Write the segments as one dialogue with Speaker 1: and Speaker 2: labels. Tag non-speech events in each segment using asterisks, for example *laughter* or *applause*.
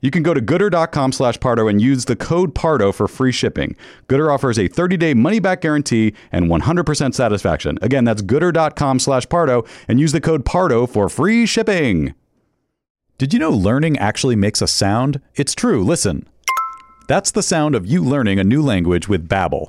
Speaker 1: You can go to gooder.com slash Pardo and use the code Pardo for free shipping. Gooder offers a 30-day money-back guarantee and 100% satisfaction. Again, that's gooder.com slash Pardo and use the code Pardo for free shipping. Did you know learning actually makes a sound? It's true. Listen. That's the sound of you learning a new language with Babbel.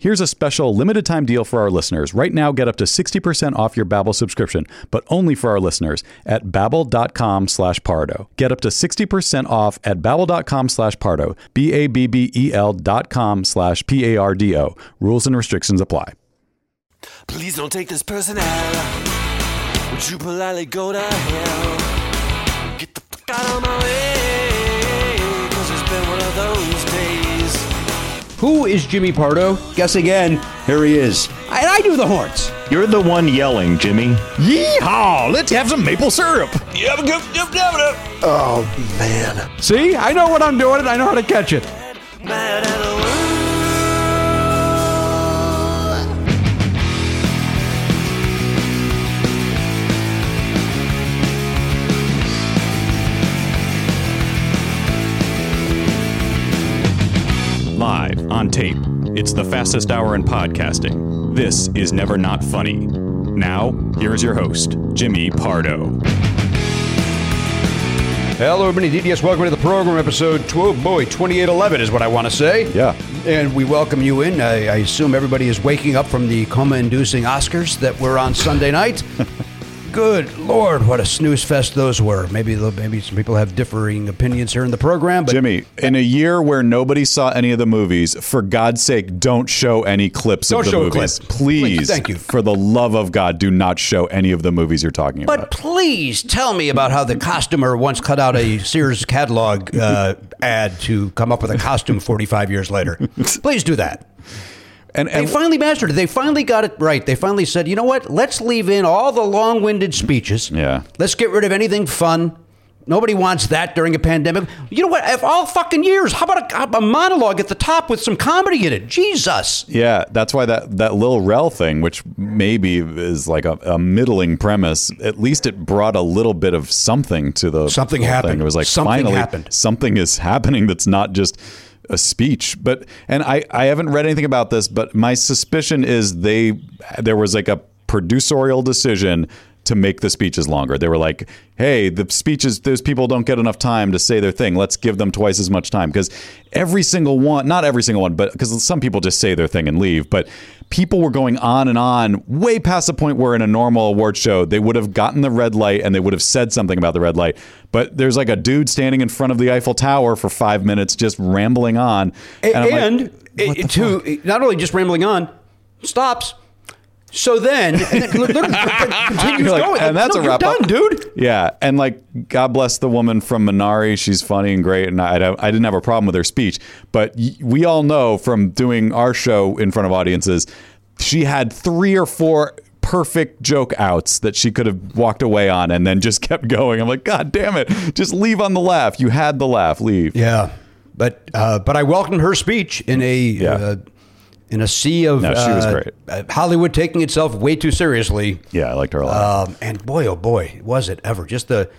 Speaker 1: Here's a special limited time deal for our listeners. Right now, get up to 60% off your Babbel subscription, but only for our listeners at babbel.com slash pardo. Get up to 60% off at babbel.com slash pardo, B-A-B-B-E-L E dot com slash P-A-R-D-O. Rules and restrictions apply.
Speaker 2: Please don't take this person out. Would you politely go to hell? Get the fuck out of my way, cause it's been one of those days.
Speaker 3: Who is Jimmy Pardo? Guess again. Here he is. And I do the horns.
Speaker 4: You're the one yelling, Jimmy.
Speaker 1: Yeehaw! Let's have some maple syrup.
Speaker 2: Yep, yep, yep, yep, yep.
Speaker 5: Oh man.
Speaker 3: See, I know what I'm doing and I know how to catch it.
Speaker 2: Mad at the world.
Speaker 1: Live on tape. It's the fastest hour in podcasting. This is Never Not Funny. Now, here's your host, Jimmy Pardo.
Speaker 3: Hello, everybody. DDS, welcome to the program, episode 12. Boy, 2811 is what I want to say.
Speaker 1: Yeah.
Speaker 3: And we welcome you in. I, I
Speaker 1: *laughs*
Speaker 3: assume everybody is waking up from the coma inducing Oscars that were on Sunday night. Good Lord, what a snooze fest those were. Maybe the- maybe some people have differing opinions here in the program, but
Speaker 1: Jimmy, in a year where nobody saw any of the movies, for God's sake, don't show any clips
Speaker 3: Don't
Speaker 1: of the
Speaker 3: show a
Speaker 1: movies.
Speaker 3: clip.
Speaker 1: Please.
Speaker 3: Please, thank you.
Speaker 1: For the love of God, do not show any of the movies you're talking
Speaker 3: But
Speaker 1: about.
Speaker 3: please tell me about how the costumer once cut out a Sears catalog uh, ad to come up with a costume 45 years
Speaker 1: *laughs*
Speaker 3: later. Please do that.
Speaker 1: And,
Speaker 3: They
Speaker 1: and
Speaker 3: finally mastered it. They finally got it right. They finally said, you know what? Let's leave in all the long winded speeches.
Speaker 1: Yeah.
Speaker 3: Let's get rid of anything fun. Nobody wants that during a pandemic. You know what? If all fucking years, how about a, a monologue at the top with some comedy in it? Jesus.
Speaker 1: yeah, that's why that, that Lil Rel thing, which maybe is like a, a middling premise, at least it brought a little bit of something to the
Speaker 3: Something
Speaker 1: whole
Speaker 3: happened.
Speaker 1: Thing. It was like
Speaker 3: Something
Speaker 1: finally
Speaker 3: happened.
Speaker 1: something is happening that's not just a speech. But and I I haven't read anything about this, but my suspicion is they there was like a producerial decision to make the speeches longer. They were like, "Hey, the speeches those people don't get enough time to say their thing. Let's give them twice as much time." Because every single one, not every single one, but because some people just say their thing and leave, but people were going on and on way past the point where in a normal award show they would have gotten the red light and they would have said something about the red light. But there's like a dude standing in front of the Eiffel Tower for five minutes just rambling on.
Speaker 3: and,
Speaker 1: I'm like,
Speaker 3: it- it- to not only just rambling on, stops. So then, and then look, look,
Speaker 1: *laughs*
Speaker 3: continues *laughs*
Speaker 1: You're like,
Speaker 3: going.
Speaker 1: and that's
Speaker 3: No,
Speaker 1: a
Speaker 3: you're
Speaker 1: wrap up,
Speaker 3: done, dude.
Speaker 1: Yeah, and like, God bless the woman from Minari. She's funny and great, and I don't, I didn't have a problem with her speech. But y- we all know from doing our show in front of audiences, she had three or four perfect joke outs that she could have walked away on, and then just *laughs* kept going. I'm like, God damn it, just leave on the laugh. You had the laugh, leave.
Speaker 3: Yeah, but uh, but I welcomed her speech in a uh, in a sea of
Speaker 1: No, she was
Speaker 3: uh,
Speaker 1: great.
Speaker 3: uh, Hollywood taking itself way too seriously.
Speaker 1: Yeah, I liked her a lot.
Speaker 3: Um, and boy, oh boy, was it ever just the,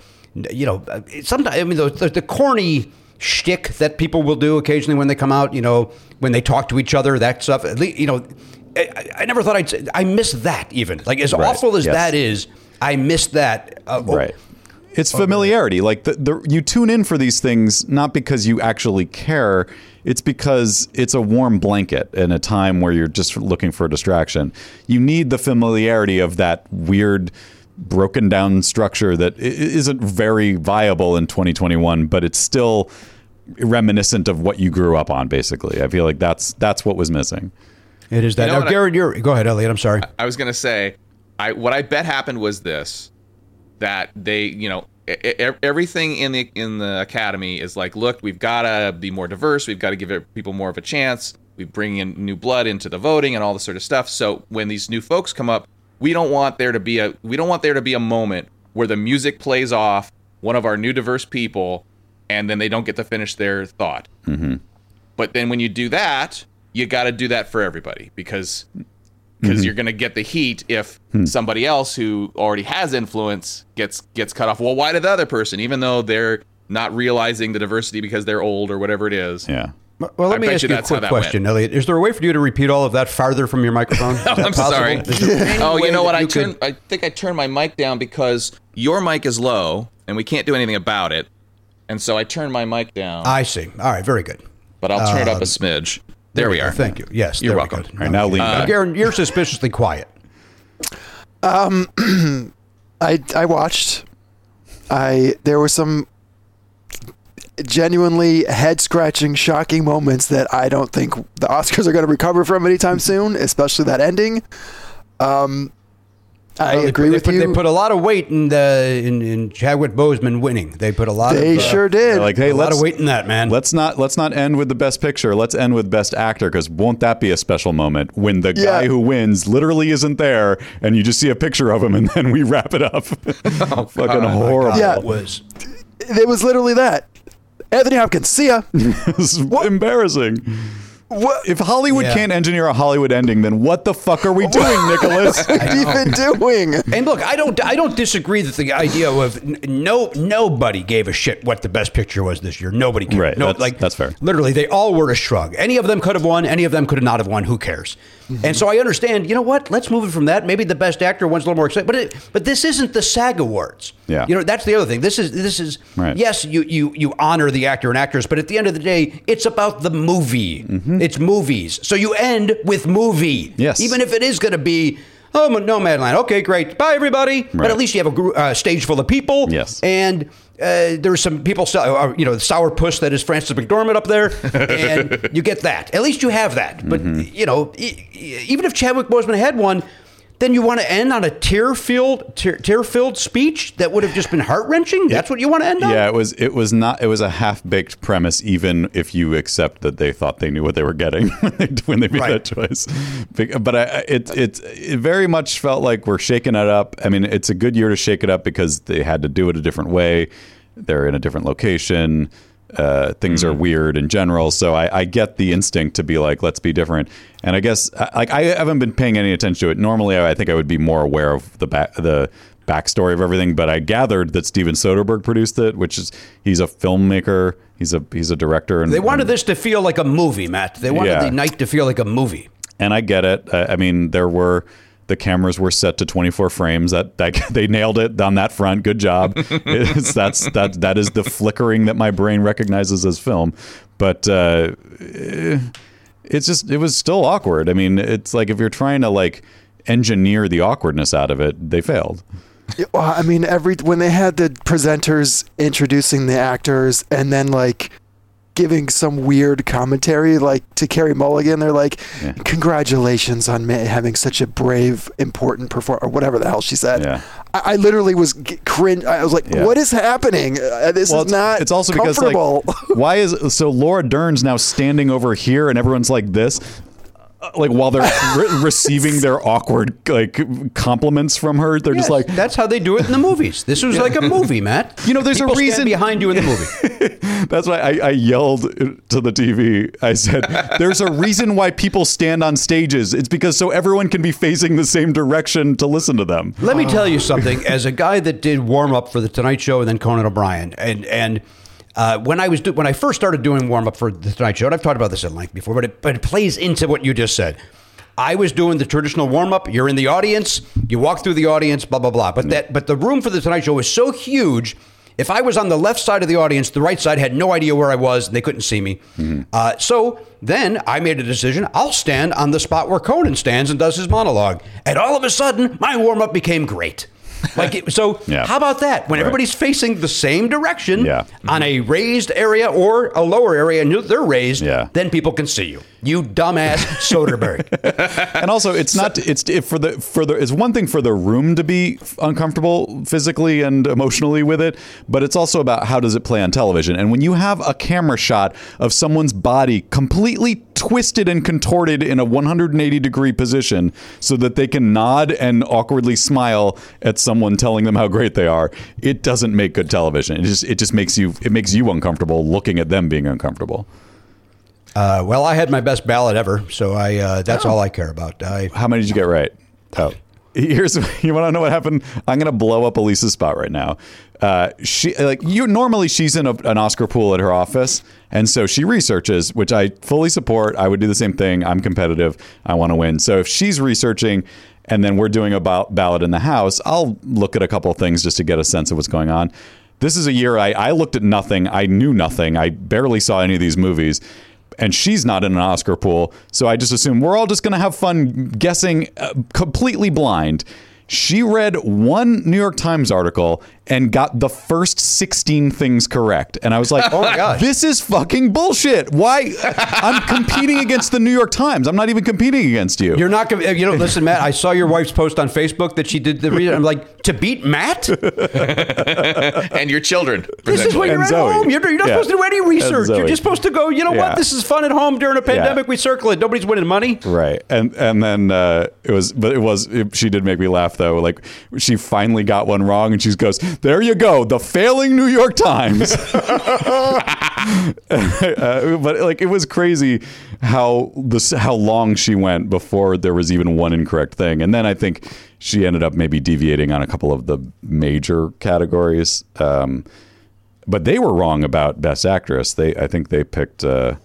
Speaker 3: you know, sometimes I mean the the, the corny shtick that people will do occasionally when they come out, you know, when they talk to each other, that stuff. At least, you know, I, I- I never thought I'd say, I miss that even. Like as
Speaker 1: Right,
Speaker 3: awful as
Speaker 1: yes.
Speaker 3: that is, I miss that. Uh, oh,
Speaker 1: Right. It's familiarity. Like the, the you tune in for these things not because you actually care. It's because it's a warm blanket in a time where you're just looking for a distraction. You need the familiarity of that weird broken down structure that i- i- isn't very viable in 2021, but it's still reminiscent of what you grew up on basically. I feel like that's that's what was missing.
Speaker 3: It is that.
Speaker 5: know
Speaker 3: now,
Speaker 5: what I-
Speaker 3: Garrett, you're go ahead, Elliot. I'm sorry.
Speaker 5: I was gonna say, I what I bet happened was this, that they, you know, e- e- everything in the in the academy is like, look, we've gotta be more diverse. We've got to give it- people more of a chance. We bring in new blood into the voting and all this sort of stuff. So when these new folks come up, we don't want there to be a we don't want there to be a moment where the music plays off one of our new diverse people, and then they don't get to finish their thought. But then when you do that, you got to do that for everybody because
Speaker 3: Mm-hmm.
Speaker 5: because you're going to get the heat if
Speaker 3: Hmm.
Speaker 5: somebody else who already has influence gets gets cut off. Well, why did the other person, even though they're not realizing the diversity because they're old or whatever it is?
Speaker 1: Yeah.
Speaker 3: Well, let
Speaker 5: I
Speaker 3: me
Speaker 5: bet
Speaker 3: ask
Speaker 5: you
Speaker 3: you a
Speaker 5: that's how
Speaker 3: quick
Speaker 5: that went.
Speaker 3: question, Elliot. Is there a way for you to repeat all of that farther from your
Speaker 5: *laughs*
Speaker 3: microphone? Is that
Speaker 5: *laughs* I'm
Speaker 3: possible?
Speaker 5: sorry.
Speaker 3: Is
Speaker 5: *laughs*
Speaker 3: there any
Speaker 5: oh,
Speaker 3: way
Speaker 5: you know
Speaker 3: that
Speaker 5: what? I
Speaker 3: could-
Speaker 5: turned. I think I turned my mic down because your mic is low and we can't do anything about it. And so I turned my mic down,
Speaker 3: I um, see. All right, very good.
Speaker 5: but I'll turn it up a smidge. There, we are.
Speaker 3: Thank you. Yes,
Speaker 5: You're
Speaker 3: there we
Speaker 5: welcome.
Speaker 3: go.
Speaker 1: All right, now lean back.
Speaker 3: Uh, Garen, you're suspiciously quiet.
Speaker 6: I I watched. I there were some genuinely head scratching, shocking moments that I don't think the Oscars are going to recover from anytime soon, especially that ending. Um, I
Speaker 3: Well, they
Speaker 6: agree
Speaker 3: put-
Speaker 6: with
Speaker 3: they put,
Speaker 6: you.
Speaker 3: They put a lot of weight in the in, in Chadwick Boseman winning. They put a lot.
Speaker 6: they
Speaker 3: of, uh,
Speaker 6: sure did.
Speaker 1: They're like, hey,
Speaker 3: a lot
Speaker 1: let's
Speaker 3: of weight in that man.
Speaker 1: Let's not let's not end with the best picture. Let's end with best actor because won't that be a special moment when the
Speaker 6: Yeah.
Speaker 1: guy who wins literally isn't there and you just see a picture of him and then we wrap it up. Fucking
Speaker 3: Oh,
Speaker 1: horrible.
Speaker 6: Yeah.
Speaker 3: It was
Speaker 6: it was literally that. Anthony Hopkins,
Speaker 3: *laughs*
Speaker 6: see ya.
Speaker 1: *laughs* This is embarrassing.
Speaker 6: what
Speaker 1: If Hollywood
Speaker 3: Yeah.
Speaker 1: can't engineer a Hollywood ending, then what the fuck are we doing, Nicholas?
Speaker 6: are you even doing?
Speaker 3: And look, I don't I don't disagree that the idea of n- no nobody gave a shit what the best picture was this year. Nobody cared.
Speaker 1: Right,
Speaker 3: No,
Speaker 1: that's- that's fair.
Speaker 3: Literally, they all were a shrug. Any of them could have won. Any of them could not have won. Who cares? And so I understand. You know what? Let's move it from that. Maybe the best actor one's a little more exciting. But it, but this isn't the SAG Awards.
Speaker 1: Yeah.
Speaker 3: You know that's the other thing. This is this is
Speaker 1: Right.
Speaker 3: yes you you you honor the actor and actress, but at the end of the day, it's about the movie. It's movies. So you end with movie.
Speaker 1: Mm-hmm. Yes.
Speaker 3: Even if it is going to be Oh, no, Madland. Okay, great. Bye, everybody. But
Speaker 1: Right.
Speaker 3: at least you have a gr- uh, stage full of people.
Speaker 1: Yes.
Speaker 3: And uh, there's some people, so- uh, you know, the sour puss that is Francis McDormand up
Speaker 1: *laughs*
Speaker 3: there, and you get that. At least you have that. But
Speaker 1: Mm-hmm.
Speaker 3: you know, e- e- even if Chadwick Boseman had one, then you want to end on a tear-filled, tear- tear-filled speech that would have just been heart-wrenching. That's what you want to end on.
Speaker 1: Yeah, it was it was not it was a half baked premise, even if you accept that they thought they knew what they were getting *laughs* when they, when they made
Speaker 3: Right.
Speaker 1: that choice. Bec- But I, I- it it it very much felt like we're shaking it up. I mean, it's a good year to shake it up because they had to do it a different way. They're in a different location. Uh, things
Speaker 3: Mm-hmm.
Speaker 1: are weird in general, so I, I get the instinct to be like, let's be different. And I guess I- like I haven't been paying any attention to it. Normally, I I think I would be more aware of the back the backstory of everything, but I gathered that Steven Soderbergh produced it, which is he's a filmmaker, he's a he's a director, and
Speaker 3: They wanted
Speaker 1: and,
Speaker 3: this to feel like a movie, Matt. They wanted
Speaker 1: Yeah.
Speaker 3: the night to feel like a movie.
Speaker 1: and I get it. I, I mean, there were the cameras were set to 24 frames. That that *laughs* they nailed it on that front. Good job. It's- that's that that is the flickering that my brain recognizes as film, but. Uh, it's just it was still awkward. I mean, it's like if you're trying to like engineer the awkwardness out of it, they failed.
Speaker 6: Yeah, well, I mean, every when they had the presenters introducing the actors and then like giving some weird commentary, like to Carrie Mulligan, they're like,
Speaker 1: Yeah.
Speaker 6: "Congratulations on ma- having such a brave, important performance," or whatever the hell she said.
Speaker 1: Yeah.
Speaker 6: I, I literally was g- cringe. I was like,
Speaker 1: Yeah.
Speaker 6: "What is happening? Uh, this
Speaker 1: Well,
Speaker 6: is not."
Speaker 1: It's also because like, *laughs*
Speaker 6: comfortable.
Speaker 1: why is so Laura Dern's now standing over here and everyone's like this, uh, like while they're re- receiving their awkward like compliments from her, they're just
Speaker 3: Yes,
Speaker 1: like.
Speaker 3: that's how they do it in the movies. This was like a movie, Matt.
Speaker 1: You know, there's a
Speaker 3: People stand
Speaker 1: reason-
Speaker 3: behind you in the
Speaker 1: *laughs*
Speaker 3: movie.
Speaker 1: That's why I, I yelled to the TV. I said, "There's a reason why people stand on stages. It's because so everyone can be facing the same direction to listen to them."
Speaker 3: Let me tell
Speaker 1: Oh.
Speaker 3: you something. As a guy that did warm up for the Tonight Show and then Conan O'Brien, and and uh, when I was do- when I first started doing warm up for the Tonight Show, and I've talked about this at length before, but it, but it plays into what you just said. I was doing the traditional warm up. You're in the audience. You walk through the audience. Blah blah blah. But that but the room for the Tonight Show was so huge. If I was on the left side of the audience, the right side had no idea where I was and they couldn't see me.
Speaker 1: Mm-hmm.
Speaker 3: Uh, so then I made a decision. I'll stand on the spot where Conan stands and does his monologue. And all of a sudden, my warm up became
Speaker 1: *laughs*
Speaker 3: great. Like it, so,
Speaker 1: Yeah.
Speaker 3: how about that? When
Speaker 1: Right.
Speaker 3: everybody's facing the same direction
Speaker 1: Yeah. Mm-hmm.
Speaker 3: on a raised area or a lower area, and they're raised,
Speaker 1: Yeah.
Speaker 3: then people can see you. You dumbass
Speaker 1: *laughs*
Speaker 3: Soderbergh.
Speaker 1: and also it's not it's if for the for the it's one thing for the room to be uncomfortable physically and emotionally with it but it's also about how does it play on television and when you have a camera shot of someone's body completely twisted and contorted in a 180 degree position so that they can nod and awkwardly smile at someone telling them how great they are it doesn't make good television it just it just makes you it makes you uncomfortable looking at them being uncomfortable
Speaker 3: uh, well, I had my best ballot ever, so I uh, that's
Speaker 1: Oh.
Speaker 3: all I care about. I,
Speaker 1: How many did you get right? Oh, here's *laughs* you want to know what happened. I'm gonna blow up Elisa's spot right now. Uh, she like you normally she's in a, an Oscar pool at her office, and so she researches, which I fully support. I would do the same thing. I'm competitive. I want to win. So if she's researching. And then we're doing a ba- ballot in the house. I'll look at a couple of things just to get a sense of what's going on. This is a year I, I looked at nothing. I knew nothing. I barely saw any of these movies and she's not in an Oscar pool. So I just assume we're all just going to have fun guessing uh, completely blind. She read one New York Times article and got the first 16 things correct. And I was like, *laughs* oh my
Speaker 3: gosh.
Speaker 1: this is fucking bullshit. Why? I'm competing against the New York Times. I'm not even competing against you.
Speaker 3: you're not going to, you know, listen, Matt, I saw your wife's post on Facebook that she did the reason. I'm like, to beat Matt?
Speaker 1: *laughs*
Speaker 5: and your children.
Speaker 3: *laughs* This is
Speaker 5: potentially.
Speaker 3: what you're
Speaker 1: And
Speaker 3: at
Speaker 1: Zoe.
Speaker 3: home. You're, you're not
Speaker 1: Yeah.
Speaker 3: supposed to do any
Speaker 1: And
Speaker 3: research. You're
Speaker 1: Zoe.
Speaker 3: just supposed to go, you know
Speaker 1: Yeah.
Speaker 3: what? This is fun at home during a pandemic. We circle it. Nobody's winning money.
Speaker 1: Right, and and then uh, it was, but it was. It, she did make me laugh though. Like she finally got one wrong, and she goes, "There you go, the failing New York Times." *laughs* Uh, but like it was crazy how this how long she went before there was even one incorrect thing, and then I think she ended up maybe deviating on a couple of the major categories. Um, but they were wrong about Best Actress. They I think they picked. Uh,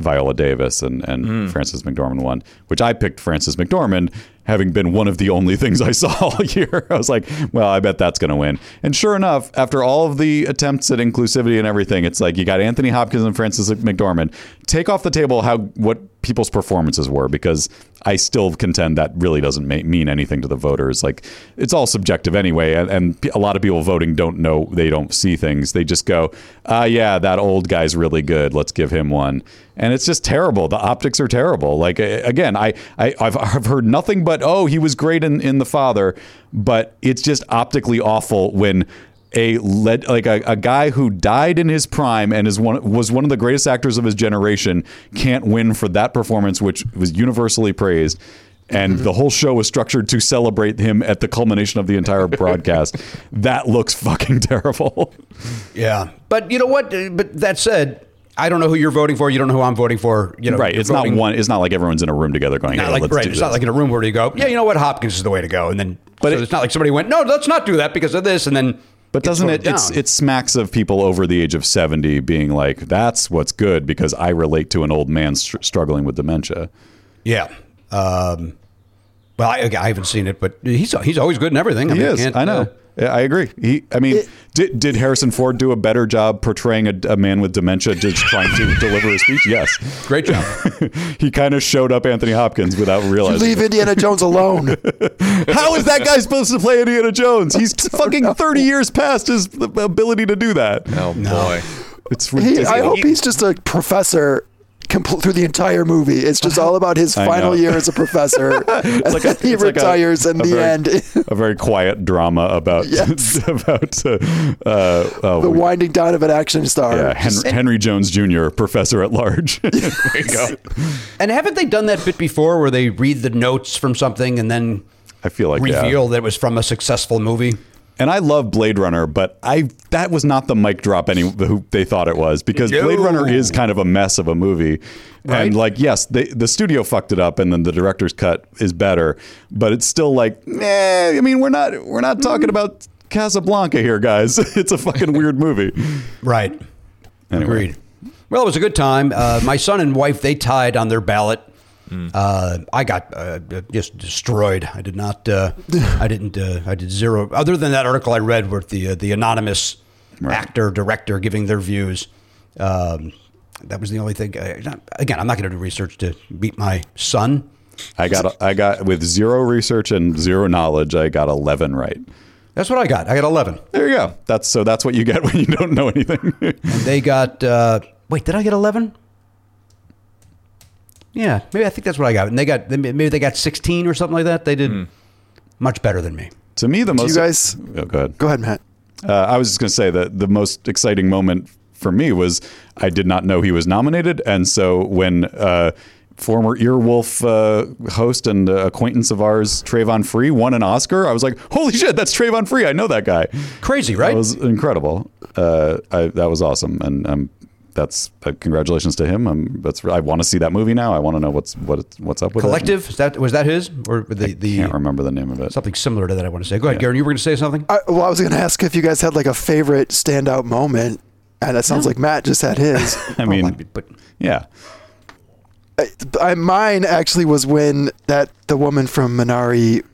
Speaker 1: Viola Davis and, and Frances McDormand won, which I picked Frances McDormand. having been one of the only *laughs* things I saw all year. *laughs* I was like, well, I bet that's going to win. And sure enough, after all of the attempts at inclusivity and everything, it's like you got Anthony Hopkins and Francis McDormand. Take off the table how what people's performances were because I still contend that really doesn't ma- mean anything to the voters. Like it's all subjective anyway, and, and p- a lot of people voting don't know they don't see things. They just go, "Ah, yeah, that old guy's really good. Let's give him one." And it's just terrible. The optics are terrible. Like a- again, I, I I've, I've heard nothing but, "Oh, he was great in in the father," but it's just optically awful when a led like a, a guy who died in his prime and is one was one of the greatest actors of his generation can't win for that performance which was universally praised and the whole show was structured to celebrate him at the culmination of the entire broadcast that looks fucking terrible
Speaker 3: Yeah. But you know what? But that said, I don't know who you're voting for. You don't know who I'm voting for. You know,
Speaker 1: right
Speaker 3: you're
Speaker 1: it's not
Speaker 3: voting-
Speaker 1: one it's not like everyone's in a room together going
Speaker 3: Not
Speaker 1: "Hey,
Speaker 3: like
Speaker 1: let's
Speaker 3: right.
Speaker 1: do
Speaker 3: It's not
Speaker 1: this."
Speaker 3: like in a room where you go, yeah, you know what, Hopkins is the way to go, and then. But
Speaker 1: But
Speaker 3: so
Speaker 1: it-
Speaker 3: it's not like somebody went, no, let's not do that because of this, and then.
Speaker 1: But doesn't
Speaker 3: voted
Speaker 1: it? It's,
Speaker 3: down.
Speaker 1: it smacks of people over the age of seventy being like, "That's what's good," because I relate to an old man str- struggling with dementia.
Speaker 3: Yeah. Um, well, I, I haven't seen it, but he's he's always good in everything. I
Speaker 1: He
Speaker 3: mean,
Speaker 1: is.
Speaker 3: can't,
Speaker 1: I know.
Speaker 3: uh,
Speaker 1: Yeah, I agree. He. I mean,
Speaker 6: It-
Speaker 1: did did Harrison Ford do a better job portraying a, a man with dementia just trying to *laughs* deliver a speech? Yes. *laughs*
Speaker 3: great job.
Speaker 1: he kind of showed up Anthony Hopkins without
Speaker 6: You
Speaker 1: realizing.
Speaker 6: leave Indiana
Speaker 1: *laughs*
Speaker 6: Jones alone.
Speaker 1: it. How is that guy supposed to play Indiana Jones? *laughs* He's fucking thirty years past his ability to do that.
Speaker 5: Oh boy.
Speaker 1: It's
Speaker 6: He,
Speaker 1: ridiculous.
Speaker 6: I hope he's just a professor compl- through the entire movie. It's just all about
Speaker 1: *laughs*
Speaker 6: his
Speaker 1: I
Speaker 6: final
Speaker 1: know.
Speaker 6: year as a professor. and
Speaker 1: *laughs* It's like a-
Speaker 6: then *laughs* he
Speaker 1: it's like a-
Speaker 6: retires in
Speaker 1: a
Speaker 6: the
Speaker 1: very-
Speaker 6: end. *laughs*
Speaker 1: a very quiet drama about
Speaker 6: Yes.
Speaker 1: *laughs* about uh, uh, oh,
Speaker 6: the winding down of an action star.
Speaker 1: yeah, Henry, Henry Jones Jr., professor at large. *laughs*
Speaker 5: There you go.
Speaker 3: *laughs* And haven't they done that bit before where they read the notes from something and then
Speaker 1: I feel like yeah.
Speaker 3: reveal that it was from a successful movie?
Speaker 1: And I love Blade Runner, but I that was not the mic drop any who they thought it was because Blade
Speaker 3: No.
Speaker 1: Runner is kind of a mess of a movie.
Speaker 3: Right.
Speaker 1: And like yes, they, the studio fucked it up and then the director's cut is better, but it's still like, nah, I mean, we're not we're not
Speaker 3: Mm-hmm.
Speaker 1: talking about Casablanca here, guys. *laughs* it's a fucking weird movie.
Speaker 3: Right.
Speaker 1: Anyway.
Speaker 3: Agreed. Well, it was a good time. Uh, my son and wife they tied on their ballot.
Speaker 1: Hmm.
Speaker 3: Uh, I got uh, just destroyed. I did not. Uh, I didn't. Uh, I did zero. Other than that article I read with the uh, the anonymous
Speaker 1: Right.
Speaker 3: actor director giving their views. Um, that was the only thing. Uh, not- again, I'm not going to do research to beat my son.
Speaker 1: I got I got with zero research and zero knowledge, I got 11 right.
Speaker 3: That's what I got. I got 11.
Speaker 1: There you go. That's so that's what you get *laughs* when you don't know anything. *laughs*
Speaker 3: They got. Uh, wait, did I get eleven? Yeah, maybe I think that's what I got. And they got maybe they got sixteen or something like that. They did much better than me.
Speaker 1: to me the
Speaker 6: You
Speaker 1: most
Speaker 6: guys,
Speaker 1: Oh, go ahead.
Speaker 6: go ahead, Matt.
Speaker 1: Uh, I was just going to say that the most exciting moment for me was I did not know he was nominated, and so when uh, former Earwolf uh, host and uh, acquaintance of ours Trayvon Free won an Oscar, I was like, "Holy shit, that's Trayvon Free! I know that guy."
Speaker 3: Crazy, right?
Speaker 1: That was incredible. Uh, I, that was awesome, and um, that's uh, congratulations to him. Um, that's I want to see that movie now. I want to know what's what it's- what's up with It.
Speaker 3: Collective. Is that was that his or the
Speaker 1: I
Speaker 3: the
Speaker 1: can't remember the name of it.
Speaker 3: something similar to that? I want to say. Go ahead, Garen. You were going to say something.
Speaker 6: I, well, I was going to ask if you guys had like a favorite standout moment, and it sounds like Matt just had *laughs* his.
Speaker 1: I
Speaker 3: Well,
Speaker 1: mean,
Speaker 3: Oh, but
Speaker 1: yeah.
Speaker 6: I, mine actually was when that the woman from Minari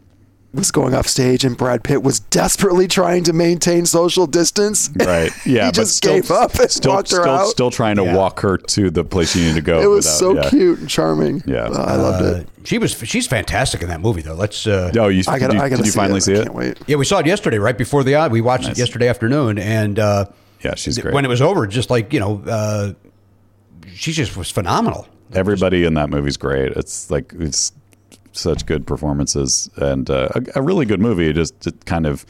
Speaker 6: was going off stage and Brad Pitt was desperately trying to maintain social distance. *laughs*
Speaker 1: Right. Yeah.
Speaker 6: he
Speaker 1: but
Speaker 6: just
Speaker 1: still,
Speaker 6: gave up and
Speaker 1: still,
Speaker 6: walked her
Speaker 1: still,
Speaker 6: out.
Speaker 1: Still trying to
Speaker 3: Yeah.
Speaker 1: walk her to the place you need to go.
Speaker 6: it was
Speaker 1: without-
Speaker 6: so
Speaker 1: yeah.
Speaker 6: cute and charming.
Speaker 1: Yeah.
Speaker 6: Uh, I loved
Speaker 3: uh,
Speaker 6: it.
Speaker 3: she was she's fantastic in that movie though. Let's. Uh,
Speaker 1: Oh, you,
Speaker 6: I got.
Speaker 1: did you,
Speaker 6: I got
Speaker 1: did you finally see
Speaker 6: I
Speaker 1: it?
Speaker 6: Can't wait.
Speaker 3: Yeah, we saw it yesterday, right before the odd. We watched it yesterday afternoon, and uh,
Speaker 1: Yeah, she's great.
Speaker 3: when it was over, just like you know, uh, she just was phenomenal.
Speaker 1: Everybody in that movie's great. It's like it's such good performances and uh, a, a really good movie. Just it kind of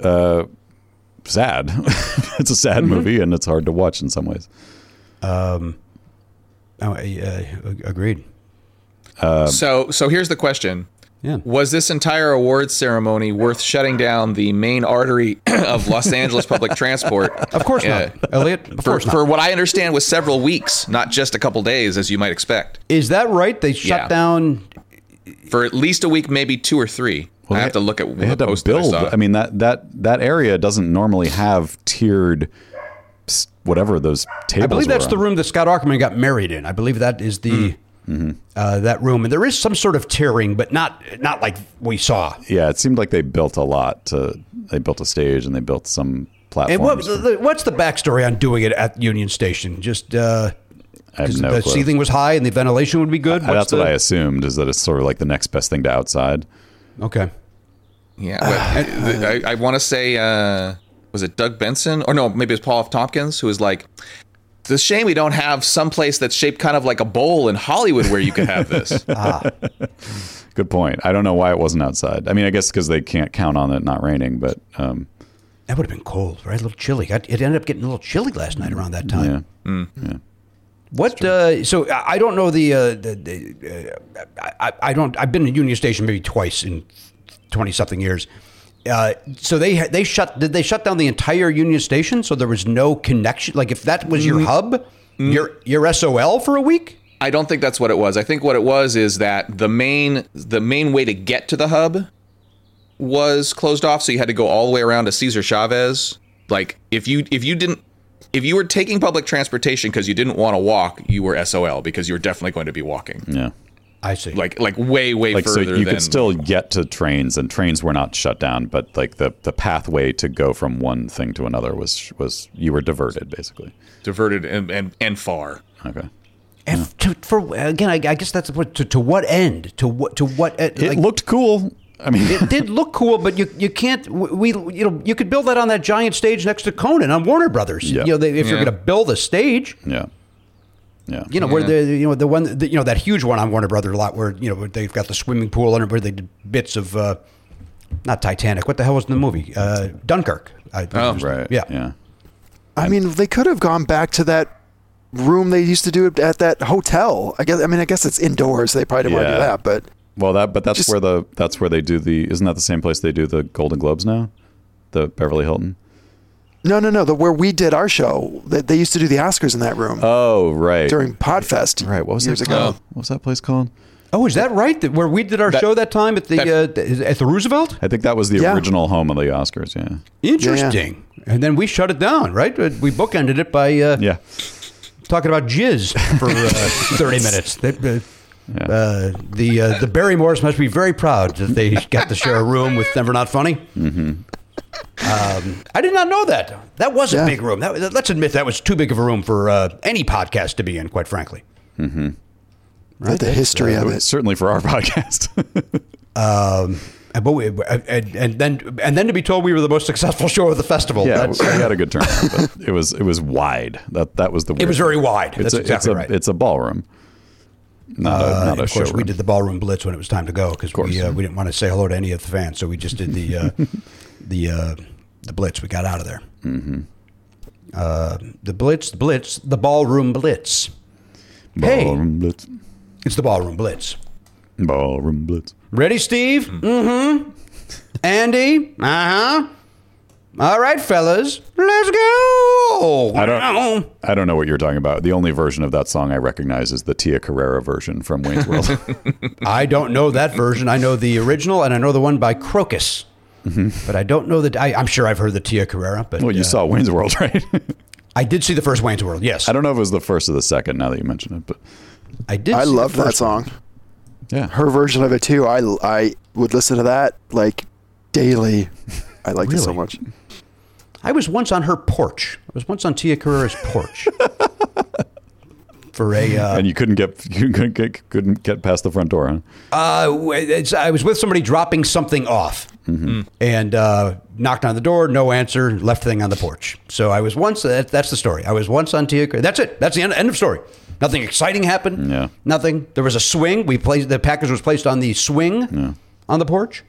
Speaker 1: uh, sad. *laughs* it's a sad
Speaker 3: Mm-hmm.
Speaker 1: movie and it's hard to watch in some ways.
Speaker 3: Oh, uh, ag- agreed.
Speaker 5: So so here's the question.
Speaker 3: Yeah.
Speaker 5: Was this entire awards ceremony worth shutting down the main artery *clears throat* of Los Angeles public
Speaker 1: *laughs*
Speaker 5: transport?
Speaker 3: Of course
Speaker 5: Yeah.
Speaker 3: not, Elliot. Of
Speaker 5: For,
Speaker 3: course not.
Speaker 5: for what I understand was several weeks, not just a couple days, as you might expect.
Speaker 3: Is that right? They shut
Speaker 5: Yeah.
Speaker 3: down.
Speaker 5: For at least a week, maybe two or three. I have to look at
Speaker 1: they
Speaker 5: what
Speaker 1: had
Speaker 5: the
Speaker 1: to
Speaker 5: post that I
Speaker 1: build.
Speaker 5: saw.
Speaker 1: I mean that that that area doesn't normally have tiered s- whatever those tables.
Speaker 3: I believe
Speaker 1: were
Speaker 3: that's the
Speaker 1: on. Mm.
Speaker 3: room that Scott Ackerman got married in. I believe that is the
Speaker 1: Mm-hmm.
Speaker 3: uh, that room, and there is some sort of tearing, but not not like we saw.
Speaker 1: Yeah, it seemed like they built a lot. To, they built a stage and they built some
Speaker 3: And what,
Speaker 1: platforms.
Speaker 3: the- what's the backstory on doing it at Union Station? Just uh,
Speaker 1: I have
Speaker 3: 'cause
Speaker 1: no
Speaker 3: the
Speaker 1: clue.
Speaker 3: ceiling was high and the ventilation would be good.
Speaker 1: Uh, That's
Speaker 3: What's
Speaker 1: what I
Speaker 3: the-
Speaker 1: assumed is that it's sort of like the next best thing to outside.
Speaker 3: Okay.
Speaker 5: Yeah,
Speaker 1: *sighs*
Speaker 5: but I, I want to say, uh, was it Doug Benson or no? Maybe it was Paul F. Tompkins who was like, "It's a shame we don't have some place that's shaped kind of like a bowl in Hollywood where you could have this."
Speaker 1: Good point. I don't know why it wasn't outside. I mean, I guess because they can't count on it not raining, but um,
Speaker 3: That would have been cold, right? A little chilly. Got- It ended up getting a little chilly last night around that time.
Speaker 1: yeah.
Speaker 3: What? Uh, so I I don't know the. Uh, the, the uh, I, I I don't. I've been to Union Station maybe twice in twenty something years. Uh, so they ha- they shut did they shut down the entire Union Station so there was no connection like if that was your hub your your SOL for a week
Speaker 5: I don't think that's what it was. I think what it was is that the main the main way to get to the hub was closed off, so you had to go all the way around to Cesar Chavez. Like if you if you didn't if you were taking public transportation because you didn't want to walk, you were SOL because you were definitely going to be walking.
Speaker 1: Yeah.
Speaker 3: I see
Speaker 5: Like like way way
Speaker 1: Like, so
Speaker 5: further.
Speaker 1: you
Speaker 5: than,
Speaker 1: could still get to trains, and trains were not shut down, but like the, the pathway to go from one thing to another was, was you were diverted, basically.
Speaker 5: diverted and, and,
Speaker 1: *laughs*
Speaker 5: and far.
Speaker 1: Okay.
Speaker 3: and f- to, for again I, I guess that's what to, to what end to what to what it
Speaker 1: It looked cool. I mean,
Speaker 3: it did look cool, but you you can't we we- you know you could build that on that giant stage next to Conan on Warner Brothers.
Speaker 1: Yeah.
Speaker 3: You know, they, if you're
Speaker 5: Yeah.
Speaker 3: going to build a stage,
Speaker 1: *laughs* yeah. Yeah.
Speaker 3: you know where the you know the one the, you know that huge one on Warner Brother lot where you know where they've got the swimming pool and where they did bits of uh, not Titanic. What the hell was in the movie? Uh, Dunkirk. I,
Speaker 5: Oh,
Speaker 1: right.
Speaker 3: Yeah.
Speaker 1: Yeah.
Speaker 6: I mean, they could have gone back to that room they used to do it at that hotel. I guess. I mean, I guess it's indoors. They probably didn't
Speaker 1: Yeah.
Speaker 6: want to do that,
Speaker 1: Well, that but that's
Speaker 6: Just-
Speaker 1: where the that's where they do the isn't that the same place they do the Golden Globes now, the Beverly Hilton.
Speaker 6: but no, no, no. The where we did our show, they, they used to do the Oscars in that room
Speaker 1: Oh, right.
Speaker 6: during Podfest.
Speaker 1: right. What was
Speaker 6: years
Speaker 1: that
Speaker 6: ago?
Speaker 1: called? What was that place called?
Speaker 3: Oh, is that right? That where we did our show that time at the
Speaker 5: that-
Speaker 3: uh, th- at the Roosevelt?
Speaker 1: I think that was the
Speaker 6: Yeah.
Speaker 1: original home of the Oscars. Yeah.
Speaker 3: Interesting. And then we shut it down, right? Uh, We bookended it by uh,
Speaker 1: Yeah.
Speaker 3: talking about jizz for *laughs* uh, 30 minutes. They, uh,
Speaker 1: Yeah.
Speaker 3: uh, the uh, the Barrymores must be very proud that they got to share a room with Never Not Funny. Mm-hmm. Um, I did not know that. That was a
Speaker 6: Yeah.
Speaker 3: big room. That, let's admit that was too big of a room for uh, any podcast to be in. Quite frankly,
Speaker 6: Right, the history of it.
Speaker 1: Certainly for our *laughs* podcast.
Speaker 3: Uh, but we, uh, and, and then and then to be told we were the most successful show of the festival.
Speaker 1: yeah,
Speaker 3: that's-
Speaker 1: we had a good turnout, but it was it was wide. That that was the. weird
Speaker 3: was
Speaker 1: thing.
Speaker 3: very wide.
Speaker 1: It's
Speaker 3: That's
Speaker 1: a,
Speaker 3: exactly
Speaker 1: it's a,
Speaker 3: right. Uh,
Speaker 1: It's a ballroom. Not a, not a
Speaker 3: of course,
Speaker 1: showroom.
Speaker 3: we did the ballroom blitz when it was time to go because we uh, we didn't want to say hello to any of the fans, so we just did the
Speaker 1: *laughs*
Speaker 3: uh, the uh, the blitz. We got out of there. Mm-hmm. Uh, the blitz, the blitz, the ballroom blitz. hey.
Speaker 1: Ballroom blitz.
Speaker 3: It's the ballroom blitz.
Speaker 1: Ballroom blitz.
Speaker 3: Ready, Steve?
Speaker 1: Mm.
Speaker 3: Mm-hmm. Andy? Uh-huh. All right, fellas, let's go.
Speaker 1: I don't. I don't know what you're talking about. The only version of that song I recognize is the Tia Carrera version from Wayne's
Speaker 3: *laughs*
Speaker 1: World. *laughs*
Speaker 3: I don't know that version. I know the original, and I know the one by Crocus. But I don't know that. I, I'm sure I've heard the Tia Carrera. But
Speaker 1: Mm-hmm. well, you
Speaker 3: uh,
Speaker 1: saw Wayne's World, *laughs* right?
Speaker 3: I did see the first Wayne's World. Yes,
Speaker 1: I don't know if it was the first or the second. Now that you mention it, but
Speaker 3: I did.
Speaker 6: I
Speaker 3: see the
Speaker 6: loved that
Speaker 3: first one.
Speaker 6: song.
Speaker 1: yeah,
Speaker 6: Her version of it too. I I would listen to that like daily. I liked it so
Speaker 3: Really?
Speaker 6: much.
Speaker 3: I was once on her porch. I was once on Tia Carrera's
Speaker 1: *laughs*
Speaker 3: porch for a. Uh,
Speaker 1: and you couldn't get *laughs* you couldn't get, couldn't get past the front door. Huh?
Speaker 3: uh, it's, I was with somebody dropping something off,
Speaker 1: Mm-hmm.
Speaker 3: and uh, knocked on the door. No answer. Left thing on the porch. So I was once. That, that's the story. I was once on Tia. Carrera. That's it. That's the end, end of story. Nothing exciting happened.
Speaker 1: Yeah.
Speaker 3: Nothing. There was a swing. We placed the package was placed on the swing on the porch.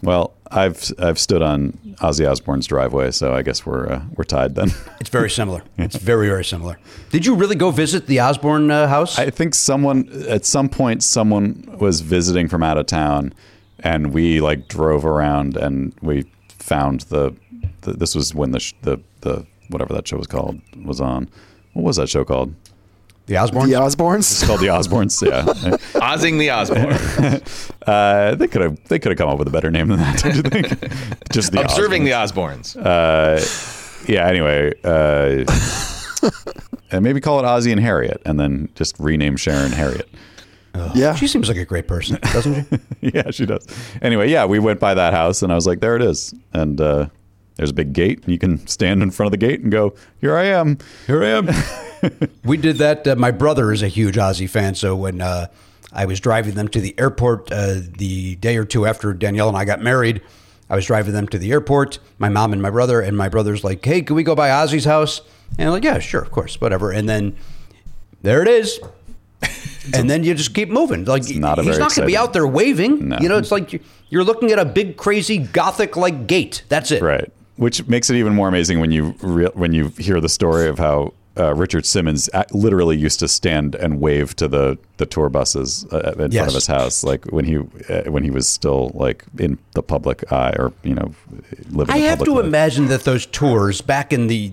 Speaker 1: Well, I've I've stood on Ozzy Osbourne's driveway, so I guess we're uh, we're tied then. *laughs*
Speaker 3: It's very similar. It's very very similar. Did you really go visit the Osborne uh, house?
Speaker 1: I think someone at some point someone was visiting from out of town, and we like drove around and we found the. the this was when the sh- the the whatever that show was called was on. What was that show called?
Speaker 3: the Osborne.
Speaker 6: The Osbournes.
Speaker 1: It's called The Osbournes. Yeah, *laughs*
Speaker 5: Ozzing the Osborne.
Speaker 1: uh, they could have they could have come up with a better name than that. Don't you think? *laughs* Just the
Speaker 5: Observing
Speaker 1: Osbournes.
Speaker 5: the Osbornes.
Speaker 1: yeah. Anyway, *laughs* uh, and maybe call it Ozzy and Harriet, and then just rename Sharon Harriet.
Speaker 6: Yeah.
Speaker 3: She seems like a great person, doesn't she?
Speaker 1: *laughs* yeah, she does. Anyway, yeah, we went by that house and I was like, there it is. And uh, there's a big gate. You can stand in front of the gate and go, here I am. Here I am. *laughs*
Speaker 3: We did that. Uh, my brother is a huge Ozzy fan, so when uh, I was driving them to the airport uh, the day or two after Danielle and I got married, I was driving them to the airport. My mom and my brother, and my brother's like, "Hey, can we go by Ozzy's house?" And I'm like, "Yeah, sure, of course, whatever." And then there it
Speaker 1: *laughs*
Speaker 3: is. And then you just keep moving. Like
Speaker 1: not a
Speaker 3: he's
Speaker 1: very
Speaker 3: not going to be
Speaker 1: exciting-
Speaker 3: out there waving. You know, it's like you- you're looking at a big, crazy, gothic-like gate. That's it.
Speaker 1: right. Which makes it even more amazing when you re- when you hear the story of how uh, Richard Simmons a- literally used to stand and wave to the the tour buses uh, in front
Speaker 3: Yes.
Speaker 1: of his house, like when he uh, when he was still like in the public eye or you know living.
Speaker 3: I
Speaker 1: the
Speaker 3: have
Speaker 1: public
Speaker 3: to
Speaker 1: life.
Speaker 3: imagine that those tours back in the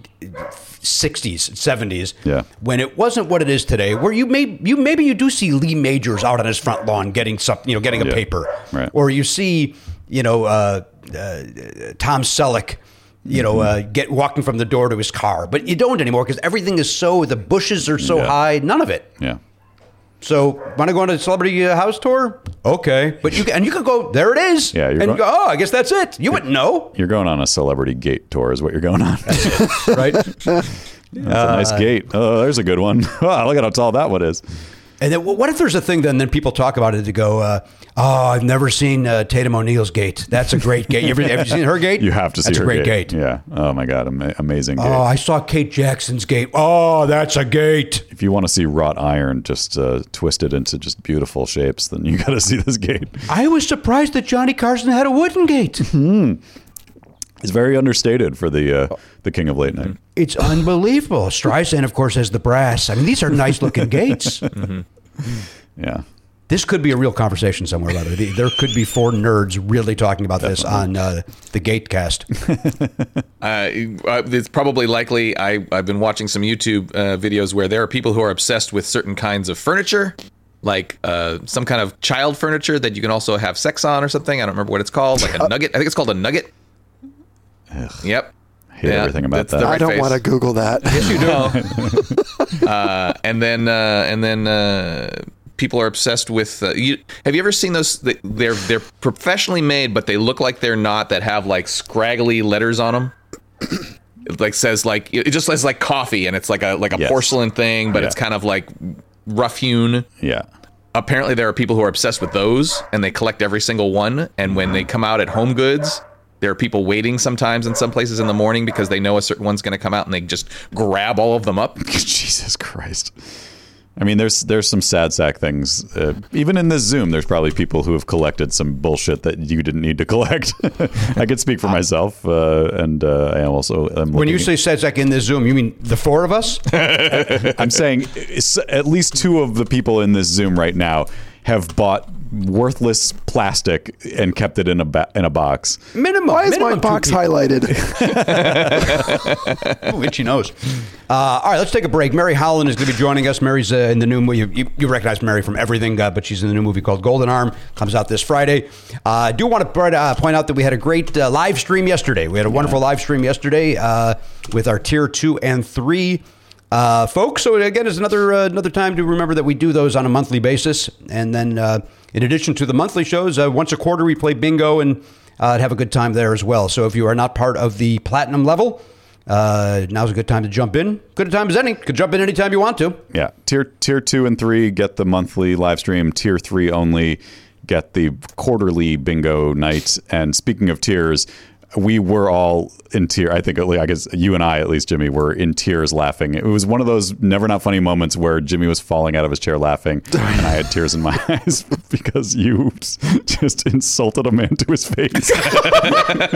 Speaker 3: 60s, 70s,
Speaker 1: Yeah.
Speaker 3: when it wasn't what it is today, where you may you maybe you do see Lee Majors out on his front lawn getting some, you know, getting a
Speaker 1: Yeah.
Speaker 3: paper,
Speaker 1: Right.
Speaker 3: or you see, you know, uh, uh, Tom Selleck. You know,
Speaker 1: Mm-hmm.
Speaker 3: uh, get walking from the door to his car, but you don't anymore because everything is so the bushes are so
Speaker 1: Yeah.
Speaker 3: high. None of it.
Speaker 1: Yeah.
Speaker 3: So, want to go on a celebrity uh, house tour? Okay, but you can, and you could go. There it is.
Speaker 1: Yeah, you're
Speaker 3: and
Speaker 1: go-
Speaker 3: you go. Oh, I guess that's it. You wouldn't know,
Speaker 1: You're going on a celebrity gate tour, is what
Speaker 3: *laughs*
Speaker 1: you're going on. That's
Speaker 3: right? Uh,
Speaker 1: a nice gate. Oh, there's a good one. *laughs* Wow, look at how tall that one is.
Speaker 3: And then, what if there's a thing then then people talk about it to go, uh, oh, I've never seen uh, Tatum O'Neal's gate. That's a great gate. You ever, have you seen her gate?
Speaker 1: *laughs* You have to see
Speaker 3: That's
Speaker 1: her
Speaker 3: a great gate.
Speaker 1: Yeah. Oh my God, Ama- amazing gate.
Speaker 3: Oh, I saw Kate Jackson's gate. Oh, that's a gate.
Speaker 1: if you want to see wrought iron just uh, twisted into just beautiful shapes, then you *laughs* got to see this gate.
Speaker 3: I was surprised that Johnny Carson had a wooden
Speaker 1: *laughs*
Speaker 3: gate.
Speaker 1: It's very understated for the uh, the king of late night.
Speaker 3: it's unbelievable. Streisand, of course, has the brass. I mean, these are nice looking
Speaker 1: *laughs*
Speaker 3: gates.
Speaker 1: Yeah.
Speaker 3: This could be a real conversation somewhere or other. The- There could be four nerds really talking about this on uh, the Gatecast.
Speaker 5: uh, it's probably likely. I, I've been watching some YouTube uh, videos where there are people who are obsessed with certain kinds of furniture, like uh, some kind of child furniture that you can also have sex on or something. I don't remember what it's called, like a nugget. I think it's called a nugget. Yep.
Speaker 1: Hate
Speaker 5: Yeah,
Speaker 1: everything about
Speaker 5: that's the
Speaker 1: that.
Speaker 6: I
Speaker 5: right
Speaker 6: don't
Speaker 5: face.
Speaker 6: want to Google that.
Speaker 5: Yes, you do. *laughs* uh, and then, uh, and then uh, people are obsessed with. Uh, you, have you ever seen those? th- They're they're professionally made, but they look like they're not. That have like scraggly letters on them. It like says like it just says like coffee, and it's like a like a
Speaker 1: Yes.
Speaker 5: porcelain thing, but it's
Speaker 1: Yeah.
Speaker 5: kind of like rough hewn.
Speaker 1: yeah. *laughs*
Speaker 5: Apparently, there are people who are obsessed with those, and they collect every single one. And when they come out at Home Goods. There are people waiting sometimes in some places in the morning because they know a certain one's going to come out and they just grab all of them up.
Speaker 1: Jesus Christ. I mean, there's there's some sad sack things. Uh, even in this Zoom, there's probably people who have collected some bullshit that you didn't need to *laughs* collect. I could speak for myself, uh, and uh, I am also am
Speaker 3: when you
Speaker 1: looking-
Speaker 3: say Sedzak in this Zoom, you mean the four of
Speaker 1: *laughs*
Speaker 3: us?
Speaker 1: I'm saying it's- at least two of the people in this Zoom right now have bought worthless plastic and kept it in a ba- in a box.
Speaker 3: Minimum.
Speaker 6: Why is
Speaker 3: minimum
Speaker 6: my
Speaker 3: two
Speaker 6: box
Speaker 3: people.
Speaker 6: highlighted?
Speaker 3: *laughs* Ooh, itchy nose. Uh, all right, let's take a break. Mary Holland is going to be joining us. Mary's uh, in the new movie. You, you, you recognize Mary from everything, uh, but she's in the new movie called Golden Arm. Comes out this Friday. Uh, I do want to uh, point out that we had a great uh, live stream yesterday. We had a wonderful live stream yesterday uh, with our tier two and three. Uh, folks, so again, it's another uh, another time to remember that we do those on a monthly basis, and then uh, in addition to the monthly shows, uh, once a quarter we play bingo and uh, have a good time there as well. So if you are not part of the platinum level, uh, now's a good time to jump in. Good a time as any. Could jump in anytime you want to.
Speaker 1: Yeah, tier tier two and three get the monthly live stream. Tier three only get the quarterly bingo night. And speaking of tiers. We were all in tears. I think at least, I guess you and I, at least Jimmy, were in tears laughing. It was one of those never not funny moments where Jimmy was falling out of his chair
Speaker 5: *laughs*
Speaker 1: laughing, and I had tears in my eyes *laughs* because you *laughs* just insulted a man to his
Speaker 5: *laughs*
Speaker 1: face, and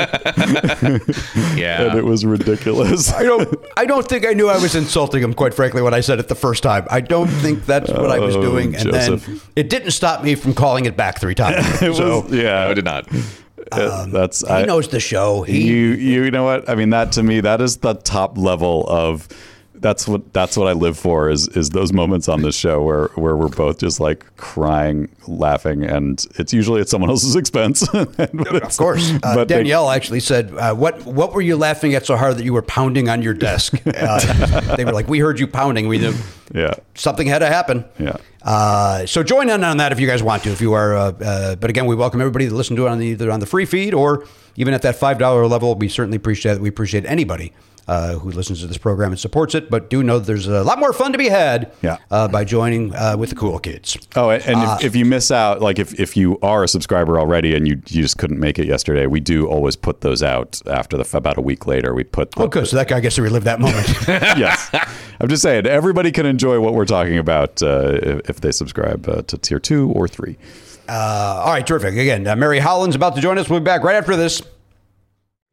Speaker 5: Yeah.
Speaker 1: it was ridiculous.
Speaker 3: I don't. I don't think I knew I was insulting him. Quite frankly, when I said it the first time, I don't think that's what I was
Speaker 1: Oh,
Speaker 3: doing. And then
Speaker 1: Joseph.
Speaker 3: it didn't stop me from calling it back three times.
Speaker 1: *laughs* It was,
Speaker 3: so
Speaker 1: yeah,
Speaker 5: No, I did not.
Speaker 1: Uh, that's I,
Speaker 3: he knows the show. He
Speaker 1: you you know what I mean that to me that is the top level of that's what that's what I live for is is those moments on this show where where we're both just like crying, laughing, and it's usually at someone else's expense. *laughs*
Speaker 3: Of course. Uh,
Speaker 1: But they-
Speaker 3: Danielle actually said, uh, "What what were you laughing at so hard that you were pounding on your desk?" Uh, *laughs* they were like, "We heard you pounding. We knew
Speaker 1: yeah,
Speaker 3: something had to happen."
Speaker 1: Yeah.
Speaker 3: Uh, so join in on that if you guys want to. If you are, uh, uh, but again, we welcome everybody to listen to it on the, either on the free feed or even at that five dollar level. We certainly appreciate it. We appreciate anybody. Uh, who listens to this program and supports it, but do know that there's a lot more fun to be had
Speaker 1: Yeah.
Speaker 3: uh, by joining uh, with the cool kids.
Speaker 1: Oh, and, and
Speaker 3: Uh,
Speaker 1: if, if you miss out, like if, if you are a subscriber already and you, you just couldn't make it yesterday, we do always put those out after the about a week later. We put
Speaker 3: *laughs*
Speaker 1: the,
Speaker 3: Oh, good. So that guy gets to relive that
Speaker 1: *laughs*
Speaker 3: moment.
Speaker 1: yes. I'm just saying everybody can enjoy what we're talking about uh, if, if they subscribe uh, to tier two or three.
Speaker 3: All right, terrific. Again, uh, Mary Holland's about to join us. We'll be back right after this.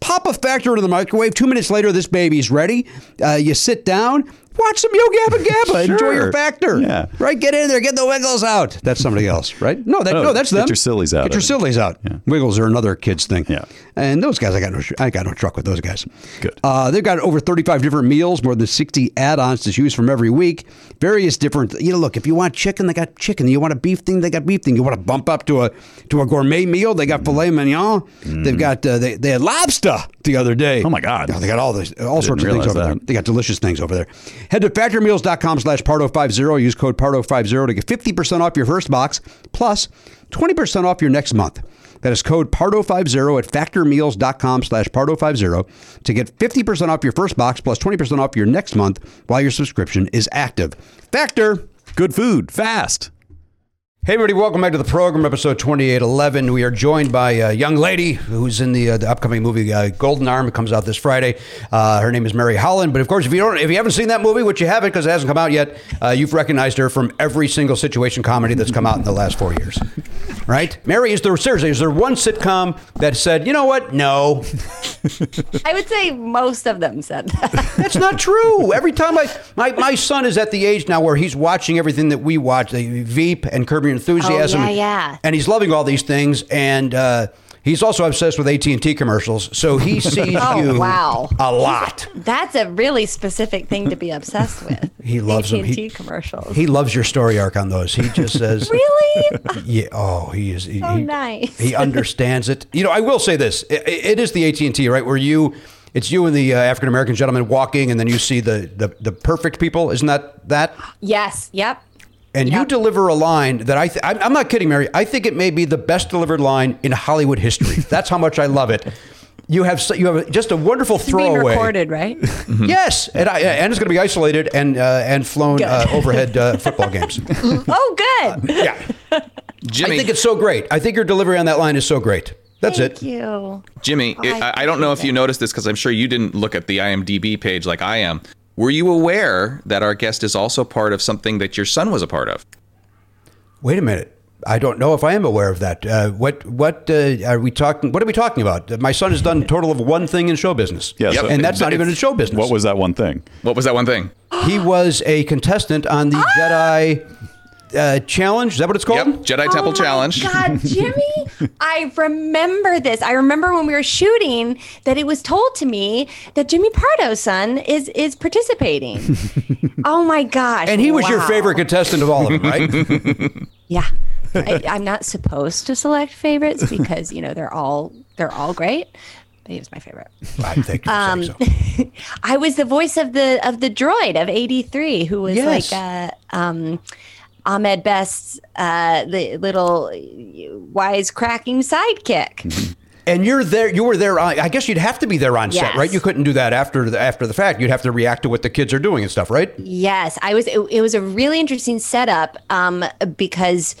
Speaker 3: Pop a Factor into the microwave. Two minutes later, this baby's ready. Uh, you sit down. Watch some Yo Gabba
Speaker 1: *laughs*
Speaker 3: Gabba. Enjoy your
Speaker 1: Sure.
Speaker 3: factor.
Speaker 1: Yeah.
Speaker 3: Right? Get in there. Get the wiggles out. That's somebody else, right? No, that,
Speaker 1: No,
Speaker 3: no that's
Speaker 1: Oh, get
Speaker 3: them.
Speaker 1: your sillies out
Speaker 3: Get your
Speaker 1: of it.
Speaker 3: sillies out. Wiggles are another kid's thing.
Speaker 1: Yeah.
Speaker 3: And those guys, I got no, I got no truck with those guys.
Speaker 1: Good.
Speaker 3: Uh, they've got over 35 different meals, more than 60 add-ons to choose from every week. Various different, you know, look, if you want chicken, they got chicken. You want a beef thing, they got beef thing. You want to bump up to a to a gourmet meal, they got filet mignon. They've got uh, they, they had lobster the other day.
Speaker 1: Mm. Oh, my God.
Speaker 3: Yeah, they got all this all sorts of things
Speaker 1: realize
Speaker 3: over there.
Speaker 1: that.
Speaker 3: They got delicious things over there. Head to factormeals.com slash pardo50. Use code pardo50 to get 50% off your first box plus 20% off your next month. That is code pardo50 at factormeals.com slash pardo50 to get 50% off your first box plus 20% off your next month while your subscription is active. Factor.
Speaker 1: Good food, fast.
Speaker 3: Hey, everybody, welcome back to the program, episode 2811. We are joined by a young lady who's in the, uh, the upcoming movie uh, Golden Arm. It comes out this Friday. Uh, her name is Mary Holland. But of course, if you don't, if you haven't seen that movie, which you haven't because it hasn't come out yet, uh, you've recognized her from every single situation comedy that's come out in the last four years. Right? Mary, is there, seriously, is there one sitcom that said, you know what? No,
Speaker 7: I would say most of them
Speaker 3: *laughs*
Speaker 7: said that.
Speaker 3: That's not true. Every time I my, my son is at the age now where he's watching everything that we watch, like Veep and Curb Your Enthusiasm.
Speaker 7: Oh, yeah, yeah.
Speaker 3: And he's loving all these things and uh He's also obsessed with AT and T commercials, so he
Speaker 7: *laughs*
Speaker 3: sees
Speaker 7: Oh,
Speaker 3: you
Speaker 7: wow.
Speaker 3: a lot.
Speaker 7: That's a really specific thing to be obsessed with.
Speaker 3: *laughs* He loves them.
Speaker 7: AT&T
Speaker 3: He-
Speaker 7: commercials.
Speaker 3: He loves your story arc on those. He just says,
Speaker 7: *laughs* really?
Speaker 3: *laughs* Yeah. Oh, he is. He,
Speaker 7: Oh,
Speaker 3: he-
Speaker 7: nice.
Speaker 3: He understands it. You know, I will say this: I- I- it is the AT and T, right? Where you, it's you and the uh, African American gentleman walking, and then you see the, the the perfect people. Isn't that that?
Speaker 7: yes. Yep.
Speaker 3: And you
Speaker 7: Yep.
Speaker 3: deliver a line that I th- I'm, I'm not kidding, Mary. I think it may be the best delivered line in Hollywood
Speaker 7: *laughs*
Speaker 3: history. That's how much I love it. You have so- you have just a wonderful
Speaker 7: It's being
Speaker 3: throwaway. Mm-hmm. *laughs*
Speaker 7: recorded, right?
Speaker 3: Yes, and I, and it's going to be isolated and uh, and flown
Speaker 7: Good.
Speaker 3: uh, overhead
Speaker 7: *laughs*
Speaker 3: uh, football games.
Speaker 7: oh, good.
Speaker 3: Yeah.
Speaker 5: Jimmy,
Speaker 3: I think it's so great. I think your delivery on that line is so great. That's
Speaker 7: Thank
Speaker 3: it.
Speaker 7: you.
Speaker 5: Jimmy,
Speaker 7: Oh,
Speaker 5: it,
Speaker 7: I
Speaker 5: I, I don't know if
Speaker 7: appreciate
Speaker 5: you
Speaker 7: it.
Speaker 5: noticed this because I'm sure you didn't look at the IMDb page like I am. Were you aware that our guest is also part of something that your son was a part of?
Speaker 3: Wait a minute. I don't know if I am aware of that. Uh, what what uh, are we talking? What are we talking about? Uh, My son has done a total of one thing in show business.
Speaker 1: Yes. Yep.
Speaker 3: and that's not even in show business.
Speaker 1: What was that one thing?
Speaker 5: What was that one thing?
Speaker 3: he was a contestant on the
Speaker 7: Ah!
Speaker 3: Jedi uh, Challenge. Is that what it's
Speaker 5: Yep,
Speaker 3: called?
Speaker 5: Jedi Temple
Speaker 7: Oh my
Speaker 5: Challenge.
Speaker 7: God, Jimmy, I remember this. I remember when we were shooting that it was told to me that Jimmy Pardo's son is is
Speaker 3: *laughs*
Speaker 7: participating. oh my gosh!
Speaker 3: And he was your
Speaker 7: wow.
Speaker 3: favorite contestant of all of them, right?
Speaker 7: Yeah, I, I'm not supposed to select favorites because you know they're all they're all great. But he was my favorite. *laughs*
Speaker 3: I think you're
Speaker 7: Um,
Speaker 3: saying so.
Speaker 7: I was the voice of the of the droid of '83, who was
Speaker 3: Yes.
Speaker 7: like uh, um, Ahmed Best's uh, the little wise cracking sidekick.
Speaker 3: And you're there. You were there. On, I guess you'd have to be there on set,
Speaker 7: Yes.
Speaker 3: right? You couldn't do that after the, after the fact. You'd have to react to what the kids are doing and stuff, right?
Speaker 7: yes, I was. It, it was a really interesting setup um, because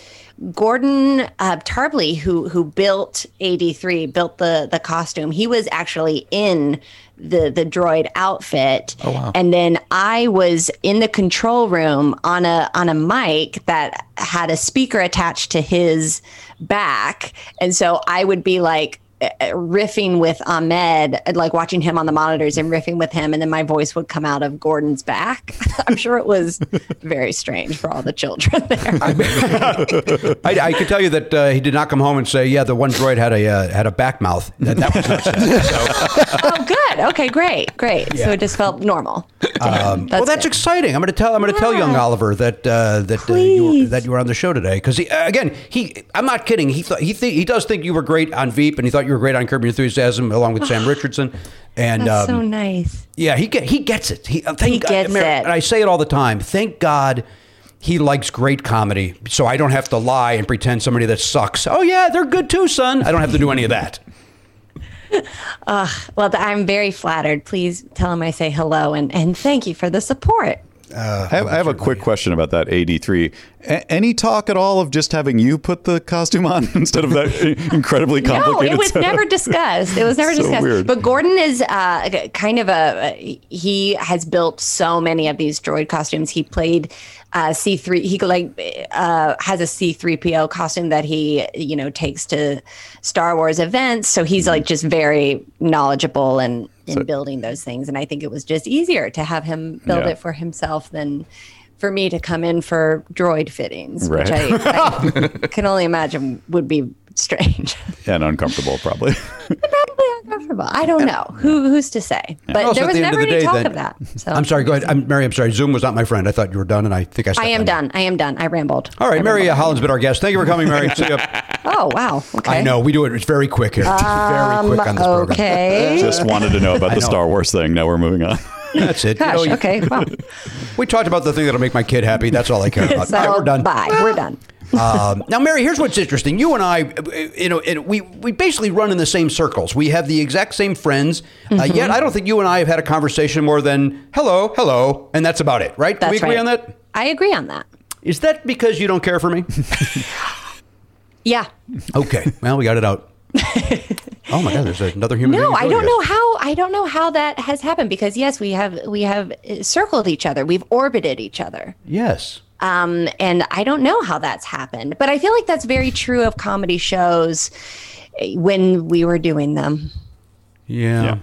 Speaker 7: Gordon uh, Tarpley, who who built '83, built the the costume. He was actually in the the droid outfit, oh, wow. and then I was in the control room on a on a mic that had a speaker attached to his back, and so I would be like uh, riffing with Ahmed, like watching him on the monitors and riffing with him, and then my voice would come out of Gordon's back. *laughs* I'm sure it was very strange for all the children there.
Speaker 3: I, I can tell you that uh, he did not come home and say, "Yeah, the one droid had a uh, had a back mouth." That, that
Speaker 7: *laughs*
Speaker 3: was not said.
Speaker 7: *laughs* oh, good. Okay, great, great. So it just felt normal.
Speaker 3: Um, well, that's
Speaker 7: good.
Speaker 3: exciting. I'm going to tell I'm going to tell young
Speaker 7: Yeah.
Speaker 3: Oliver that uh, that uh, you were,
Speaker 7: Please.
Speaker 3: that you were on the show today because again he I'm not kidding. He thought he th- he does think you were great on Veep and he thought you were great on Curb Your Enthusiasm along with
Speaker 7: *sighs*
Speaker 3: Sam Richardson and
Speaker 7: That's
Speaker 3: um,
Speaker 7: so nice.
Speaker 3: Yeah, he get, he gets it. He, uh, thank
Speaker 7: He
Speaker 3: God-
Speaker 7: gets
Speaker 3: Mary-
Speaker 7: it.
Speaker 3: And I say it all the time. Thank God he likes great comedy, so I don't have to lie and pretend somebody that sucks. Oh yeah, they're good too, son. I don't have to do any of that.
Speaker 7: Well, th- I'm very flattered. Please tell him I say hello and, and thank you for the support.
Speaker 1: I have, I have a quick question about that AD3. A- any talk at all of just having you put the costume on *laughs* instead of that *laughs* incredibly
Speaker 7: No,
Speaker 1: complicated
Speaker 7: it was
Speaker 1: setup?
Speaker 7: never discussed. It was
Speaker 1: *laughs*
Speaker 7: never
Speaker 1: So
Speaker 7: discussed.
Speaker 1: weird.
Speaker 7: But Gordon is uh, g- kind of a he has built so many of these droid costumes. He played uh, C three. He like uh, has a C three PO costume that he you know takes to Star Wars events. So he's
Speaker 1: Mm-hmm.
Speaker 7: like just very knowledgeable and in building those things. And I think it was just easier to have him build
Speaker 1: Yeah.
Speaker 7: it for himself than. For me to come in for droid fittings,
Speaker 1: Right.
Speaker 7: which
Speaker 1: *laughs*
Speaker 7: I, I can only imagine would be strange.
Speaker 1: and uncomfortable,
Speaker 7: *laughs*
Speaker 1: probably. *laughs*
Speaker 7: probably uncomfortable. I don't know. Who who's to say? But
Speaker 3: Also,
Speaker 7: there
Speaker 3: at
Speaker 7: was
Speaker 3: the end
Speaker 7: never
Speaker 3: of the
Speaker 7: any
Speaker 3: day,
Speaker 7: talk
Speaker 3: then-
Speaker 7: of that. So
Speaker 3: I'm sorry. Go ahead, I'm, Mary. I'm sorry. Zoom was not my friend. I thought you were done, and I think I.
Speaker 7: I
Speaker 3: stepped
Speaker 7: am
Speaker 3: on you.
Speaker 7: done. I am done. I rambled.
Speaker 3: All right,
Speaker 7: I
Speaker 3: Mary uh,
Speaker 7: rambled.
Speaker 3: Holland's been our guest. Thank you for coming,
Speaker 7: *laughs*
Speaker 3: Mary. See ya.
Speaker 7: Oh wow. Okay. Um,
Speaker 3: I know we do it. It's very quick here. very quick on this program.
Speaker 7: Okay.
Speaker 1: just wanted to know about the
Speaker 3: know.
Speaker 1: Star Wars thing. Now we're
Speaker 3: *laughs*
Speaker 1: moving on.
Speaker 3: That's it. You know,
Speaker 7: Gosh.
Speaker 3: you-
Speaker 7: Okay.
Speaker 3: *laughs*
Speaker 7: Well.
Speaker 3: We talked about the thing that'll make my kid happy. That's all I care about.
Speaker 7: *laughs* So
Speaker 3: All right, we're done.
Speaker 7: bye. We're done.
Speaker 3: *laughs* um, now, Mary, here's what's interesting. You and I, uh, you know, it, we we basically run in the same circles. We have the exact same friends. Uh,
Speaker 7: Mm-hmm.
Speaker 3: yet, I don't think you and I have had a conversation more than hello, hello, and that's about it, right? Can
Speaker 7: That's
Speaker 3: we agree
Speaker 7: right.
Speaker 3: on that?
Speaker 7: I agree on that.
Speaker 3: Is that because you don't care for me? *laughs*
Speaker 7: Yeah.
Speaker 3: okay. Well, we got it
Speaker 7: *laughs*
Speaker 3: out. oh my God! There's another human.
Speaker 7: No,
Speaker 3: being
Speaker 7: I
Speaker 3: joining
Speaker 7: don't
Speaker 3: us.
Speaker 7: know how I don't know how that has happened because yes, we have we have uh, circled each other. We've orbited each other.
Speaker 3: Yes.
Speaker 7: Um, and I don't know how that's happened, but I feel like that's very true of comedy shows eh, when we were doing them.
Speaker 3: Yeah.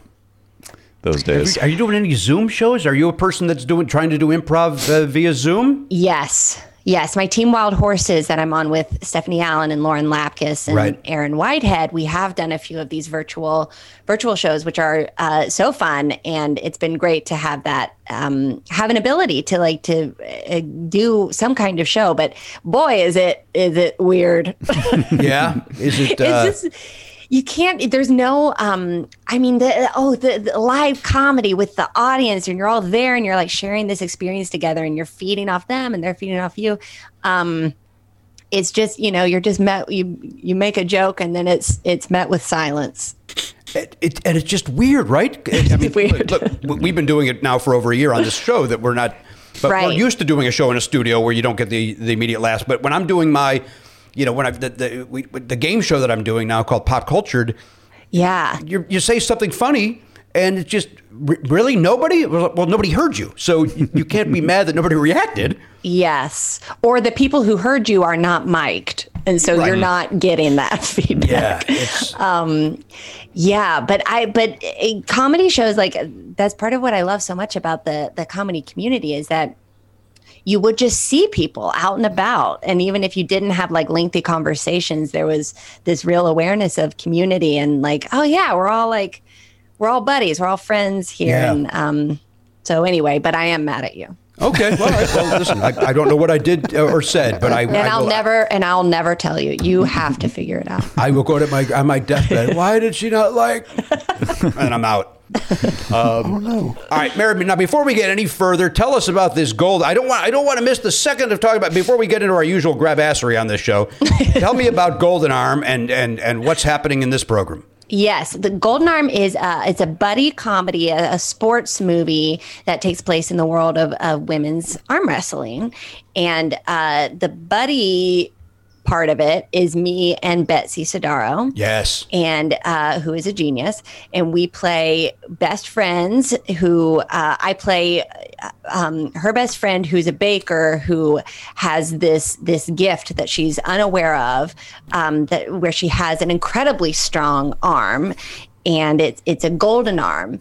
Speaker 1: Yeah. Those days.
Speaker 3: Are you doing any Zoom shows? Are you a person that's doing trying to do improv uh, via Zoom?
Speaker 7: Yes. Yes. My team Wild Horses that I'm on with Stephanie Allen and Lauren Lapkus and
Speaker 3: Right.
Speaker 7: Aaron Whitehead, we have done a few of these virtual virtual shows, which are uh, so fun. And it's been great to have that, um, have an ability to like to uh, do some kind of show. But boy, is it, is it weird. *laughs*
Speaker 3: Yeah. Is it? Uh,
Speaker 7: it's just you can't there's no um i mean the oh the, the live comedy with the audience and you're all there and you're like sharing this experience together and you're feeding off them and they're feeding off you um it's just you know you're just met you you make a joke and then it's it's met with silence
Speaker 3: It, it, and it's just weird,
Speaker 7: *laughs*
Speaker 3: right? I mean, *laughs*
Speaker 7: Weird.
Speaker 3: Look, look, we've been doing it now for over a year on this show that we're not, but we're
Speaker 7: Right.
Speaker 3: used to doing a show in a studio where you don't get the, the immediate last. But when I'm doing my, you know, when I've the, the, we, the game show that I'm doing now called Pop Cultured,
Speaker 7: yeah
Speaker 3: you you say something funny and it's just "Re- really nobody. Well, nobody heard you, so you, you can't be *laughs* mad that nobody reacted.
Speaker 7: yes or the people who heard you are not mic'd and so you're not getting that *laughs* feedback
Speaker 3: it's,
Speaker 7: Yeah, but I but uh, comedy shows like uh, that's part of what I love so much about the the comedy community is that you would just see people out and about and even if you didn't have like lengthy conversations there was this real awareness of community and like oh yeah, we're all like we're all buddies, we're all friends here
Speaker 3: Yeah.
Speaker 7: and um so anyway, but I am mad at you.
Speaker 3: *laughs* okay. Well, all right, well listen, I, I don't know what I did uh, or said, but I
Speaker 7: And
Speaker 3: I
Speaker 7: I'll
Speaker 3: will-
Speaker 7: never and I'll never tell you. You have to figure it out.
Speaker 3: I will go to my on my deathbed. Why did she not like? *laughs* and I'm out.
Speaker 6: Oh no.
Speaker 3: All right, Mary. Now, before we get any further, tell us about this gold. I don't want. I don't want to miss the second of talking about. Before we get into our usual grabassery on this show, tell me about Golden Arm and and and what's happening in this program.
Speaker 7: Yes, the Golden Arm is uh, it's a buddy comedy, a, a sports movie that takes place in the world of, of women's arm wrestling, and uh, the buddy part of it is me and Betsy Sodaro
Speaker 3: Yes.
Speaker 7: and uh, who is a genius. And we play best friends. Who uh, I play uh, um, her best friend, who's a baker, who has this this gift that she's unaware of, um, that where she has an incredibly strong arm. And it's it's a golden arm,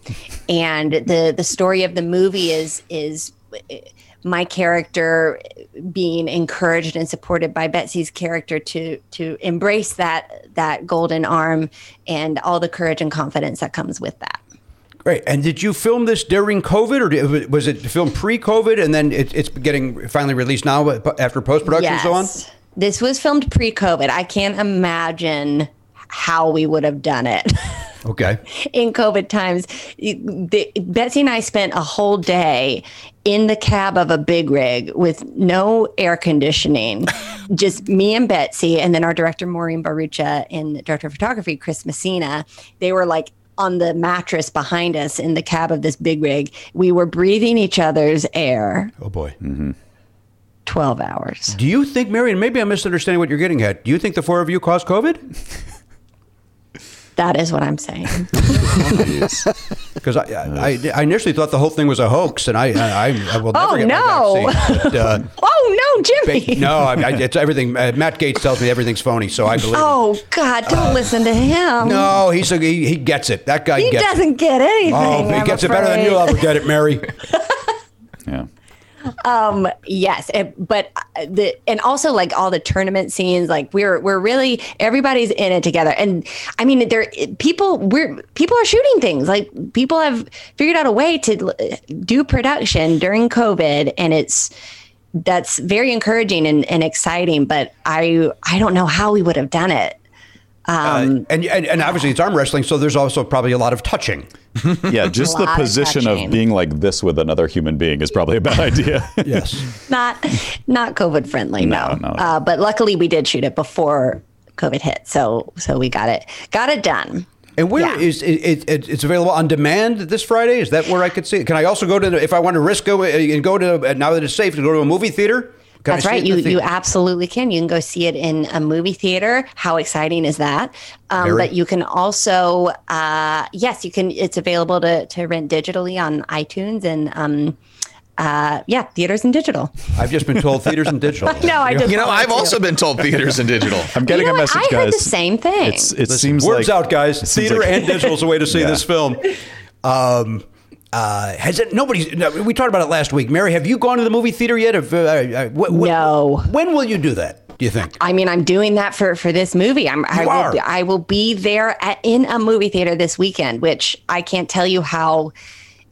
Speaker 7: and the the story of the movie is is uh, my character being encouraged and supported by Betsy's character to to embrace that that golden arm and all the courage and confidence that comes with that.
Speaker 3: Great. And did you film this during COVID, or did, was it filmed pre-COVID and then it, it's getting finally released now after post-production and so on?
Speaker 7: This was filmed pre-COVID. I can't imagine how we would have done it. *laughs*
Speaker 3: Okay.
Speaker 7: in COVID times, you- the, Betsy and I spent a whole day in the cab of a big rig with no
Speaker 3: *laughs*
Speaker 7: air conditioning, just me and Betsy, and then our director Maureen Barucha and the director of photography Chris Messina. They were like on the mattress behind us in the cab of this big rig. We were breathing each other's air
Speaker 3: Oh boy.
Speaker 7: 12 hours.
Speaker 3: Do you think, Marion? Maybe I'm misunderstanding what you're getting at. Do you think the four of you caused COVID?
Speaker 7: That is what I'm saying.
Speaker 3: Because I, I, I initially thought the whole thing was a hoax, and I I, I will never
Speaker 7: Oh,
Speaker 3: get my
Speaker 7: no.
Speaker 3: vaccine. But,
Speaker 7: *laughs*
Speaker 3: uh,
Speaker 7: oh no, Jimmy. *laughs*
Speaker 3: ba- no, I, I, it's everything. Uh, Matt Gates tells me everything's phony, so I believe. him.
Speaker 7: Oh God, don't listen to him.
Speaker 3: No, he's a, he, he gets it. That guy
Speaker 7: He
Speaker 3: gets it.
Speaker 7: doesn't get anything.
Speaker 3: Oh, he
Speaker 7: I'm
Speaker 3: gets it better than
Speaker 7: afraid.
Speaker 3: you'll ever get it, Mary.
Speaker 7: *laughs*
Speaker 1: Yeah.
Speaker 7: Yes, it, but uh, the and also like all the tournament scenes, like we're we're really everybody's in it together. And I mean, there people we're people are shooting things. Like people have figured out a way to l- do production during COVID, and it's that's very encouraging and, and exciting. But I I don't know how we would have done it.
Speaker 3: Um, and, and and obviously it's arm wrestling, so there's also probably a lot of touching.
Speaker 7: *laughs*
Speaker 1: Yeah. Just
Speaker 7: A
Speaker 1: the
Speaker 7: lot of
Speaker 1: position
Speaker 7: touching.
Speaker 1: of being like this with another human being is probably
Speaker 3: *laughs*
Speaker 1: a bad idea.
Speaker 3: Yes.
Speaker 7: Not not COVID friendly. No,
Speaker 1: no.
Speaker 7: Uh, but luckily we did shoot it before COVID hit, so so we got it got it done.
Speaker 3: And where
Speaker 7: Yeah.
Speaker 3: is it, it? It's available on demand this Friday. uh, Is that where I could see it? Can I also go to if I want to risk go and go to now that it's safe to go to a movie theater? Can I
Speaker 7: That's
Speaker 3: see
Speaker 7: right.
Speaker 3: it in
Speaker 7: You
Speaker 3: the thea-
Speaker 7: you absolutely can. You can go see it in a movie theater. How exciting is that? Um,
Speaker 3: Very.
Speaker 7: but you can also, uh, yes, you can. It's available to to rent digitally on iTunes and um, uh, yeah, theaters and digital.
Speaker 3: I've just been told theaters and digital.
Speaker 7: *laughs* No, I just
Speaker 5: You know,
Speaker 7: wanted
Speaker 5: I've
Speaker 7: to-
Speaker 5: also been told theaters and digital.
Speaker 1: *laughs* I'm
Speaker 7: You
Speaker 1: getting
Speaker 7: know
Speaker 1: a
Speaker 7: what?
Speaker 1: message,
Speaker 7: I
Speaker 1: guys.
Speaker 7: heard the same thing.
Speaker 1: It's it seems
Speaker 3: Words
Speaker 1: like
Speaker 3: out, guys.
Speaker 1: it seems
Speaker 3: Theater
Speaker 1: like-
Speaker 3: and digital is a way *laughs* to see
Speaker 1: Yeah.
Speaker 3: this film. Um, uh, has it? Nobody. No, we talked about it last week. Mary, have you gone to the movie theater yet? Have, uh, uh, wh- wh-
Speaker 7: No.
Speaker 3: When will you do that? Do you think?
Speaker 7: I mean, I'm doing that for for this movie. I'm I
Speaker 3: You are.
Speaker 7: will, be, I will be there at, in a movie theater this weekend, which I can't tell you how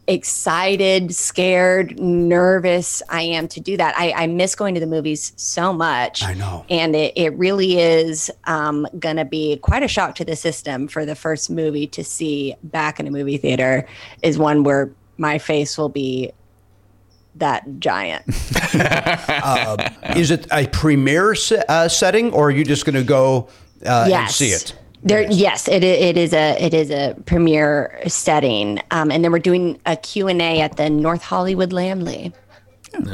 Speaker 7: excited, scared, nervous I am to do that. I, I miss going to the movies so much.
Speaker 3: I know.
Speaker 7: and it it really is um, going to be quite a shock to the system for the first movie to see back in a movie theater is one where my face will be that giant.
Speaker 3: Is it a premiere se- uh, setting, or are you just going to go uh, and see it?
Speaker 7: There, yes, it, i- it is a it is a premiere setting, um, and then we're doing a Q and A at the North Hollywood Lamley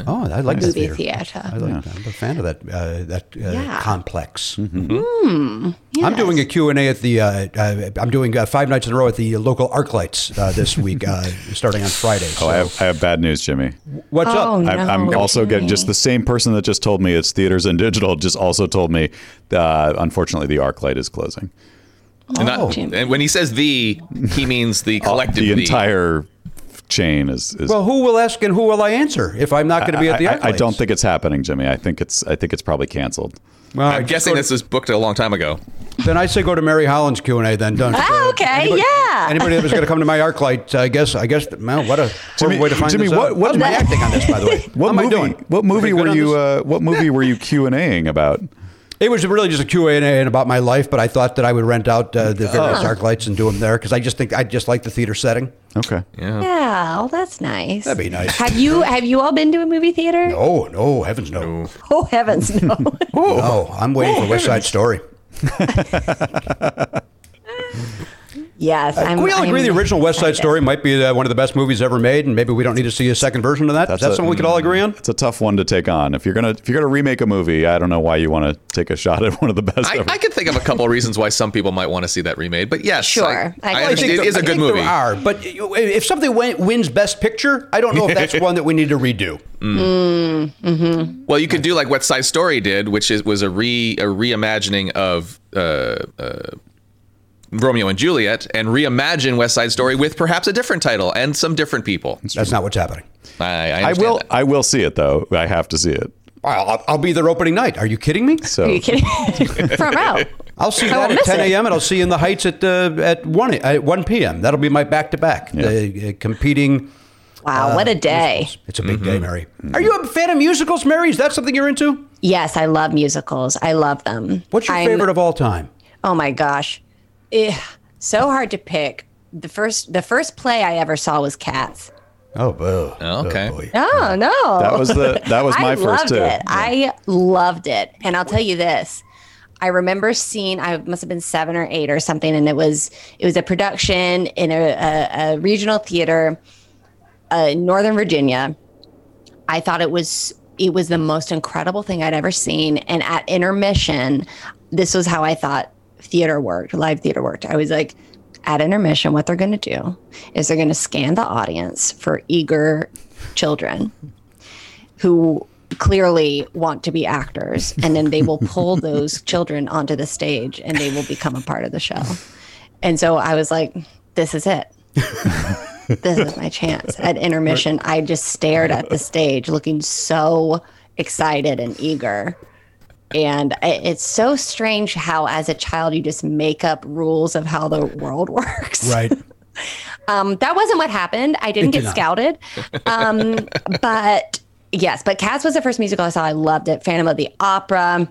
Speaker 3: Oh, I like that
Speaker 7: Movie
Speaker 3: theater.
Speaker 7: Theater.
Speaker 3: I like that. I'm a fan of that uh, that uh,
Speaker 7: Yeah. Hmm.
Speaker 3: complex. Mm-hmm. I'm doing a Q and A at the. Uh, uh, I'm doing uh, five nights in a row at the local ArcLights uh, this week, uh, *laughs* starting on Friday. So
Speaker 1: Oh, I have, I have bad news, Jimmy.
Speaker 3: what's up?
Speaker 7: Oh,
Speaker 1: I, I'm
Speaker 7: No,
Speaker 1: also getting just
Speaker 7: Jimmy.
Speaker 1: the same person that just told me it's theaters and digital just also told me, uh, unfortunately, the arc light is closing.
Speaker 5: And, not-
Speaker 3: Oh.
Speaker 5: and when he says the, he means the collective.
Speaker 1: the
Speaker 5: the.
Speaker 1: entire chain is. is
Speaker 3: Well, who will ask and who will I answer if I'm not going to be at the
Speaker 1: I, I- I
Speaker 3: Arclights?
Speaker 1: don't think it's happening, Jimmy. I think it's. I think it's probably canceled.
Speaker 3: Well, I
Speaker 5: I'm
Speaker 3: just
Speaker 5: guessing
Speaker 3: go to-
Speaker 5: this was booked a long time ago.
Speaker 3: Then I say go to Mary Holland's Q and A. Then don't.
Speaker 7: Ah, okay, yeah.
Speaker 3: Anybody that was going to come to my ArcLight, I guess. I guess. Man, what a
Speaker 1: Jimmy-
Speaker 3: horrible way to find
Speaker 1: Jimmy,
Speaker 3: this
Speaker 1: what-
Speaker 3: out.
Speaker 1: what-
Speaker 3: How's my acting on this, by the way?
Speaker 1: *laughs* What
Speaker 3: How am I
Speaker 1: movie?
Speaker 3: doing?
Speaker 1: What
Speaker 3: Pretty
Speaker 1: movie
Speaker 3: good
Speaker 1: were
Speaker 3: on
Speaker 1: you?
Speaker 3: this?
Speaker 1: Uh, what movie were you Q and Aing about?
Speaker 3: It was really just a Q and A about my life, but I thought that I would rent out uh,
Speaker 1: Oh.
Speaker 3: the various arc lights and do them there because I just think I just like the theater setting.
Speaker 1: Okay.
Speaker 7: yeah, well, that's nice.
Speaker 3: That'd be nice.
Speaker 7: Have you have you all been to a movie theater?
Speaker 3: Oh no, heavens no!
Speaker 7: Oh heavens,
Speaker 3: *laughs*
Speaker 7: no!
Speaker 3: Oh, I'm waiting for West Side Story.
Speaker 7: yes, I'm,
Speaker 3: Uh, Can we all agree
Speaker 7: I'm-
Speaker 3: the original West Side Story might be uh, one of the best movies ever made, and maybe we don't need to see a second version of that? That's Is that
Speaker 1: a-
Speaker 3: something we could all agree on?
Speaker 1: It's a tough one to take on. If you're gonna if you're gonna remake a movie, I don't know why you want to take a shot at one of the best.
Speaker 5: I,
Speaker 1: ever.
Speaker 5: I could think of a couple of reasons why some people might want to see that remade, but yes,
Speaker 7: Sure.
Speaker 5: I,
Speaker 7: I-
Speaker 5: I
Speaker 7: Well, I
Speaker 5: understand.
Speaker 3: there-
Speaker 5: it is
Speaker 3: I
Speaker 5: a good
Speaker 3: think there
Speaker 5: movie.
Speaker 3: are, but you- if something win- wins Best Picture, I don't know if
Speaker 5: *laughs*
Speaker 3: that's one that we need to redo.
Speaker 5: Well, you could do like what Side Story did, which is was a re a reimagining of uh, uh, Romeo and Juliet, and reimagine West Side Story with perhaps a different title and some different people.
Speaker 3: That's not what's happening.
Speaker 5: I, I,
Speaker 1: I
Speaker 5: understand
Speaker 1: will.
Speaker 5: that.
Speaker 1: I will see it though. I have to see it.
Speaker 3: I'll, I'll- I'll be there opening night. Are you kidding
Speaker 5: *laughs*
Speaker 3: me?
Speaker 1: So
Speaker 7: Are you kidding? *laughs* Front row.
Speaker 3: I'll see
Speaker 7: I
Speaker 3: that
Speaker 7: won't
Speaker 3: at
Speaker 7: miss
Speaker 3: 10
Speaker 7: it.
Speaker 3: a.m. and I'll see you in the Heights at uh, at one at 1 p.m. That'll be my back to back competing.
Speaker 7: Wow,
Speaker 3: Uh,
Speaker 7: what a day!
Speaker 3: It's a big day,
Speaker 5: Mm-hmm.
Speaker 3: Mary. Are you a fan of musicals, Mary? Is that something you're into?
Speaker 7: Yes, I love musicals. I love them.
Speaker 3: What's your
Speaker 7: I'm-
Speaker 3: favorite of all time?
Speaker 7: Oh my gosh, Eh, so hard to pick. The first the first play I ever saw was Cats.
Speaker 3: Oh, boo.
Speaker 5: okay.
Speaker 3: boy.
Speaker 7: Oh no,
Speaker 1: that was the that was my
Speaker 7: *laughs* I
Speaker 1: first
Speaker 7: loved
Speaker 1: too.
Speaker 7: it. I loved it, and I'll tell you this. I remember seeing I must have been seven or eight or something, and it was it was a production in a, a, a regional theater uh, in Northern Virginia. I thought it was it was the most incredible thing I'd ever seen. And at intermission, this was how I thought theater worked, live theater worked. I was like, at intermission, what they're going to do is they're going to scan the audience for eager children who clearly want to be actors and then they will pull those children onto the stage and they will become a part of the show and so i was like this is it this is my chance at intermission i just stared at the stage looking so excited and eager and i- it's so strange how as a child you just make up rules of how the world *laughs* works
Speaker 3: Right.
Speaker 7: um, that wasn't what happened. I didn't get scouted. Um, but yes, but Cats was the first musical I saw. I loved it. Phantom of the Opera.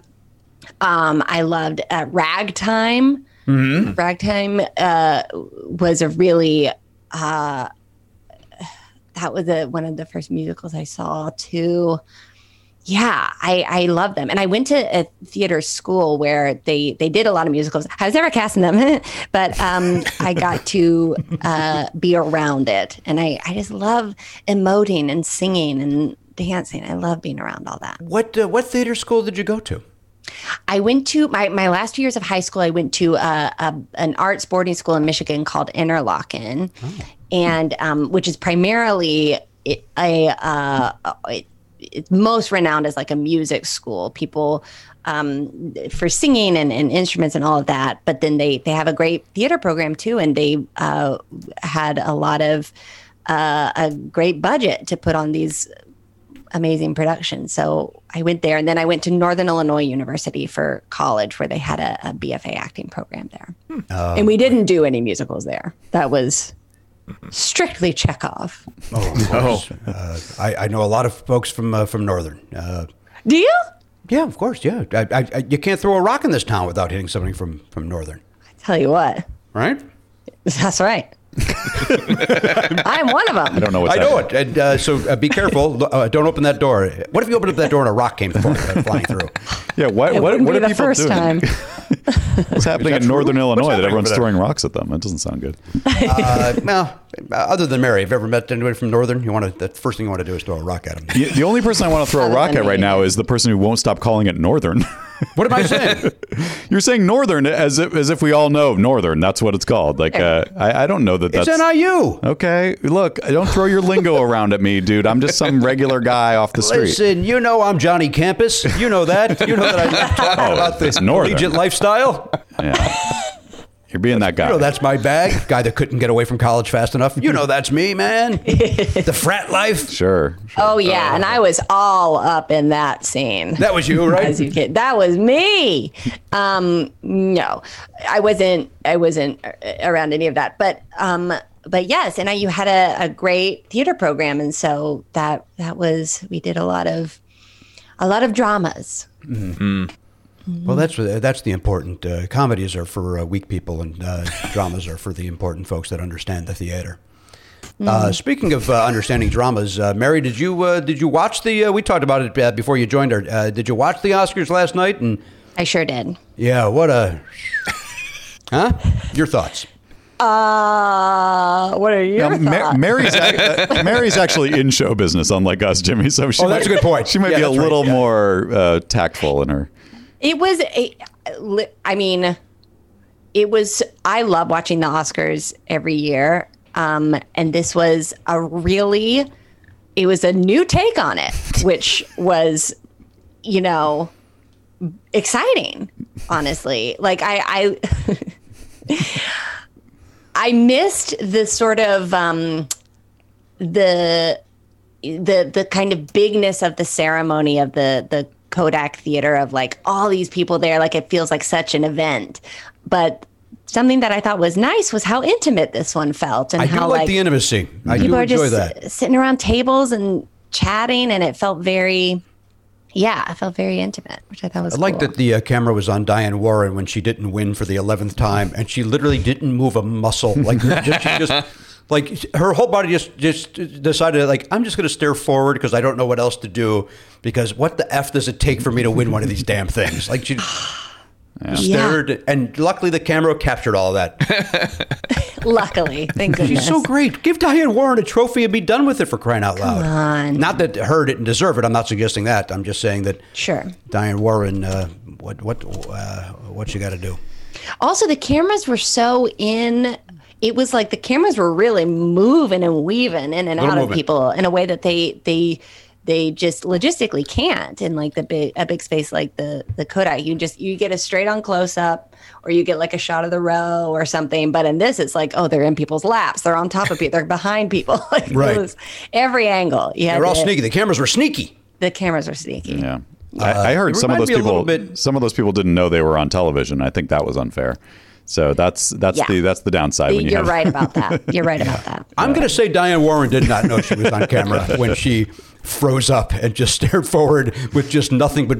Speaker 7: Um, I loved uh, Ragtime. Ragtime uh, was a really uh, that was a, one of the first musicals I saw too. Yeah, I, I love them, and I went to a theater school where they they did a lot of musicals. I was never cast in them, *laughs* but um, I got to uh, be around it, and I I just love emoting and singing, and dancing. I love being around all that.
Speaker 3: What uh, what theater school did you go to?
Speaker 7: I went to my, my last two years of high school. I went to uh a, an arts boarding school in Michigan called Interlochen, and um, which is primarily it, a uh, it, it's most renowned as like a music school. People um, for singing and, and instruments and all of that. But then they they have a great theater program too, and they uh, had a lot of uh, a great budget to put on these amazing production. So I went there, and then I went to Northern Illinois University for college, where they had a, a BFA acting program there. and we didn't do any musicals there. That was strictly Chekhov.
Speaker 3: Oh, of course. Uh, I, I know a lot of folks from uh, from Northern. Uh,
Speaker 7: Do you?
Speaker 3: yeah, of course. Yeah, I, I, I, you can't throw a rock in this town without hitting something from from Northern,
Speaker 7: Tell you what, *laughs*
Speaker 3: right?
Speaker 1: *laughs*
Speaker 7: that's right. I'm one of them.
Speaker 1: I don't know Oh, what's
Speaker 3: I know
Speaker 1: happening.
Speaker 3: it. And uh, so uh, be careful. uh, don't open that door. What if you opened up that door and a rock came through, uh, flying through?
Speaker 1: Yeah, what
Speaker 7: It
Speaker 1: what,
Speaker 7: wouldn't
Speaker 1: what
Speaker 7: be
Speaker 1: are
Speaker 7: the
Speaker 1: people
Speaker 7: first
Speaker 1: doing? *laughs*
Speaker 7: time.
Speaker 1: What's happening in
Speaker 3: true?
Speaker 1: Northern
Speaker 3: What's
Speaker 1: Illinois that
Speaker 3: happening
Speaker 1: everyone's
Speaker 3: over there?
Speaker 1: throwing rocks at them? That doesn't sound good. *laughs*
Speaker 3: Uh, well, other than Mary, have you ever met anybody from Northern? You want to? The first thing you want to do is throw a rock at them.
Speaker 1: The, the only person I want to throw a
Speaker 7: Other
Speaker 1: rock
Speaker 7: than
Speaker 1: at right
Speaker 7: me.
Speaker 1: now is the person who won't stop calling it Northern. *laughs*
Speaker 3: What am I saying?
Speaker 1: You're saying Northern as if, as if we all know Northern. That's what it's called. Like uh, I, I don't know that
Speaker 3: it's
Speaker 1: *laughs* that's
Speaker 3: NIU.
Speaker 1: okay. Look, don't throw your lingo around at me, dude. I'm just some regular guy off the street.
Speaker 3: Listen, you know I'm Johnny Campus. You know that. You know that I'm talking
Speaker 1: Oh,
Speaker 3: about
Speaker 1: it's
Speaker 3: the
Speaker 1: Northern.
Speaker 3: collegiate lifestyle.
Speaker 1: Yeah. You're being that guy.
Speaker 3: You know that's my bag. Guy that couldn't get away from college fast enough. You know that's me,
Speaker 1: *laughs*
Speaker 3: man. the frat life.
Speaker 1: sure. sure.
Speaker 7: Oh yeah, and I was all up in that scene.
Speaker 3: Uh, That was you, right?
Speaker 7: *laughs* As you kid, that was me. Um, no, I wasn't. I wasn't a- around any of that. But um, but yes, and I, you had a, a great theater program, and so that that was we did a lot of a lot of dramas.
Speaker 3: Well, that's that's the important. Uh, comedies are for uh, weak people, and uh, dramas are for the important folks that understand the theater.
Speaker 7: Mm-hmm.
Speaker 3: Uh, speaking of uh, understanding dramas, uh, Mary, did you uh, did you watch the? Uh, we talked about it uh, before you joined. Our, uh, did you watch the Oscars last night? And
Speaker 7: I sure did.
Speaker 3: yeah, what a *laughs* huh? Your thoughts?
Speaker 7: Uh, what are your
Speaker 1: Now, Ma-
Speaker 7: thoughts?
Speaker 1: Mary's
Speaker 7: *laughs*
Speaker 1: ac- uh, Mary's actually in show business, unlike us, Jimmy. So she
Speaker 3: Oh, that's
Speaker 1: might-
Speaker 3: a good point.
Speaker 1: She might
Speaker 3: Yeah,
Speaker 1: be a
Speaker 3: that's right,
Speaker 1: little
Speaker 3: yeah.
Speaker 1: more uh, tactful in her.
Speaker 7: It was a, li- I mean, it was. I love watching the Oscars every year, um, and this was a really, it was a new take
Speaker 3: *laughs*
Speaker 7: on it, which was, you know, exciting. Honestly, like I, I, *laughs* I missed the sort of um, the the the kind of bigness of the ceremony of the the Kodak Theater of like all these people there. Like it feels like such an event, but something that I thought was nice was how intimate this one felt and
Speaker 3: I do
Speaker 7: how
Speaker 3: like,
Speaker 7: like
Speaker 3: the intimacy. I do
Speaker 7: people are
Speaker 3: enjoy
Speaker 7: just
Speaker 3: that.
Speaker 7: uh, sitting around tables and chatting, and it felt very. Yeah, I felt very intimate, which I thought was
Speaker 3: I like
Speaker 7: cool.
Speaker 3: that the uh, camera was on Diane Warren when she didn't win for the eleventh time, and she literally didn't move a muscle. Like just, she just like her whole body just just decided like I'm just going to stare forward because I don't know what else to do. Because what the f does it take for me to win one of these damn things? Like she. Just
Speaker 7: *sighs* Yeah.
Speaker 3: stared, and luckily the camera captured all that.
Speaker 7: *laughs* Luckily, thank goodness.
Speaker 3: She's so great. Give Diane Warren a trophy and be done with it for crying out loud.
Speaker 7: on.
Speaker 3: Not that her didn't deserve it. I'm not suggesting that. I'm just saying that
Speaker 7: Sure.
Speaker 3: Diane Warren, uh, what what uh, what you got to do?
Speaker 7: Also, the cameras were so in. It was like the cameras were really moving and weaving in and out of
Speaker 3: movement.
Speaker 7: people in a way that they they they just logistically can't in like the big a big space like the the Kodak. You just you get a straight on close up or you get like a shot of the row or something. But in this, it's like oh, they're in people's laps. They're on top of people. They're behind people. *laughs* like, it
Speaker 3: Right.
Speaker 7: was every angle. Yeah,
Speaker 3: They were all
Speaker 7: the,
Speaker 3: sneaky. Mm, The cameras were sneaky.
Speaker 7: the cameras were sneaky.
Speaker 1: Yeah. I, I
Speaker 3: Uh,
Speaker 1: heard
Speaker 3: it
Speaker 1: some of
Speaker 3: reminds
Speaker 1: those
Speaker 3: me a little
Speaker 1: people.
Speaker 3: bit-
Speaker 1: Some of those people didn't know they were on television. I think that was unfair. So that's that's
Speaker 7: Yeah.
Speaker 1: the that's the downside. when you
Speaker 7: You're
Speaker 1: have,
Speaker 7: right about that.
Speaker 3: *laughs*
Speaker 7: You're right about that.
Speaker 3: I'm going to say Diane Warren did not know she was on camera *laughs* when she froze up and just stared forward with just nothing but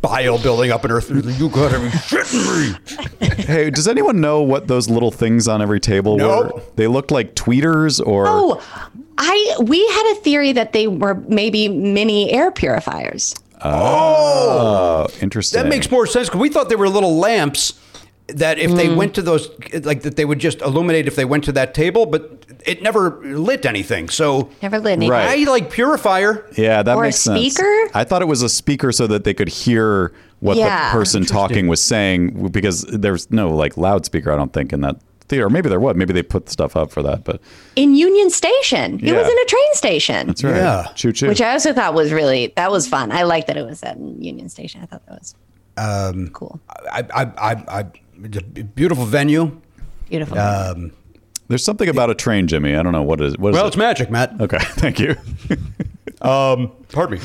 Speaker 3: bile building up in her. throat. You got to be shitting me.
Speaker 1: *laughs* Hey, does anyone know what those little things on every table were?
Speaker 3: Nope.
Speaker 1: They looked like tweeters or
Speaker 7: Oh, I we had a theory that they were maybe mini air purifiers.
Speaker 1: oh, interesting.
Speaker 3: That makes more sense because we thought they were little
Speaker 7: Mm.
Speaker 3: lamps that if they went to those, like that they would just illuminate if they went to that table, but it never lit anything. So
Speaker 7: Never lit anything.
Speaker 1: Right.
Speaker 3: I like purifier.
Speaker 1: Yeah, that
Speaker 7: Or a
Speaker 1: makes sense.
Speaker 7: speaker?
Speaker 1: I thought it was a speaker so that they could hear what
Speaker 7: Yeah.
Speaker 1: the person talking was saying because there's no like loudspeaker, I don't think, in that theater. Maybe there was. Maybe they put stuff up for that, but
Speaker 7: In Union Station. It
Speaker 1: Yeah.
Speaker 7: was in a train station.
Speaker 1: that's right.
Speaker 3: Yeah.
Speaker 1: Choo choo.
Speaker 7: Which I also thought was really that was fun. I liked that it was at Union Station. I thought that was
Speaker 3: Um,
Speaker 7: cool.
Speaker 3: I, I, I, I, it's a beautiful venue.
Speaker 7: Beautiful.
Speaker 3: uh,
Speaker 1: There's something about a train, Jimmy. I don't know what is what is
Speaker 3: Well,
Speaker 1: it?
Speaker 3: it's magic, Matt.
Speaker 1: Okay, *laughs* thank
Speaker 3: *laughs*
Speaker 1: you.
Speaker 3: Pardon me.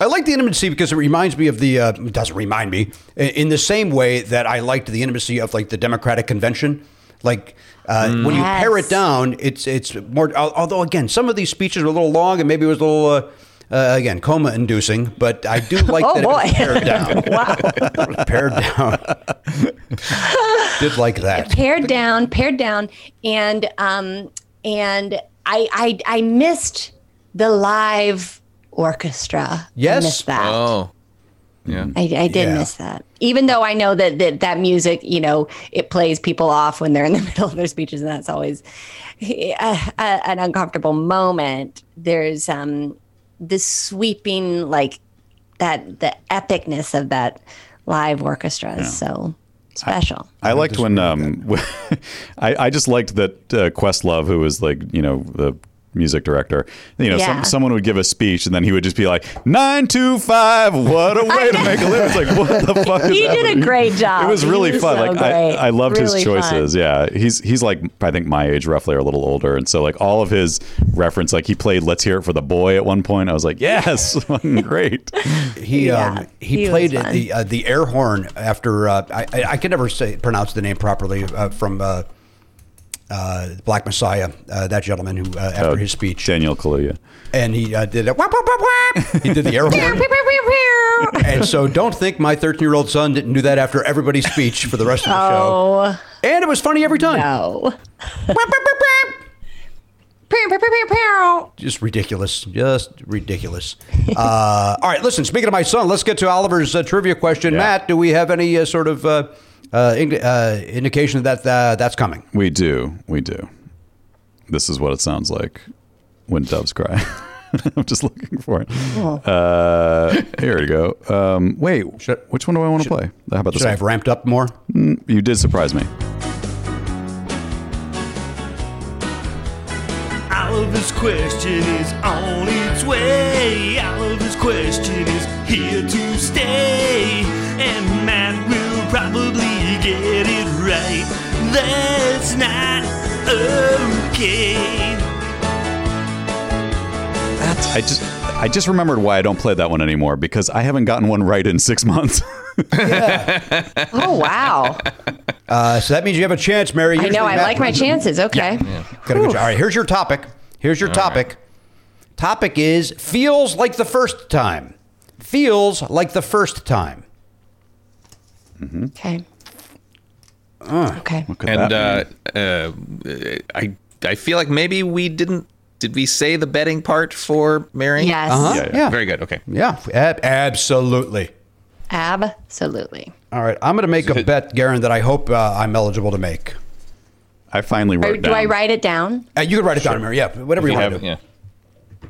Speaker 3: I like the intimacy because it reminds me of the. Uh, it doesn't remind me in in the same way that I liked the intimacy of like the Democratic convention. Like uh, when you pare it
Speaker 7: Mm. Yes.
Speaker 3: down, it's it's more. al- Although again, some of these speeches are a little long and maybe it was a little. Uh, uh, again, coma inducing, but I
Speaker 7: *laughs*
Speaker 3: do like
Speaker 7: Oh,
Speaker 3: that it was
Speaker 7: boy.
Speaker 3: pared
Speaker 7: *laughs*
Speaker 3: down. *laughs* wow, pared down. Did like that?
Speaker 7: pared down, pared down, and um and I I I missed the live orchestra.
Speaker 3: Yes.
Speaker 7: I missed that.
Speaker 5: Oh, yeah.
Speaker 7: I, I did
Speaker 3: Yeah.
Speaker 7: miss that. Even though I know that, that that music, you know, it plays people off when they're in the *laughs* middle of their speeches, and that's always a, a, an uncomfortable moment. There's um this sweeping like that the epicness of that live orchestra is so
Speaker 1: *laughs*
Speaker 7: special.
Speaker 1: I liked when um, *laughs* I I just liked that uh, Questlove, who was like you know the music director, you know,
Speaker 7: Yeah.
Speaker 1: some, someone would give a speech and then he would just be like nine two five. What a way to make a living! It's like what
Speaker 7: *laughs*
Speaker 1: the fuck? Is
Speaker 7: he did a
Speaker 1: happening?
Speaker 7: great job.
Speaker 1: It was
Speaker 7: Ah, He
Speaker 1: really fun.
Speaker 7: so
Speaker 1: like I,
Speaker 7: great.
Speaker 1: I loved his
Speaker 7: Really fun.
Speaker 1: choices. Yeah, he's he's like I think my age roughly or a little older, and so like all of his reference, like he played "Let's Hear It for the Boy" at one point. I was like, yes, *laughs* fucking
Speaker 7: *laughs*
Speaker 1: great.
Speaker 3: He
Speaker 7: Yeah,
Speaker 3: um, he,
Speaker 7: he was
Speaker 3: played
Speaker 7: fun.
Speaker 3: the uh, the air horn after uh, I I- I can never say pronounce the name properly uh, from uh, uh, Black Messiah uh, that gentleman who uh, after his speech
Speaker 1: Daniel Kaluuya.
Speaker 3: and he uh, did a whap, whap, whap, whap. he did
Speaker 7: *laughs*
Speaker 3: the air horn and so don't think my 13 year old son didn't do that after everybody's speech for the rest of the
Speaker 7: oh
Speaker 3: show and it was funny every time
Speaker 7: no.
Speaker 3: Whap, whap, whap, whap.
Speaker 7: Pew, pew, pew, pew, pew.
Speaker 3: just ridiculous just ridiculous uh, *laughs* all right listen speaking of my son let's get to oliver's uh, trivia question
Speaker 1: Yeah.
Speaker 3: matt do we have any uh, sort of uh, uh, in, uh, indication that uh, that's coming
Speaker 1: We do. We do. This is what it sounds like when doves cry. *laughs* I'm just looking for it.
Speaker 7: Oh.
Speaker 1: Uh, here we go. Um, wait, which one do I want to play? How about this?
Speaker 3: should i have
Speaker 1: one?
Speaker 3: ramped up more
Speaker 1: You did surprise me.
Speaker 4: Oliver's question is on its way. Oliver's question is here to stay. And Matt will probably get it right. That's not okay.
Speaker 1: I just I just remembered why I don't play that one anymore because I haven't gotten one right in six *laughs* months. *laughs*
Speaker 7: Oh wow.
Speaker 3: Uh, so that means you have a chance, Mary.
Speaker 7: I
Speaker 3: Here's
Speaker 7: know.
Speaker 3: the
Speaker 7: I
Speaker 3: map.
Speaker 7: like my chances. Okay.
Speaker 3: Gotta go- All right, here's your topic. Here's your topic. Topic is feels like the first time. Feels like the first time.
Speaker 7: Okay. Okay.
Speaker 5: And uh, uh, I I feel like maybe we didn't. Did we say the betting part for Mary?
Speaker 7: Yes.
Speaker 1: Yeah, yeah.
Speaker 3: Yeah.
Speaker 5: Very good. Okay.
Speaker 3: Yeah, ab- absolutely.
Speaker 7: Absolutely.
Speaker 3: All right, I'm going to make a
Speaker 5: *laughs*
Speaker 3: bet, Garen, that I hope uh, I'm eligible to make.
Speaker 1: I finally
Speaker 7: Or
Speaker 1: wrote
Speaker 7: do I
Speaker 1: down-
Speaker 7: write it down?
Speaker 3: Uh, you can write it down, Mary. Yeah, whatever you,
Speaker 5: You
Speaker 3: want to
Speaker 5: have-
Speaker 3: do.
Speaker 5: yeah.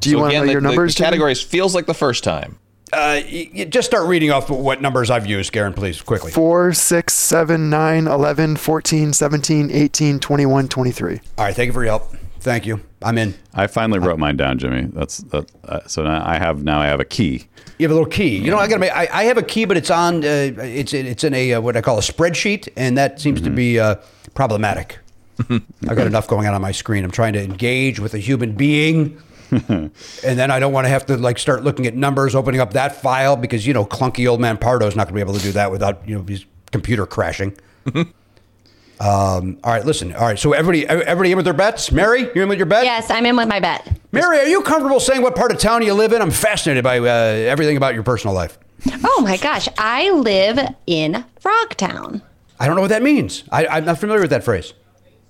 Speaker 6: Do you
Speaker 5: So
Speaker 6: want to
Speaker 5: again,
Speaker 6: know
Speaker 5: the,
Speaker 6: your
Speaker 5: the- the
Speaker 6: numbers? Jimmy?
Speaker 5: categories feels like the first time.
Speaker 3: Uh, y- y- just start reading off what numbers I've used, Garen, please, quickly.
Speaker 6: Four, six, seven, nine, 11, 14, 17, 18, 21, 23.
Speaker 3: All right, thank you for your help. Thank you. I'm in.
Speaker 1: I finally wrote mine down, Jimmy. That's that. Uh, so now I have now I have a key.
Speaker 3: You have a little key. You know, I got to make. I, I have a key, but it's on. Uh, it's it's in a uh, what I call a spreadsheet, and that seems to be uh, problematic. I've got enough going on on my screen. I'm trying to engage with a human being, and then I don't want to have to like start looking at numbers, opening up that file because you know clunky old man Pardo's not going to be able to do that without you know his computer crashing. um, all right, listen. All right, so everybody, everybody in with their bets. Mary, you in with your bet?
Speaker 7: Yes, I'm in with my bet.
Speaker 3: Mary, are you comfortable saying what part of town you live in? I'm fascinated by uh, everything about your personal life.
Speaker 7: Oh my gosh. I live in Frogtown.
Speaker 3: I don't know what that means. I, I'm not familiar with that phrase.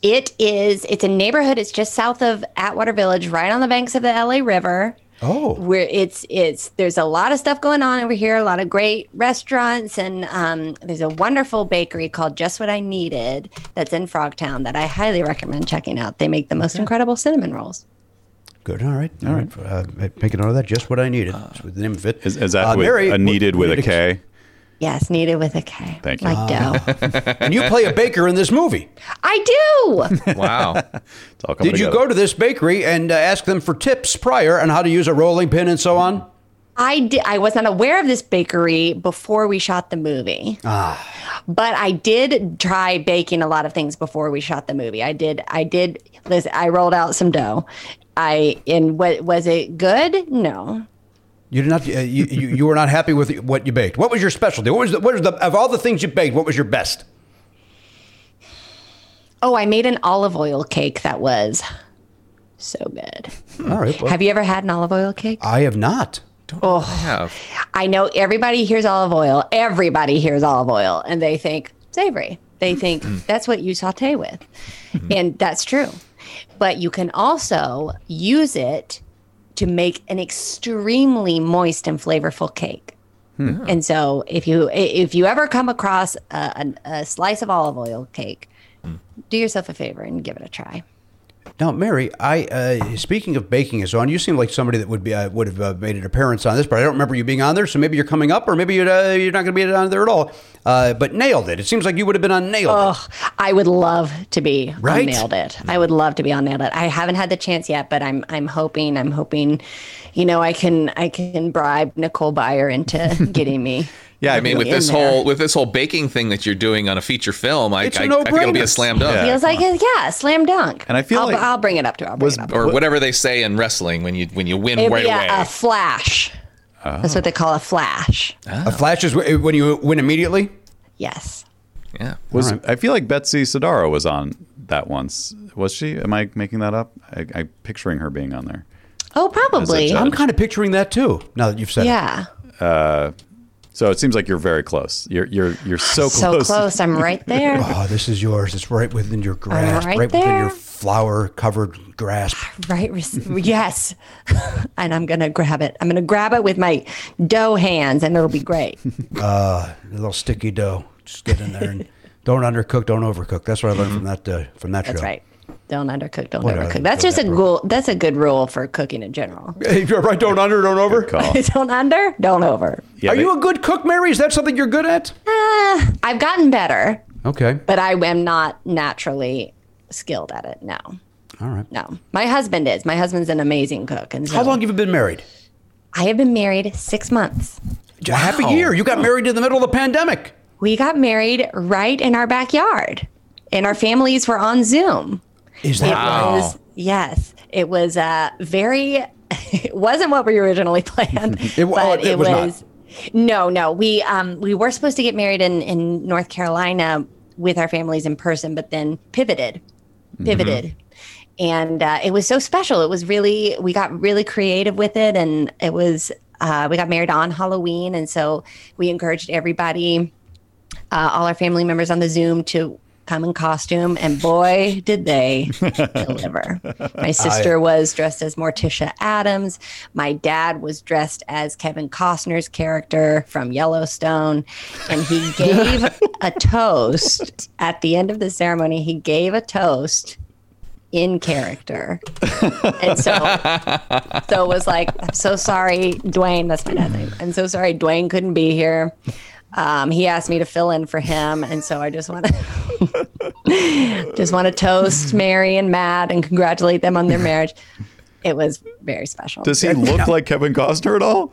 Speaker 7: It is, it's a neighborhood. It's just south of Atwater Village, right on the banks of the LA River.
Speaker 3: Oh.
Speaker 7: where it's it's there's a lot of stuff going on over here, a lot of great restaurants, and um, there's a wonderful bakery called Just What I Needed that's in Frogtown that I highly recommend checking out. They make the most incredible cinnamon rolls.
Speaker 3: Good. All right. All right. Uh, make a note of that. Just what I needed. That's what the name of it.
Speaker 1: Is, is that with,
Speaker 3: Uh, Mary,
Speaker 1: a needed
Speaker 3: what-
Speaker 1: with a K?
Speaker 7: Yes, needed with a K.
Speaker 1: Thank you.
Speaker 7: Like *laughs* dough.
Speaker 3: *laughs* And you play a baker in this
Speaker 1: *laughs*
Speaker 3: movie.
Speaker 7: I do.
Speaker 5: Wow.
Speaker 1: It's all coming
Speaker 3: Did you
Speaker 1: together.
Speaker 3: go to this bakery and uh, ask them for tips prior on how to use a rolling pin and so on?
Speaker 7: I did. I was not aware of this bakery before we shot the movie. Ah. But I did try baking a lot of things before we shot the movie. I did. I did. Listen, I rolled out some dough. I and what was it good? No.
Speaker 3: You did not. Uh, you, you you were not happy with what you baked. What was your specialty? What was the, what was the of all the things you baked? What was your best?
Speaker 7: Oh, I made an olive oil cake that was so good.
Speaker 1: Hmm.
Speaker 3: All right. well,
Speaker 7: Have you ever had an olive oil cake?
Speaker 3: I have not.
Speaker 7: Oh,
Speaker 5: Yeah.
Speaker 7: I know everybody hears olive oil. Everybody hears olive oil and they think savory. They think that's what you saute with. and that's true. But you can also use it to make an extremely moist and flavorful cake. And so if you i- if you ever come across a, an- a slice of olive oil cake, do yourself a favor and give it a try.
Speaker 3: Now, Mary, I uh, speaking of baking and so on, you seem like somebody that would be uh, would have uh, made an appearance on this, but I don't remember you being on there. So maybe you're coming up, or maybe you're, uh, you're not going to be on there at all. Uh, but nailed it. It seems like you would have been on nailed. It.
Speaker 7: Oh, I would love to be
Speaker 3: Right?
Speaker 7: on Nailed It. I would love to be on Nailed It. I haven't had the chance yet, but I'm I'm hoping I'm hoping, you know, I can I can bribe Nicole Byer into
Speaker 1: *laughs*
Speaker 7: getting me.
Speaker 1: Yeah,
Speaker 5: I mean, with
Speaker 7: in
Speaker 5: this
Speaker 7: there.
Speaker 5: whole with this whole baking thing that you're doing on a feature film, I,
Speaker 3: It's a
Speaker 5: I, I think it'll be
Speaker 3: no-brainer.
Speaker 5: a slam dunk.
Speaker 1: Yeah.
Speaker 7: Feels like a, yeah, slam dunk.
Speaker 1: And I feel
Speaker 7: I'll,
Speaker 1: like-
Speaker 7: I'll bring it up to her. I'll bring
Speaker 1: was-
Speaker 7: it up.
Speaker 5: Or whatever they say in wrestling when you when you win
Speaker 7: It'd
Speaker 5: right
Speaker 7: be
Speaker 5: away.
Speaker 7: a, a flash. That's what they call a flash.
Speaker 3: A flash is wh- when you win immediately.
Speaker 7: Yes.
Speaker 5: yeah. *laughs*
Speaker 1: Was, I feel like Betsy Sidaro was on that once. Was she? Am I making that up? I, I'm picturing her being on there.
Speaker 7: Oh, probably.
Speaker 1: judge.
Speaker 3: I'm kind of picturing that too. Now that you've said it.
Speaker 7: Yeah.
Speaker 1: So it seems like you're very close. You're you're you're so close.
Speaker 7: So close. I'm
Speaker 1: *laughs*
Speaker 7: right there.
Speaker 3: Oh, this is yours. It's right within your grasp,
Speaker 7: right
Speaker 3: within your
Speaker 7: there.
Speaker 3: flower-covered grasp.
Speaker 7: Right. rec- Yes. *laughs* and I'm going to grab it. I'm going to grab it with my dough hands and it'll
Speaker 3: *laughs*
Speaker 7: be great.
Speaker 3: A little sticky dough. Just get in
Speaker 7: *laughs*
Speaker 3: there and don't undercook, don't overcook. That's what I learned from that uh, from that
Speaker 7: That's
Speaker 3: show.
Speaker 7: right. Don't undercook. Don't
Speaker 3: Whatever,
Speaker 7: overcook. That's
Speaker 3: go
Speaker 7: just a
Speaker 3: that route.
Speaker 7: rule. That's a good rule for cooking in general. *laughs*
Speaker 3: Hey, *laughs* you're right. Don't under, don't over.
Speaker 1: Call.
Speaker 7: don't under. Don't over.
Speaker 1: Yeah,
Speaker 3: Are
Speaker 1: they-
Speaker 3: you a good cook, Mary? Is that something you're good at?
Speaker 7: Ah, I've gotten better,
Speaker 3: Okay.
Speaker 7: but I am not naturally skilled at it. No.
Speaker 3: All right.
Speaker 7: No. My husband is. My husband's an amazing cook, and so
Speaker 3: How long have you been married?
Speaker 7: I have been married six months.
Speaker 3: A Half a year. You got married in the middle of the pandemic.
Speaker 7: We got married right in our backyard, and our families were on Zoom.
Speaker 3: Is
Speaker 7: It
Speaker 3: that
Speaker 7: was yes. It was uh, very. *laughs* it wasn't what we originally *laughs* planned.
Speaker 3: *laughs* It wa-
Speaker 7: but
Speaker 3: oh, it was not.
Speaker 7: No, no. We um we were supposed to get married in in North Carolina with our families in person, but then pivoted,
Speaker 3: Mm-hmm.
Speaker 7: pivoted. And uh, it was so special. It was really, we got really creative with it. And it was, uh, we got married on Halloween. And so we encouraged everybody uh, all our family members on the Zoom to come in costume, and boy, did
Speaker 3: *laughs*
Speaker 7: they *laughs* deliver! My sister was dressed as Morticia Adams. My dad was dressed as Kevin Costner's character from Yellowstone, and he gave a toast at the end of the ceremony. He gave a toast in character, and so so it was like, I'm so sorry, Dwayne. That's my dad's name. I'm so sorry, Dwayne couldn't be here. Um, he asked me to fill in for him, and so I just want to *laughs* just want to toast Mary and Matt and congratulate them on their marriage. It was very
Speaker 3: *laughs*
Speaker 7: special.
Speaker 1: Does he look like Kevin Costner at all?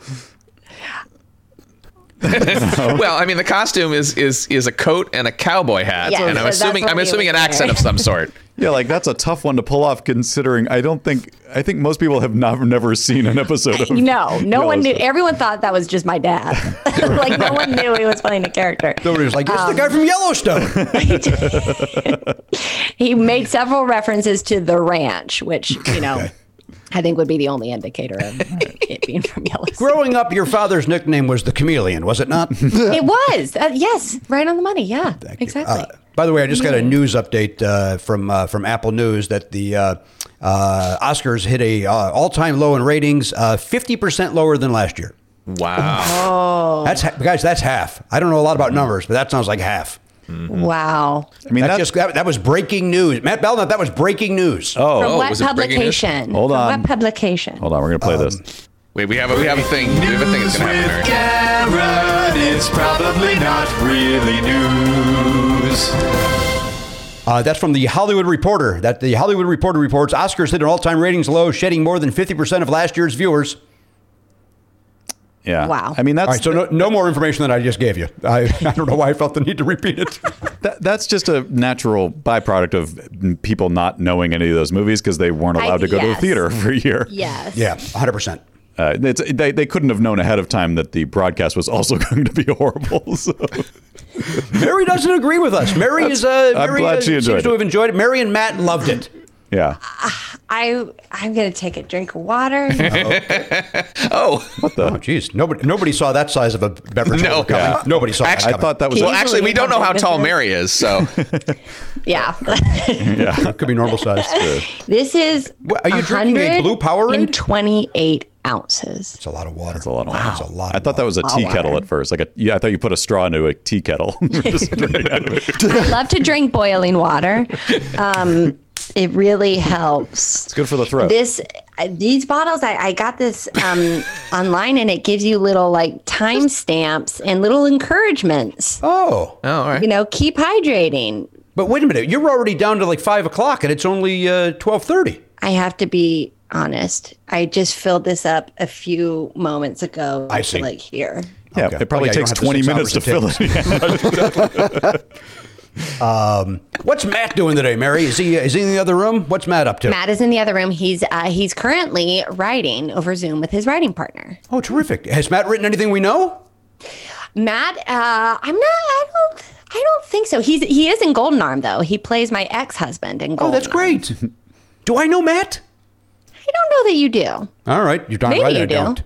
Speaker 5: Well, I mean, the costume is is is a coat and a cowboy hat,
Speaker 7: Yeah,
Speaker 5: and I'm
Speaker 7: so that's
Speaker 5: assuming
Speaker 7: what
Speaker 5: I'm
Speaker 7: we
Speaker 5: assuming
Speaker 7: would
Speaker 5: an accent
Speaker 7: wear.
Speaker 5: of some
Speaker 7: *laughs*
Speaker 5: sort.
Speaker 1: Yeah, like that's a tough one to pull off. Considering I don't think I think most people have not never seen an episode of.
Speaker 7: *laughs* no, no one knew.
Speaker 1: Yellowstone.
Speaker 7: Everyone thought that was just my dad. *laughs* like no one knew he was playing a character.
Speaker 3: Nobody was like, it's the guy from
Speaker 1: *laughs*
Speaker 3: Yellowstone.
Speaker 7: he made several references to the ranch, which you know, I think would be the only indicator of it being from Yellowstone.
Speaker 3: Growing up, your father's nickname was the chameleon, was it
Speaker 1: *laughs*
Speaker 3: not?
Speaker 7: It was. Uh, yes, right on the money. Yeah, exactly.
Speaker 3: By the way, I just got a news update uh, from uh, from Apple News that the uh, Uh, Oscars hit a uh, all-time low in ratings, uh, fifty percent lower than last year.
Speaker 7: Oh,
Speaker 5: Wow.
Speaker 3: That's ha- guys, that's half. I don't know a lot about numbers, but that sounds like half.
Speaker 7: Wow.
Speaker 1: I mean,
Speaker 3: that
Speaker 1: that's
Speaker 3: just that, that was breaking news. Matt Belknap, that was breaking news.
Speaker 7: From
Speaker 1: oh,
Speaker 7: what
Speaker 5: was it breaking news?
Speaker 7: publication?
Speaker 1: Hold
Speaker 7: From
Speaker 1: on.
Speaker 7: What publication?
Speaker 1: hold on, we're gonna play
Speaker 3: Um,
Speaker 1: this.
Speaker 5: Wait, we have a we have a thing. We have a thing that's gonna happen. Mary.
Speaker 4: it's probably not really news.
Speaker 3: Uh, that's from the Hollywood Reporter. That the Hollywood Reporter reports Oscars hit an all-time ratings low, shedding more than fifty percent of last year's viewers.
Speaker 1: Yeah.
Speaker 7: Wow.
Speaker 1: I mean,
Speaker 3: All
Speaker 1: that's
Speaker 3: right, so no, no more information than I just gave you. I, *laughs* I don't know why I felt the need to repeat
Speaker 1: *laughs*
Speaker 3: it.
Speaker 1: That, that's just a natural byproduct of people not knowing any of those movies because they weren't
Speaker 7: I-
Speaker 1: allowed to go to
Speaker 7: yes.
Speaker 1: the theater *laughs* for a year.
Speaker 7: Yes.
Speaker 3: yeah, hundred percent.
Speaker 1: Uh, it's, they, they couldn't have known ahead of time that the broadcast was also *laughs* going to be horrible. So.
Speaker 3: Mary doesn't agree with us. Mary is. Uh,
Speaker 1: I'm
Speaker 3: Mary,
Speaker 1: glad
Speaker 3: uh,
Speaker 1: she enjoyed
Speaker 3: seems to
Speaker 1: it.
Speaker 3: have enjoyed it. Mary and Matt loved it.
Speaker 1: Yeah.
Speaker 7: I I'm gonna take a drink of
Speaker 3: *laughs*
Speaker 7: water.
Speaker 1: What the?
Speaker 3: Oh, jeez, nobody nobody saw that size of a beverage.
Speaker 5: No.
Speaker 3: coming.
Speaker 5: Yeah.
Speaker 3: nobody saw.
Speaker 5: Actually,
Speaker 3: that
Speaker 1: I thought that was.
Speaker 7: Can
Speaker 5: Well,
Speaker 7: you
Speaker 5: actually, we
Speaker 7: believe
Speaker 5: don't know how
Speaker 7: I'm
Speaker 5: tall
Speaker 7: pregnant?
Speaker 5: Mary is, so
Speaker 7: *laughs*
Speaker 5: *laughs*
Speaker 7: yeah.
Speaker 3: that could be normal
Speaker 1: *laughs*
Speaker 3: size.
Speaker 7: this is
Speaker 3: What, are you drinking a blue Powerade?
Speaker 7: in 28
Speaker 3: *laughs*
Speaker 7: ounces.
Speaker 3: It's a lot of water. That's
Speaker 1: a lot of
Speaker 3: It's a lot.
Speaker 1: I thought that was a tea
Speaker 7: wow.
Speaker 1: kettle at first. Like a, yeah, I thought you put a straw into a tea kettle.
Speaker 3: *laughs*
Speaker 1: *laughs* Just straight out of it.
Speaker 7: I love to drink
Speaker 3: *laughs*
Speaker 7: boiling water. Um, it really helps.
Speaker 1: It's good for the throat.
Speaker 7: This uh, these bottles I, I got this
Speaker 3: *laughs*
Speaker 7: um, online and it gives you little like time stamps and little encouragements.
Speaker 3: Oh,
Speaker 7: You know, keep hydrating.
Speaker 3: but wait a minute. You're already down to like five o'clock, and it's only uh, twelve thirty.
Speaker 7: I have to be honest. I just filled this up a few moments ago.
Speaker 3: I
Speaker 7: to,
Speaker 3: see.
Speaker 7: Like here.
Speaker 1: yeah,
Speaker 3: Okay.
Speaker 1: it probably
Speaker 3: Oh, yeah, you
Speaker 1: takes
Speaker 3: don't have the
Speaker 1: 20
Speaker 3: six
Speaker 1: minutes to
Speaker 3: hours
Speaker 1: fill it. *laughs* Yeah.
Speaker 3: What's Matt doing today, Mary? Is he is he in the other room? What's Matt up to?
Speaker 7: Matt is in the other room. He's uh, he's currently writing over Zoom with his writing partner.
Speaker 3: Oh, terrific! Has Matt written anything we know?
Speaker 7: Matt, uh, I'm not. I don't. I don't think so. He's he is in Golden Arm though. He plays my ex husband in
Speaker 3: Oh,
Speaker 7: Golden.
Speaker 3: that's great. Do I know Matt?
Speaker 7: I don't know that you do.
Speaker 3: All right, you're darn
Speaker 7: Maybe
Speaker 3: right.
Speaker 7: you
Speaker 3: I
Speaker 7: do.
Speaker 3: not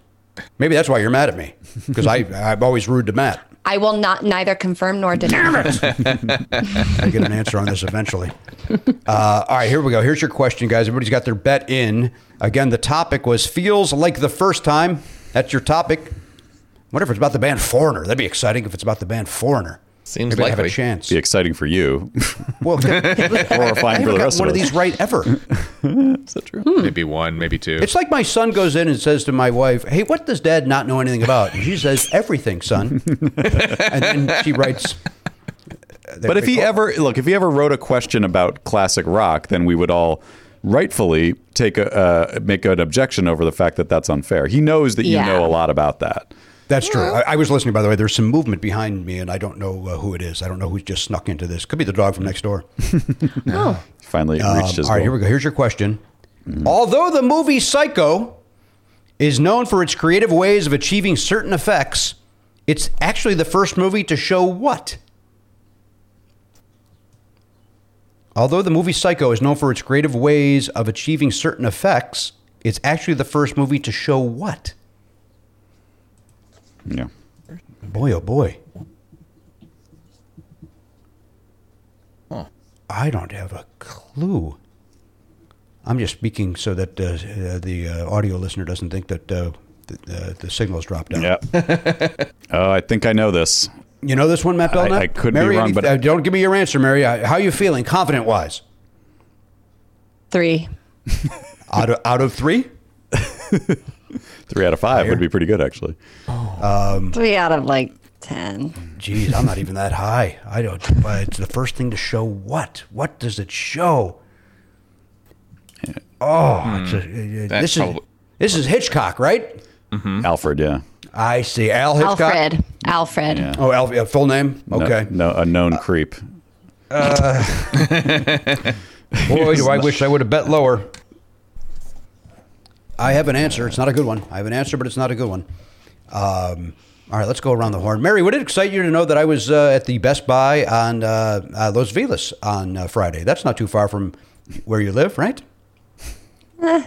Speaker 3: Maybe that's why you're mad at me because I I'm always rude to Matt.
Speaker 7: I will not neither confirm nor deny.
Speaker 3: I get an answer on this eventually. Uh, all right, here we go. Here's your question, guys. Everybody's got their bet in. Again, the topic was feels like the first time. That's your topic. What if it's about the band Foreigner? That'd be exciting if it's about the band Foreigner.
Speaker 5: Seems
Speaker 3: Maybe I have a
Speaker 5: likely.
Speaker 3: chance.
Speaker 1: Be exciting
Speaker 3: *laughs*
Speaker 1: for you. *laughs*
Speaker 3: Well, I
Speaker 1: Horrifying for
Speaker 3: haven't
Speaker 1: the
Speaker 3: got
Speaker 1: rest
Speaker 3: one
Speaker 1: of
Speaker 3: of
Speaker 1: us.
Speaker 3: these right ever.
Speaker 7: hmm.
Speaker 5: maybe one, maybe two.
Speaker 3: It's like my son goes in and says to my wife, "Hey, what does Dad not know anything about?" And she says, "Everything, son." and then she writes.
Speaker 1: But if he ever look, if he ever wrote a question about classic rock, then we would all rightfully take a uh, make an objection over the fact that that's unfair. He knows that you
Speaker 7: Yeah.
Speaker 1: know a lot about that.
Speaker 3: That's true. I, I was listening, by the way. There's some movement behind me, and I don't know uh, who it is. I don't know who's just snuck into this. Could be the dog from next door.
Speaker 7: *laughs* oh,
Speaker 1: He finally
Speaker 3: Um,
Speaker 1: reached his
Speaker 3: all right,
Speaker 1: goal.
Speaker 3: here we go. Here's your question. Although the movie Psycho is known for its creative ways of achieving certain effects, it's actually the first movie to show what? Although the movie Psycho is known for its creative ways of achieving certain effects, it's actually the first movie to show what?
Speaker 1: Yeah.
Speaker 3: Boy, oh boy. I don't have a clue. I'm just speaking so that uh, uh, the uh, audio listener doesn't think that uh, the, uh, the signal's dropped *laughs* out.
Speaker 1: Yeah. oh, I think I know this.
Speaker 3: You know this one, Matt
Speaker 1: I-
Speaker 3: Belknap?
Speaker 1: I could be
Speaker 3: Mary,
Speaker 1: wrong,
Speaker 3: any-
Speaker 1: but-
Speaker 3: uh, don't give me your answer, Mary. Uh, How are you feeling, confident wise?
Speaker 7: three.
Speaker 3: Out of, out of three?
Speaker 1: Three out of five would be pretty good, actually.
Speaker 7: Three out of like 10.
Speaker 3: Jeez, I'm not even that high. I don't. But it's the first thing to show what? What does it show? Oh, it's a-
Speaker 5: That's
Speaker 3: this is
Speaker 5: probably-
Speaker 3: this is Hitchcock, right? Hmm?
Speaker 1: Alfred, yeah.
Speaker 3: I see. Al Hitchcock.
Speaker 7: Alfred. Alfred.
Speaker 3: Oh, Al, yeah, full name.
Speaker 1: No-
Speaker 3: Oh, Okay.
Speaker 1: No, a known creep.
Speaker 3: Boy, do I wish I would have bet lower. I have an answer. It's not a good one. I have an answer, but it's not a good one. Um, all right, let's go around the horn. Mary, would it excite you to know that I was uh, at the Best Buy on uh, uh, Los Feliz on uh, Friday? That's not too far from where you live, right?
Speaker 7: Eh.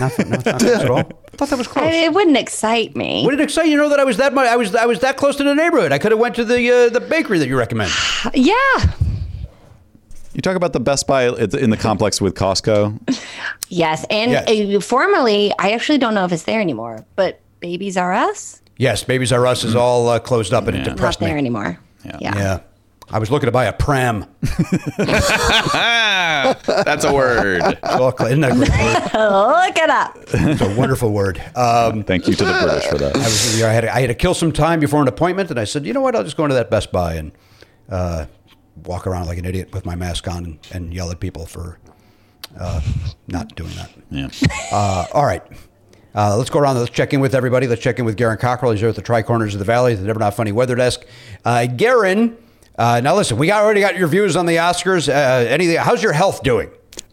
Speaker 3: not, not, not close at all. I thought that was close.
Speaker 7: I mean, it wouldn't excite me.
Speaker 3: would it excite you to know that I was that much, I was I was that close to the neighborhood? I could have went to the uh, the bakery that you recommend.
Speaker 7: yeah.
Speaker 1: You talk about the Best Buy it's in the complex with Costco.
Speaker 7: Yes, and
Speaker 3: Yes.
Speaker 7: uh, formerly, I actually don't know if it's there anymore, but Babies Are Us
Speaker 3: Yes, Babies R Us is all uh, closed up and it
Speaker 1: Yeah.
Speaker 7: not
Speaker 3: depressed
Speaker 7: there
Speaker 3: me.
Speaker 7: anymore. Yeah.
Speaker 3: Yeah. I was looking to buy a pram.
Speaker 5: Ah, that's a word.
Speaker 3: Oh, Isn't that a great word?
Speaker 7: *laughs* Look it up.
Speaker 3: It's a wonderful word. Um,
Speaker 1: Thank you to the British for that.
Speaker 3: I *laughs* was you know, I had I had to kill some time before an appointment, and I said, you know what? I'll just go into that Best Buy and uh, walk around like an idiot with my mask on and, and yell at people for uh, not doing that.
Speaker 1: Yeah.
Speaker 3: Uh, all right. Uh, let's go around. Let's check in with everybody. Let's check in with Garen Cockrell. He's here at the Tri Corners of the Valley, the Never Not Funny Weather Desk. Uh, Garen, uh, now listen, we got, already got your views on the Oscars. Uh, anything? How's your health doing?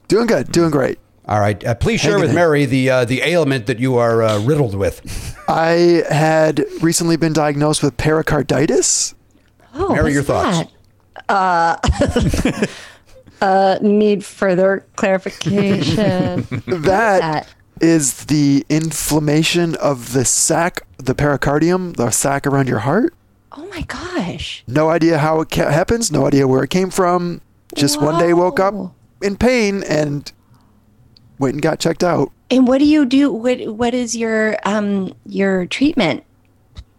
Speaker 6: Doing good, doing great.
Speaker 3: All right. Uh, please share with Mary the uh, the ailment that you are uh, riddled with.
Speaker 6: I had recently been diagnosed with pericarditis.
Speaker 7: Oh,
Speaker 3: Mary,
Speaker 7: what's
Speaker 3: your thoughts.
Speaker 7: *laughs* that? Uh, Need further
Speaker 3: *laughs*
Speaker 7: clarification.
Speaker 6: That is the inflammation of the sac, the pericardium, the sac around your heart.
Speaker 7: oh my gosh.
Speaker 6: No idea how it ca- happens, no idea where it came from. Just one day woke
Speaker 7: Wow.
Speaker 6: up in pain and went and got checked out.
Speaker 7: And what do you do? What What is your um your treatment?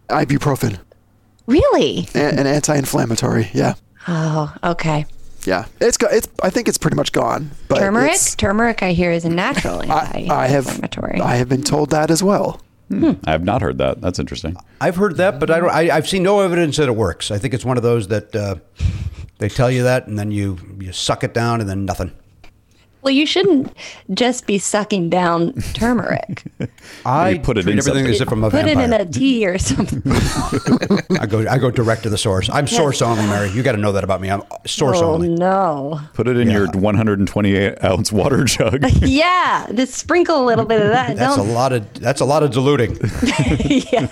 Speaker 6: Ibuprofen
Speaker 7: Really?
Speaker 6: and, and anti-inflammatory. Yeah.
Speaker 7: Oh, okay.
Speaker 6: Yeah. It's go- it's I think it's pretty much gone. But
Speaker 3: Uh,
Speaker 7: Turmeric.
Speaker 6: it's-
Speaker 7: Turmeric, I hear, is a natural
Speaker 6: I, I have
Speaker 7: anti-inflammatory.
Speaker 6: I have been told that as well.
Speaker 1: I have not heard that. That's interesting.
Speaker 3: I've heard that, but I don't. I, I've seen no evidence that it works. I think it's one of those that uh, they tell you that, and then you you suck it down, and then nothing.
Speaker 7: well, you shouldn't just be sucking down
Speaker 3: *laughs*
Speaker 7: turmeric.
Speaker 3: I
Speaker 1: put it
Speaker 3: treat
Speaker 1: in
Speaker 3: everything
Speaker 1: something.
Speaker 3: as if I'm a
Speaker 7: Put it in
Speaker 3: vampire.
Speaker 7: a tea or something.
Speaker 3: I go I go direct to the source. I'm source only, Mary. You got to know that about me. I'm source
Speaker 7: oh
Speaker 3: only.
Speaker 7: no.
Speaker 1: Put it in your 128 ounce water
Speaker 3: *laughs*
Speaker 1: jug.
Speaker 7: Yeah, just sprinkle a little bit of that.
Speaker 3: That's
Speaker 7: Don't.
Speaker 3: a lot of that's a lot of diluting.
Speaker 7: *laughs* yeah.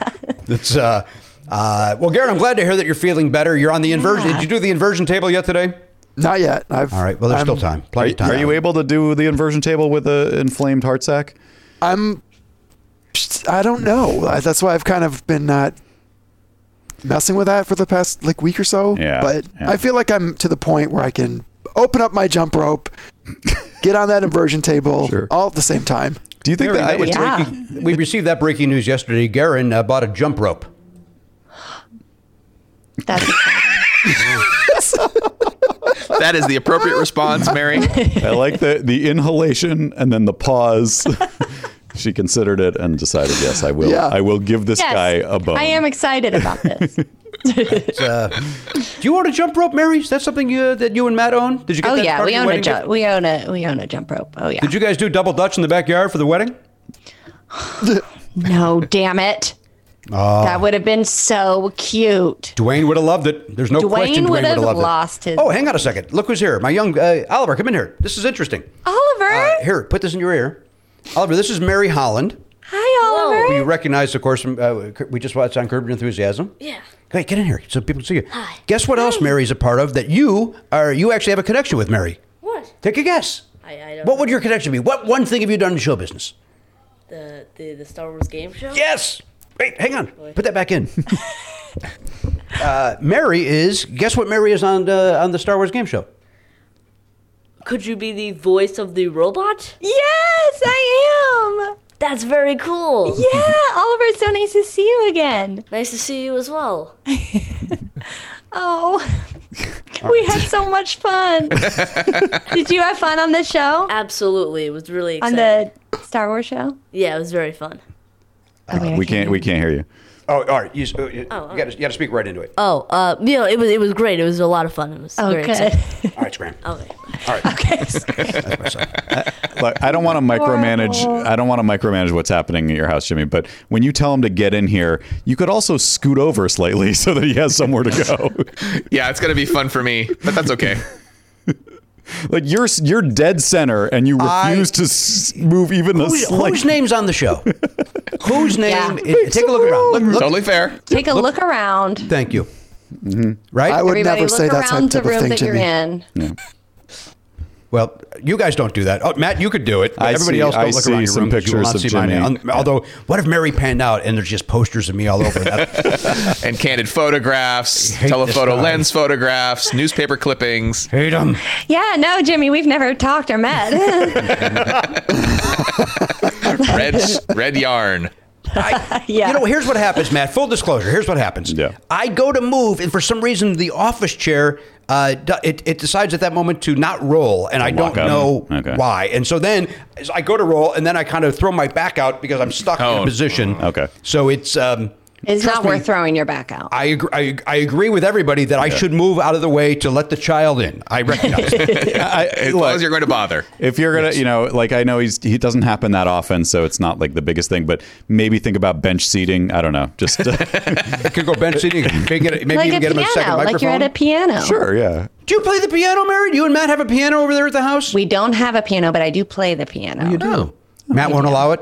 Speaker 3: That's uh, uh, well, Garrett. I'm glad to hear that you're feeling better. You're on the inversion.
Speaker 7: Yeah.
Speaker 3: Did you do the inversion table yet today?
Speaker 6: Not yet. I've
Speaker 3: All right. Well, there's
Speaker 6: I'm-
Speaker 3: still time.
Speaker 1: Are,
Speaker 3: Plenty of time.
Speaker 1: Um, are you able to do the inversion table with a inflamed heart sac?
Speaker 6: I'm I don't know. I- That's why I've kind of been not messing with that for the past like week or so.
Speaker 1: Yeah,
Speaker 6: But
Speaker 1: yeah.
Speaker 6: I feel like I'm to the point where I can open up my jump rope, get on that inversion
Speaker 3: *laughs*
Speaker 6: table
Speaker 1: Sure.
Speaker 6: all at the same time.
Speaker 1: Do you think
Speaker 3: Mary,
Speaker 1: that,
Speaker 3: that was
Speaker 7: Yeah.
Speaker 3: breaking- we received that breaking news yesterday. Garen uh, bought a jump rope. *laughs*
Speaker 7: That's
Speaker 5: That is the appropriate response,
Speaker 7: *laughs*
Speaker 5: Mary.
Speaker 1: I like the the inhalation and then the pause.
Speaker 3: *laughs*
Speaker 1: she considered it and decided, yes, I will.
Speaker 6: Yeah.
Speaker 1: I will give this
Speaker 7: yes.
Speaker 1: guy a bone.
Speaker 7: I am excited
Speaker 3: *laughs*
Speaker 7: about this.
Speaker 3: Do you own a jump rope, Mary? Is that something you, that you and Matt own? Did you get
Speaker 7: oh
Speaker 3: that
Speaker 7: yeah,
Speaker 3: part of
Speaker 7: we
Speaker 3: your
Speaker 7: own a
Speaker 3: wedding
Speaker 7: jump.
Speaker 3: gift?
Speaker 7: We own a we own a jump rope. Oh yeah.
Speaker 3: Did you guys do double dutch in the backyard for the wedding?
Speaker 7: No, damn it.
Speaker 3: Ah.
Speaker 7: That would have been so cute.
Speaker 3: Dwayne would have loved it. There's no question.
Speaker 7: Dwayne
Speaker 3: Dwayne
Speaker 7: would have
Speaker 3: loved
Speaker 7: lost
Speaker 3: it.
Speaker 7: his.
Speaker 3: Oh, hang on a second. Look who's here. My young uh, Oliver, come in here. This is interesting.
Speaker 7: Oliver.
Speaker 3: Uh, here, put this in your ear. Oliver, this is Mary Holland.
Speaker 7: Hi, Oliver.
Speaker 3: who You recognize, of course, from, uh, we just watched on Curb Your Enthusiasm.
Speaker 8: Yeah.
Speaker 3: Great, get in here so people can see you.
Speaker 8: Hi.
Speaker 3: Guess what else Mary's a part of that you are? You actually have a connection with Mary.
Speaker 8: What?
Speaker 3: Take a guess.
Speaker 8: I- I don't
Speaker 3: what
Speaker 8: know.
Speaker 3: would your connection be? What one thing have you done in show business?
Speaker 8: The the, the Star Wars game show?
Speaker 3: Yes. Wait, hang on. Put that back in. *laughs* uh, Mary is. Guess what? Mary is on the on the Star Wars game show.
Speaker 8: Could you be the voice of the robot?
Speaker 7: Yes, I am.
Speaker 8: That's very cool.
Speaker 7: Yeah, Oliver. It's so nice to see you again.
Speaker 8: Nice to see you as well.
Speaker 7: Oh, *laughs* we had so much fun. Did you have fun on the show?
Speaker 8: Absolutely. It was really
Speaker 7: On
Speaker 8: exciting.
Speaker 7: the Star Wars show?
Speaker 8: yeah, it was very fun.
Speaker 7: Oh, wait, I
Speaker 1: Uh, We can't. We can't hear you.
Speaker 3: Oh, all right. You, uh, you,
Speaker 8: Oh,
Speaker 3: you got to speak right into it.
Speaker 8: Oh, uh, you know, it was it was great. It was a lot of fun. It was
Speaker 7: Oh,
Speaker 8: very
Speaker 7: good. *laughs*
Speaker 8: exciting.
Speaker 3: All right, Scram.
Speaker 8: Okay.
Speaker 7: Okay.
Speaker 3: That's my son.
Speaker 1: Look, I don't want to micromanage. I don't want to micromanage what's happening at your house, Jimmy. But when you tell him to get in here, you could also scoot over slightly *laughs* so that he has somewhere to go.
Speaker 5: Yeah, it's gonna be fun for me, but that's okay.
Speaker 1: like you're you're dead center, and you refuse to s- move even a
Speaker 3: Who's,
Speaker 1: slight.
Speaker 3: whose
Speaker 1: *laughs*
Speaker 3: name's on the show? whose name?
Speaker 7: Yeah.
Speaker 3: it- take a look around. Look, look-
Speaker 5: Totally fair.
Speaker 7: Take a look around.
Speaker 3: Thank you. Right?
Speaker 6: I
Speaker 1: Mm-hmm.
Speaker 6: would
Speaker 7: Everybody
Speaker 6: never
Speaker 7: look
Speaker 6: say that type
Speaker 7: around the
Speaker 6: of
Speaker 7: room
Speaker 6: thing,
Speaker 7: that you're
Speaker 6: Jimmy.
Speaker 7: in.
Speaker 1: Yeah.
Speaker 3: Well, you guys don't do that. Oh, Matt, you could do it. But
Speaker 1: I
Speaker 3: everybody
Speaker 1: see-
Speaker 3: else don't
Speaker 1: I
Speaker 3: look
Speaker 1: see
Speaker 3: around your
Speaker 1: some
Speaker 3: room 'cause you will
Speaker 1: pictures
Speaker 3: not
Speaker 1: of
Speaker 3: see my
Speaker 1: Jimmy.
Speaker 3: name. Un- Although, what if Mary panned out and there's just posters of me all over?
Speaker 1: *laughs*
Speaker 3: That
Speaker 5: and candid photographs,
Speaker 3: hate
Speaker 5: telephoto
Speaker 3: this guy.
Speaker 5: lens photographs, newspaper
Speaker 7: *laughs*
Speaker 5: clippings.
Speaker 3: hate him.
Speaker 7: Yeah, no, Jimmy, we've never talked or met. *laughs*
Speaker 5: red red yarn.
Speaker 3: I,
Speaker 7: Yeah.
Speaker 3: You know, here's what happens, Matt. Full disclosure. Here's what happens.
Speaker 1: Yeah.
Speaker 3: I go to move, and for some reason, the office chair uh, do- it, it decides at that moment to not roll, and I don't
Speaker 1: lock up.
Speaker 3: know
Speaker 1: Okay.
Speaker 3: why. And so then as I go to roll, and then I kind of throw my back out because I'm stuck in
Speaker 5: Oh.
Speaker 3: a position.
Speaker 1: Okay.
Speaker 3: So it's. Um,
Speaker 7: it's
Speaker 3: trust
Speaker 7: not
Speaker 3: me,
Speaker 7: worth throwing your back out.
Speaker 3: I agree, I, I agree with everybody that I should move out of the way to let the child in. I recognize.
Speaker 7: *laughs*
Speaker 3: that.
Speaker 1: I,
Speaker 5: As long as you're going to bother.
Speaker 1: If you're gonna, you know, like I know he's he doesn't happen that often, so it's not like the biggest thing. But maybe think about bench seating. I don't know.
Speaker 5: *laughs*
Speaker 1: Just *laughs*
Speaker 3: I could go bench seating. Maybe, get, maybe
Speaker 7: like
Speaker 3: even
Speaker 7: a
Speaker 3: get him
Speaker 7: piano,
Speaker 3: a second microphone.
Speaker 7: like you're at a piano.
Speaker 1: sure, yeah.
Speaker 3: Do you play the piano, Mary? Do you and Matt have a piano over there at the house?
Speaker 7: We don't have a piano, but I do play the piano.
Speaker 3: Oh, do. Matt won't allow it.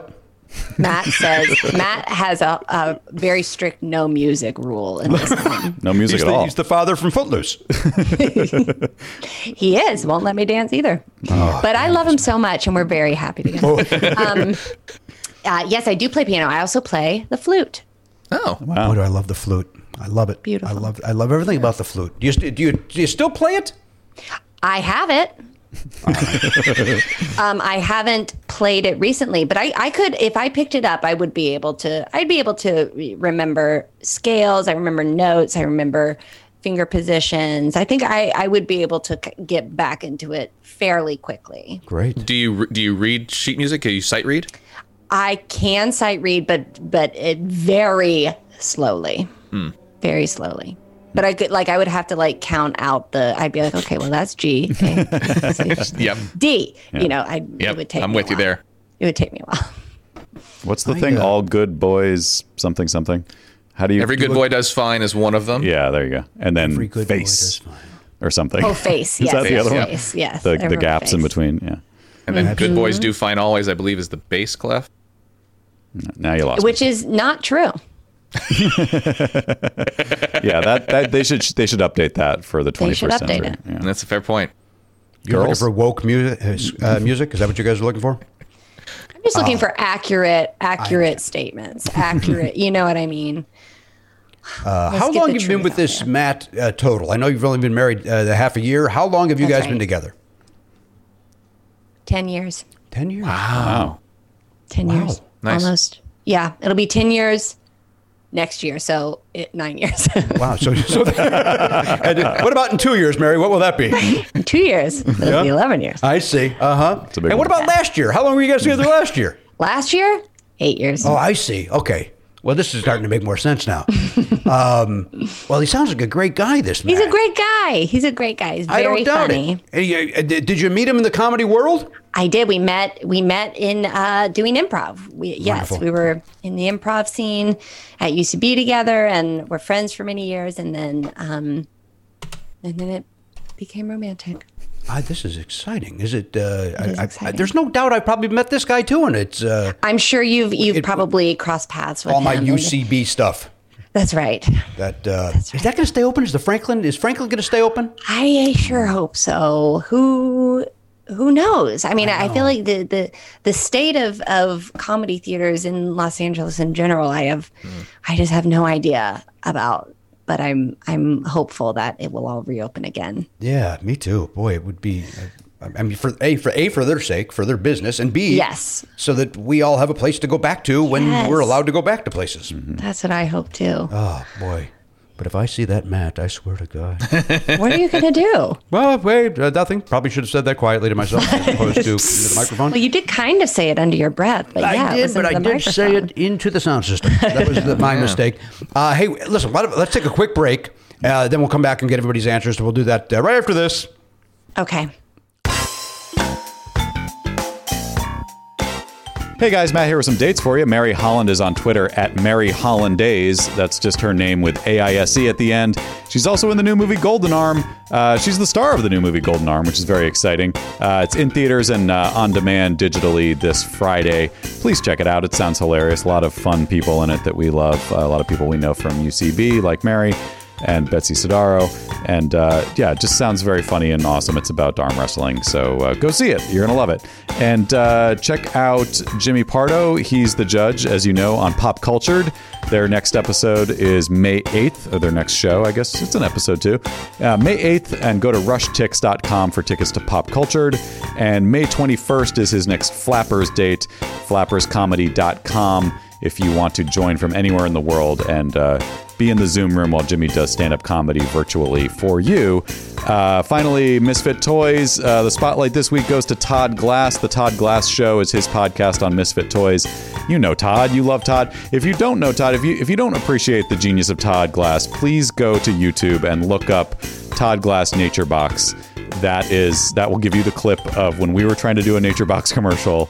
Speaker 7: Matt says Matt has a, a very strict no music rule in this home.
Speaker 1: No music
Speaker 3: He's
Speaker 1: at
Speaker 3: the,
Speaker 1: all.
Speaker 3: he's the father from
Speaker 7: *laughs*
Speaker 3: Footloose.
Speaker 7: Oh. He is won't let me dance either. but I love him so much, and we're very happy together. um, uh, yes, I do play piano. I also play the flute.
Speaker 5: Oh,
Speaker 3: Boy, do I love the flute. I love it.
Speaker 7: Beautiful.
Speaker 3: I love. I love everything about the flute. Do you st- do you, do you still play it?
Speaker 7: I
Speaker 5: *laughs*
Speaker 7: have it. um, I haven't played it recently, but I, I could if I picked it up, I would be able to. I'd be able to re- remember scales. I remember notes. I remember finger positions. I think I, I would be able to c- get back into it fairly quickly.
Speaker 3: Great.
Speaker 5: do you do you read sheet music? Do you sight read?
Speaker 7: I can sight read, but but it very slowly,
Speaker 5: Hmm.
Speaker 7: very slowly. But I could like I would have to like count out the. I'd be like, okay, well that's G, okay,
Speaker 5: Yep. *laughs*
Speaker 7: D. You know, I it would
Speaker 5: Yep.
Speaker 7: take.
Speaker 5: I'm
Speaker 7: me a
Speaker 5: with you
Speaker 7: while.
Speaker 5: there.
Speaker 7: It would take me a while.
Speaker 1: What's the thing?
Speaker 3: uh,
Speaker 1: all good boys, something something. How do you?
Speaker 5: Every good boy does fine is one of them.
Speaker 1: Yeah, there you go. And then
Speaker 3: Every good boy
Speaker 1: face
Speaker 3: does fine.
Speaker 1: or something.
Speaker 7: Oh, face.
Speaker 1: *laughs* Is
Speaker 7: Yes.
Speaker 1: that the
Speaker 7: yes,
Speaker 1: other one?
Speaker 7: face, Yes.
Speaker 1: the, the
Speaker 7: everyone
Speaker 1: gaps in
Speaker 7: face.
Speaker 1: between. Yeah.
Speaker 5: And then
Speaker 7: Mm-hmm.
Speaker 5: good boys do fine always, I believe, is the bass clef.
Speaker 1: Now you lost. me.
Speaker 7: *laughs* Which is not true.
Speaker 1: yeah, that, that they should they should update that for the 21st
Speaker 7: should update
Speaker 1: century.
Speaker 7: it.
Speaker 1: Yeah.
Speaker 5: And that's a fair point.
Speaker 3: You're
Speaker 1: Girls?
Speaker 3: looking for woke music. Uh, music is that what you guys are looking for?
Speaker 7: I'm just looking for accurate, accurate statements. Accurate. you know what I mean?
Speaker 3: Uh, how long
Speaker 7: get the
Speaker 3: have you been
Speaker 7: truth
Speaker 3: with
Speaker 7: out
Speaker 3: this
Speaker 7: there.
Speaker 3: Matt uh, total? I know you've only been married uh, the half a year. How long have you
Speaker 7: That's
Speaker 3: guys been
Speaker 7: right.
Speaker 3: together?
Speaker 7: 10 years.
Speaker 3: Ten years.
Speaker 7: *laughs*
Speaker 1: Wow.
Speaker 7: 10 years.
Speaker 5: Nice.
Speaker 7: Almost. Yeah. It'll be 10 years next year. So it, nine years. *laughs*
Speaker 3: Wow. So, so *laughs* and uh, what about in two years, Mary? What will that be?
Speaker 7: In Two years. It'll be 11 years.
Speaker 3: I see. Uh huh.
Speaker 1: a
Speaker 3: And
Speaker 1: big
Speaker 3: what
Speaker 1: one.
Speaker 3: about last year? How long were you guys together last year?
Speaker 7: Last year, eight years.
Speaker 3: Oh, I see. Okay. Well, this is starting to make more sense
Speaker 7: *laughs*
Speaker 3: now. um, well, he sounds like a great guy. This man.
Speaker 7: He's a great guy. He's a great guy. He's
Speaker 3: I don't
Speaker 7: very
Speaker 3: doubt
Speaker 7: funny.
Speaker 3: it. And you- uh, Did did you meet him in the comedy world?
Speaker 7: I did. We met. We met in uh, doing improv. We, yes,
Speaker 3: Wonderful.
Speaker 7: we were in the improv scene at UCB together, and we're friends for many years. And then, um, and then it became romantic.
Speaker 3: Ah, this is exciting. Is it? Uh, I-
Speaker 7: is
Speaker 3: I- I-
Speaker 7: exciting.
Speaker 3: there's no doubt. I probably met this guy too, and it's uh,
Speaker 7: I'm sure you've you've probably crossed paths with
Speaker 3: all my
Speaker 7: him and-
Speaker 3: UCB stuff.
Speaker 7: That's right.
Speaker 3: That uh, is that going to stay open? Is the Franklin? Is Franklin going to stay open?
Speaker 7: I sure hope so. Who who knows? I mean, I, I feel like the, the the state of of comedy theaters in Los Angeles in general, I have
Speaker 3: Hmm.
Speaker 7: I just have no idea about, but I'm I'm hopeful that it will all reopen again.
Speaker 3: Yeah, me too. Boy, it would be. uh, I I mean, for a for a for their sake, for their business, and b
Speaker 7: Yes.
Speaker 3: so that we all have a place to go back to when
Speaker 7: Yes.
Speaker 3: we're allowed to go back to places.
Speaker 7: That's what I
Speaker 3: *laughs*
Speaker 7: hope too.
Speaker 3: Oh boy! But if I see that Matt, I swear to God.
Speaker 7: what are you going to do?
Speaker 3: *laughs* well, wait, uh, nothing. Probably should have said that quietly to myself as opposed
Speaker 7: *laughs*
Speaker 3: to into the microphone.
Speaker 7: Well, you did kind of say it under your breath, but yeah,
Speaker 3: I
Speaker 7: it
Speaker 3: did,
Speaker 7: was
Speaker 3: but I
Speaker 7: into
Speaker 3: did
Speaker 7: the
Speaker 3: say
Speaker 7: microphone.
Speaker 3: it into the sound system. That was the, my *laughs* mistake. Uh, hey, listen, why don't- let's take a quick break. Uh, then we'll come back and get everybody's answers. We'll do that uh, right after this.
Speaker 7: Okay.
Speaker 1: Hey guys, Matt here with some dates for you. Mary Holland is on Twitter at Mary Hollandaise. That's just her name with A I S E at the end. She's also in the new movie Golden Arm. Uh, she's the star of the new movie Golden Arm, which is very exciting. Uh, it's in theaters and uh, on demand digitally this Friday. Please check it out. It sounds hilarious. A lot of fun people in it that we love. Uh, a lot of people we know from UCB, like Mary. and Betsy Sidaro. And uh, yeah, it just sounds very funny and awesome. It's about arm wrestling. So uh, go see it. You're going to love it. And uh, check out Jimmy Pardo. He's the judge, as you know, on Pop Cultured. Their next episode is May 8th, or their next show, I guess it's an episode too. Uh, May 8th, and go to rushtix.com for tickets to Pop Cultured. And May 21st is his next Flappers date, flapperscomedy.com if you want to join from anywhere in the world and uh, be in the Zoom room while Jimmy does stand up comedy virtually for you. Uh, finally, Misfit Toys. Uh, the spotlight this week goes to Todd Glass. The Todd Glass Show is his podcast on Misfit Toys. You know Todd. You love Todd. If you don't know Todd, if you if you don't appreciate the genius of Todd Glass, please go to YouTube and look up Todd Glass Nature Box that is that will give you the clip of when we were trying to do a nature box commercial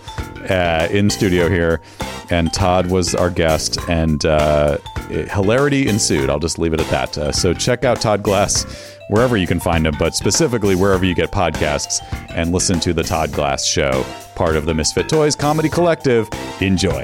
Speaker 1: uh, in studio here and todd was our guest and uh, it- hilarity ensued i'll just leave it at that uh, so check out todd glass wherever you can find him but specifically wherever you get podcasts and listen to the todd glass show part of the misfit toys comedy collective enjoy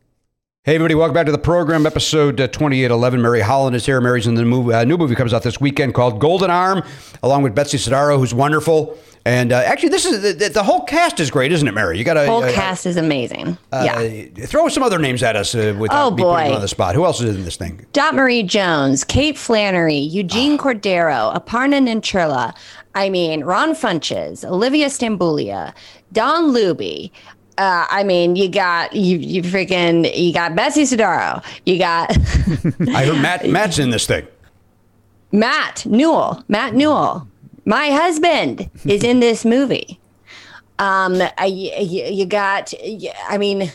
Speaker 3: Hey, everybody, welcome back to the program, episode uh, 2811. Mary Holland is here. Mary's in the movie, uh, new movie comes out this weekend called Golden Arm, along with Betsy Sidaro, who's wonderful. And uh, actually, this is the, the- the whole cast is great, isn't it, Mary? You got to
Speaker 7: Whole cast is amazing.
Speaker 3: Uh,
Speaker 7: yeah.
Speaker 3: throw some other names at us uh, without
Speaker 7: Oh,
Speaker 3: me putting you
Speaker 7: boy.
Speaker 3: on the spot. Who else is in this thing?
Speaker 7: Dot Marie Jones, Kate Flannery, Eugene
Speaker 3: Ah.
Speaker 7: Cordero, Aparna Nancherla. I mean, Ron Funches, Olivia Stambulia, Don Luby. Uh, I mean, you got you, you freaking you got Betsy Sidaro. You got *laughs*
Speaker 3: I heard Matt. Matt's in this thing.
Speaker 7: Matt Newell. Matt Newell.
Speaker 3: *laughs*
Speaker 7: My husband is in this movie. Um, I, you, you got. I mean,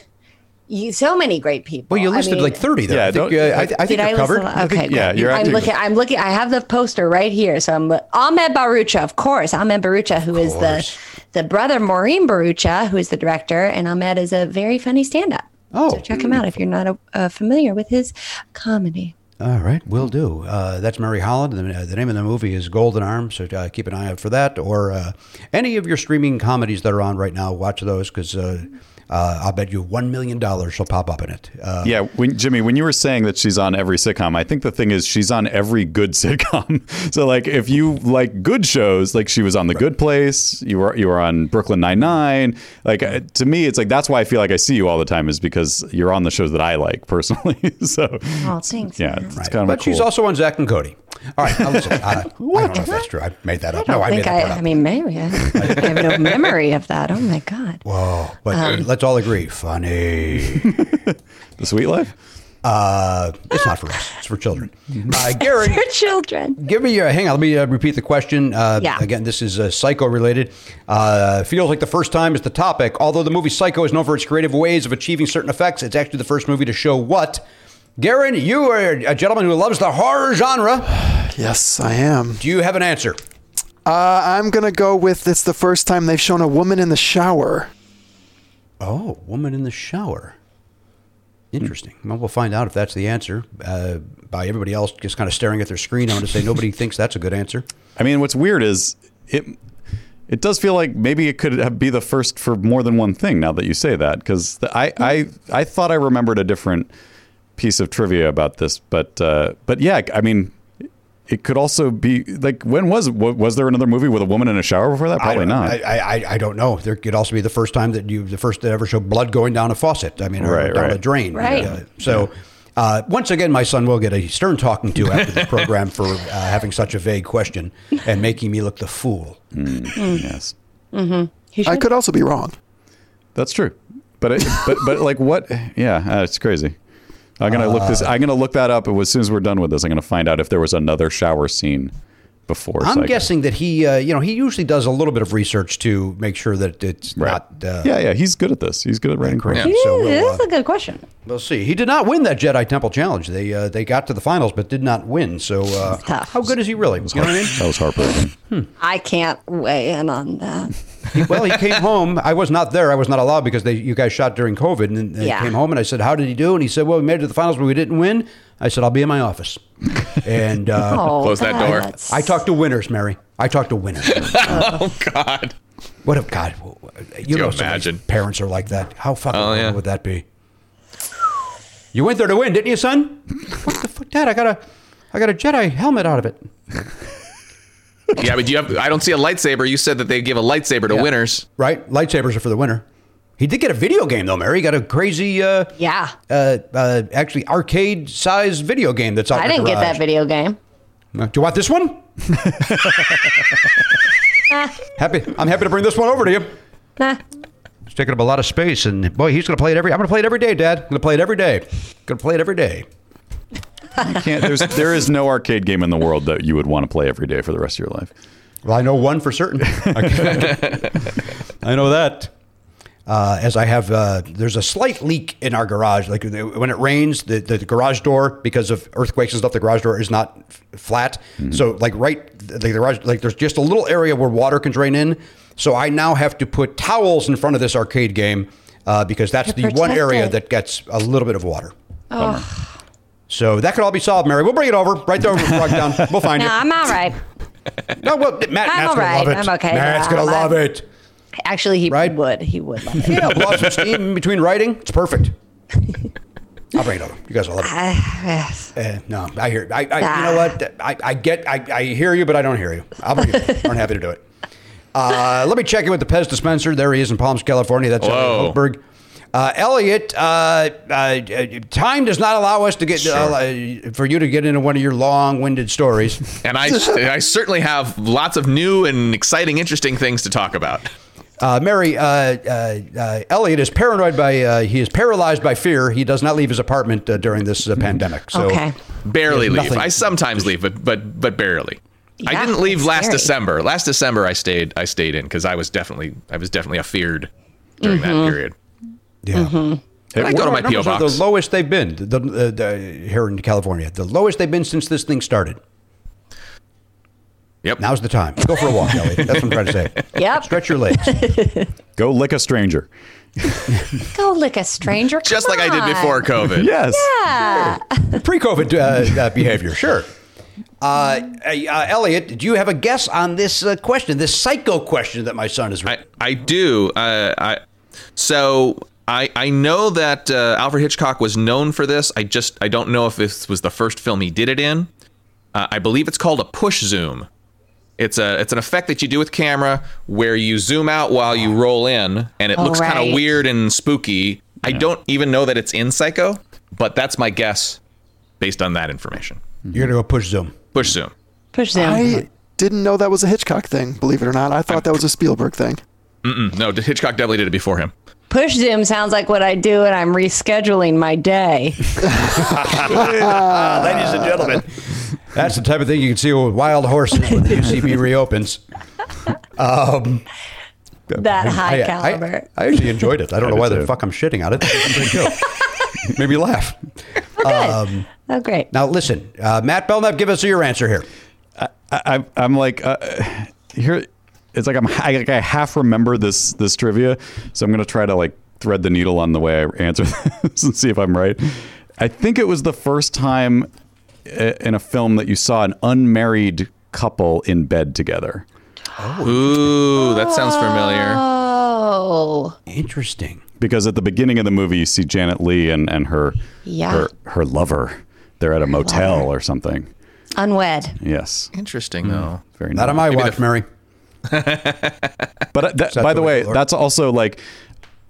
Speaker 7: you, so many great people.
Speaker 3: Well, you listed
Speaker 7: I mean,
Speaker 3: like thirty there.
Speaker 1: Yeah,
Speaker 3: I think,
Speaker 1: don't-
Speaker 3: uh, I, I think
Speaker 7: Did I
Speaker 3: you're
Speaker 7: list
Speaker 3: covered.
Speaker 7: a lot?
Speaker 3: I think-
Speaker 7: Okay,
Speaker 1: yeah, you're
Speaker 7: I'm
Speaker 1: acting-
Speaker 7: looking. I'm looking. I have the poster right here. So I'm Ahmed Barucha, of course. Ahmed Barucha, who is
Speaker 3: course.
Speaker 7: the the brother Maureen Barucha, who is the director, and Ahmed is a very funny stand-up.
Speaker 3: Oh,
Speaker 7: so check him out if you're not uh uh, familiar with his comedy.
Speaker 3: All right, will do. Uh, that's Mary Holland. The, the name of the movie is Golden Arm, so uh, keep an eye out for that. Or uh, any of your streaming comedies that are on right now, watch those because uh, uh, I'll bet you $1 million will pop up in it. Uh,
Speaker 1: Yeah, when, Jimmy, when you were saying that she's on every sitcom, I think the thing is she's on every good *laughs* sitcom. so like, if you like good shows, like she was on The Good Place, you were you were on Brooklyn Nine Nine. Like uh, to me, it's like that's why I feel like I see you all the time is because you're on the shows that I like personally. *laughs* so
Speaker 7: Oh, thanks.
Speaker 1: yeah,
Speaker 7: man.
Speaker 1: it's, it's kind of
Speaker 3: but
Speaker 1: a cool.
Speaker 3: she's also on Zach and Cody. All right, now
Speaker 1: *laughs*
Speaker 3: listen, uh, I don't know if that's true. I made that up.
Speaker 7: I don't
Speaker 3: no, I made
Speaker 7: think
Speaker 3: that
Speaker 7: I,
Speaker 3: part up.
Speaker 7: I mean, maybe I, I have
Speaker 3: *laughs*
Speaker 7: no memory of that. Oh my god.
Speaker 3: Whoa, but uh, let's all agree, funny.
Speaker 1: the Sweet Life.
Speaker 3: Uh, it's not for us. It's for children. Uh, Gary, *laughs*
Speaker 7: *laughs* Your children.
Speaker 3: Give me a hang on. Let me uh, repeat the question. Uh,
Speaker 7: Yeah.
Speaker 3: Again, this is uh, psycho related. Uh, feels like the first time is the topic. Although the movie Psycho is known for its creative ways of achieving certain effects, it's actually the first movie to show what. Garen, you are a gentleman who loves the horror genre.
Speaker 6: Yes, I am.
Speaker 3: Do you have an answer?
Speaker 6: Uh, I'm gonna go with it's the first time they've shown a woman in the shower.
Speaker 3: Oh, woman in the shower. Interesting. Well, we'll find out if that's the answer uh, by everybody else just kind of staring at their screen. I'm going to say
Speaker 1: *laughs*
Speaker 3: nobody thinks that's a good answer.
Speaker 1: I mean, what's weird is it. It does feel like maybe it could have, be the first for more than one thing. Now that you say that, because I, I I thought I remembered a different piece of trivia about this, but uh, but yeah, I mean, it could also be like when was wa- was there another movie with a woman in a shower before that? Probably
Speaker 3: I,
Speaker 1: not.
Speaker 3: I, I, I don't know. There could also be the first time that you, the first to ever show blood going down a faucet. I mean, or
Speaker 1: Right,
Speaker 3: down
Speaker 1: right.
Speaker 3: a drain.
Speaker 7: Right.
Speaker 3: Uh, so, uh, once again, my son will get a stern talking to after
Speaker 1: *laughs*
Speaker 3: the program for uh, having such a vague question and making me look the fool.
Speaker 1: yes,
Speaker 7: He
Speaker 6: I
Speaker 7: should-
Speaker 6: could also be wrong.
Speaker 1: that's true. But it, but but like what? Yeah, uh, it's crazy. I'm gonna look
Speaker 3: Uh.
Speaker 1: this. I'm gonna look that up as soon as we're done with this. I'm gonna find out if there was another shower scene before.
Speaker 3: I'm
Speaker 1: Psycho.
Speaker 3: guessing that he, uh, you know, he usually does a little bit of research to make sure that it's
Speaker 1: Right.
Speaker 3: not. Uh,
Speaker 1: yeah, yeah, he's good at this. He's good at writing
Speaker 5: Yeah.
Speaker 1: corrections.
Speaker 7: Yeah,
Speaker 3: so uh, we'll,
Speaker 7: this is a good question.
Speaker 3: We'll see. He did not win that Jedi Temple Challenge. They uh, they got to the finals, but did not win. So uh,
Speaker 7: tough.
Speaker 3: how good is he really? You know what I mean?
Speaker 1: That
Speaker 3: *laughs*
Speaker 1: was heartbreaking.
Speaker 7: I can't weigh in on that.
Speaker 3: well, he came home. I was not there. I was not allowed because they you guys shot during COVID. And then they
Speaker 7: Yeah.
Speaker 3: came home and I said, "How did he do?" And he said, "Well, we made it to the finals, but we didn't win." I said, "I'll be in my office." And uh,
Speaker 7: *laughs* Oh,
Speaker 5: Close that door.
Speaker 7: that's-
Speaker 3: I talk to winners, Mary. I talk to winners.
Speaker 5: *laughs* Oh God.
Speaker 3: what if God? You
Speaker 5: you
Speaker 3: know, some of these
Speaker 5: imagine?
Speaker 3: parents are like that. How fucking
Speaker 5: Oh, yeah.
Speaker 3: horrible would that be? You went there to win, didn't you, son? What the fuck, Dad? I got a, I got a Jedi helmet out of it.
Speaker 5: Yeah, but do you have? I don't see a lightsaber. You said that they give a lightsaber to winners.
Speaker 3: Right? Lightsabers are for the winner. He did get a video game though, Mary. He got a crazy. Uh,
Speaker 7: Yeah.
Speaker 3: uh, uh, actually arcade sized video game that's out
Speaker 7: I
Speaker 3: in the
Speaker 7: didn't get that
Speaker 3: garage. Uh,
Speaker 7: video game.
Speaker 3: Do you want this
Speaker 7: *laughs*
Speaker 3: one? happy, I'm happy to bring this one over to you.
Speaker 7: Nah.
Speaker 3: It's taking up a lot of space, and boy, he's going to play it every. I'm going to play it every day, Dad. going to play it every day. Going to play it every day.
Speaker 1: You can't. There's there is no arcade game in the world that you would want to play every day for the rest of your life.
Speaker 3: Well, I know one for certain. I know that. Uh, as I have, uh, there's a slight leak in our garage. Like the- when it rains, the, the garage door, because of earthquakes and stuff, the garage door is not f- flat. So like right, the the garage, like there's just a little area where water can drain in. So I now have to put towels in front of this arcade game uh, because that's the
Speaker 7: To
Speaker 3: one
Speaker 7: protect
Speaker 3: area
Speaker 7: it.
Speaker 3: that gets a little bit of water. So that could all be solved, Mary. We'll bring it over right there over the rug down. We'll
Speaker 7: *laughs*
Speaker 3: find
Speaker 7: No,
Speaker 3: it.
Speaker 7: I'm all right.
Speaker 3: No, well, Matt, Matt's
Speaker 7: all
Speaker 3: gonna
Speaker 7: right.
Speaker 3: love it.
Speaker 7: I'm okay.
Speaker 3: Matt's
Speaker 7: Yeah,
Speaker 3: gonna
Speaker 7: I'm-
Speaker 3: love it.
Speaker 7: Actually, he
Speaker 3: Right?
Speaker 7: would. He would love it.
Speaker 3: Yeah, blow off some steam in between writing. It's perfect. I'll bring it over. You guys will love it.
Speaker 7: *sighs* yes.
Speaker 3: Eh, no, I hear. I, I you know
Speaker 7: Ah.
Speaker 3: what? I, I get. I, I hear you, but I don't hear you. I'll bring it. over. I'm happy to do it. Uh, let me check in with the Pez dispenser. There he is in Palms, California. That's
Speaker 5: Whoa.
Speaker 3: Elliot Holtberg. Uh, Elliot, uh, uh, time does not allow us to get uh, for you to get into one of your long-winded stories.
Speaker 5: And I, I certainly have lots of new and exciting, interesting things to talk about.
Speaker 3: Uh, Mary, uh, uh, uh, Elliot is paranoid by uh, he is paralyzed by fear. He does not leave his apartment uh, during this uh, pandemic. So
Speaker 7: Okay.
Speaker 5: Barely
Speaker 3: There's
Speaker 5: leave.
Speaker 3: nothing-
Speaker 5: I sometimes leave, but but but barely.
Speaker 7: Yeah,
Speaker 5: I didn't leave
Speaker 7: it's
Speaker 5: last
Speaker 7: scary.
Speaker 5: December. Last December, I stayed. I stayed in because I was definitely I was definitely afeared during
Speaker 7: Mm-hmm.
Speaker 5: that period.
Speaker 3: yeah.
Speaker 5: But I go to
Speaker 3: What our
Speaker 5: my PO
Speaker 3: numbers are
Speaker 5: box.
Speaker 3: The lowest they've been the, the, uh, the- here in California. The lowest they've been since this thing started.
Speaker 5: Yep.
Speaker 3: Now's the time. Go for a walk, Elliot. That's what I'm trying to say.
Speaker 7: Yep.
Speaker 3: Stretch your legs.
Speaker 1: Go lick a stranger.
Speaker 7: Go lick a stranger.
Speaker 5: Just
Speaker 7: Come
Speaker 5: like I did before
Speaker 7: on.
Speaker 5: COVID.
Speaker 1: Yes.
Speaker 7: Yeah.
Speaker 3: Pre-COVID uh, uh, behavior, sure. Uh, uh, Elliot, do you have a guess on this uh, question, this psycho question that my son is?
Speaker 5: I, I do. Uh, I so I I know that uh, Alfred Hitchcock was known for this. I just I don't know if this was the first film he did it in. Uh, I believe it's called a push zoom. It's a it's an effect that you do with camera where you zoom out while you roll in, and it
Speaker 7: Oh,
Speaker 5: looks kind
Speaker 7: right.
Speaker 5: of weird and spooky. I don't even know that it's in Psycho, but that's my guess based on that information.
Speaker 3: You're gonna go push Zoom.
Speaker 5: Push zoom.
Speaker 7: *laughs* Push them.
Speaker 6: I didn't know that was a Hitchcock thing, believe it or not. I thought that was a Spielberg thing.
Speaker 5: Mm, No, Hitchcock definitely did it before him.
Speaker 7: Push Zoom sounds like what I do, and I'm rescheduling
Speaker 3: *laughs*
Speaker 7: my day.
Speaker 3: Ah, ladies and gentlemen, that's the type of thing you can see with wild horses when the
Speaker 7: *laughs*
Speaker 3: UCB reopens.
Speaker 7: That high
Speaker 3: I- I-
Speaker 7: caliber.
Speaker 3: I, actually enjoyed it. I don't know
Speaker 1: did
Speaker 3: why the
Speaker 1: too.
Speaker 3: fuck I'm shitting on it. It's a great
Speaker 7: *laughs*
Speaker 3: joke. Made me laugh.
Speaker 7: oh, great.
Speaker 3: Now listen, uh, Matt Belknap, give us your answer here.
Speaker 1: I, I'm- I'm like uh, here. It's like I'm I, like I half remember this this trivia, so I'm gonna try to like thread the needle on the way I answer *laughs* this and see if I'm right. I think it was the first time i- in a film that you saw an unmarried couple in bed together.
Speaker 5: Ooh, that sounds familiar.
Speaker 7: Oh,
Speaker 3: Interesting.
Speaker 1: because at the beginning of the movie you see Janet Lee and and her
Speaker 7: Yeah.
Speaker 1: her, her lover. They're at a motel or something.
Speaker 7: unwed.
Speaker 1: Yes,
Speaker 5: Interesting though.
Speaker 1: very
Speaker 3: Not
Speaker 1: nice.
Speaker 3: on my watch, Mary.
Speaker 1: But uh, that, by the
Speaker 3: what
Speaker 1: way,
Speaker 3: it's for?
Speaker 1: that's also like.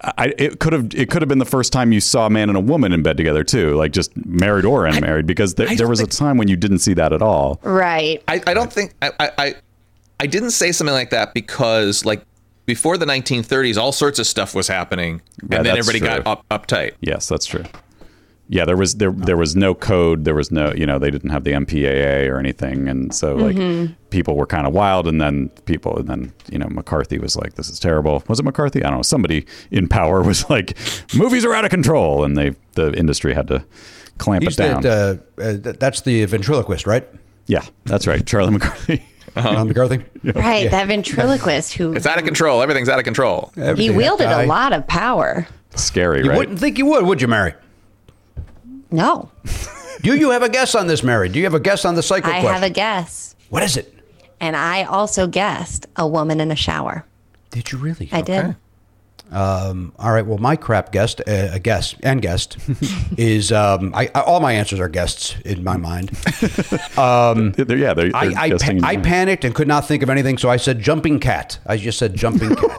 Speaker 1: I, it could have it could have been the first time you saw a man and a woman in bed together too, like just married or unmarried, because there, there
Speaker 5: don't
Speaker 1: was a
Speaker 5: think-
Speaker 1: time when you didn't see that at all.
Speaker 7: Right.
Speaker 5: I, I don't think I, I I- I didn't say something like that because like before the 1930s, all sorts of stuff was happening,
Speaker 1: Yeah,
Speaker 5: and then
Speaker 1: that's
Speaker 5: everybody got
Speaker 1: true.
Speaker 5: up, uptight.
Speaker 1: Yes, that's true. Yeah, there was there there was no code, there was no you know they didn't have the MPAA or anything, and so like people were kind of wild, and then people and then you know McCarthy was like, this is terrible. Was it McCarthy? I don't know. Somebody in power *laughs* was like, movies are out of control, and they the industry had to clamp
Speaker 3: He's
Speaker 1: it down.
Speaker 3: that, uh, uh, th- that's the ventriloquist, right?
Speaker 1: yeah, that's right,
Speaker 3: *laughs*
Speaker 1: Charlie McCarthy.
Speaker 3: Alan
Speaker 1: *laughs*
Speaker 3: McCarthy.
Speaker 7: Right. That ventriloquist who
Speaker 5: It's out of control. Everything's out of control.
Speaker 7: he
Speaker 3: Everything
Speaker 7: wielded
Speaker 3: that guy.
Speaker 7: a lot of power.
Speaker 1: Scary,
Speaker 3: You
Speaker 1: right?
Speaker 3: wouldn't think you would, would you, Mary?
Speaker 7: No,
Speaker 3: Do you have a guess on this, Mary? Do you have a guess on the psycho
Speaker 7: I
Speaker 3: question?
Speaker 7: have a guess.
Speaker 3: what is it?
Speaker 7: And I also guessed a woman in a shower.
Speaker 3: Did you really?
Speaker 7: I did.
Speaker 3: All right. Well, my crap guest, uh, a guest and
Speaker 7: *laughs*
Speaker 3: guest, is um, I, I, all my answers are guests in my mind.
Speaker 7: *laughs*
Speaker 1: They're- yeah, they're,
Speaker 3: I
Speaker 1: they're
Speaker 3: I,
Speaker 1: guessing- *laughs*
Speaker 3: pa- I panicked and could not think of anything, so I said jumping cat. I just said jumping cat.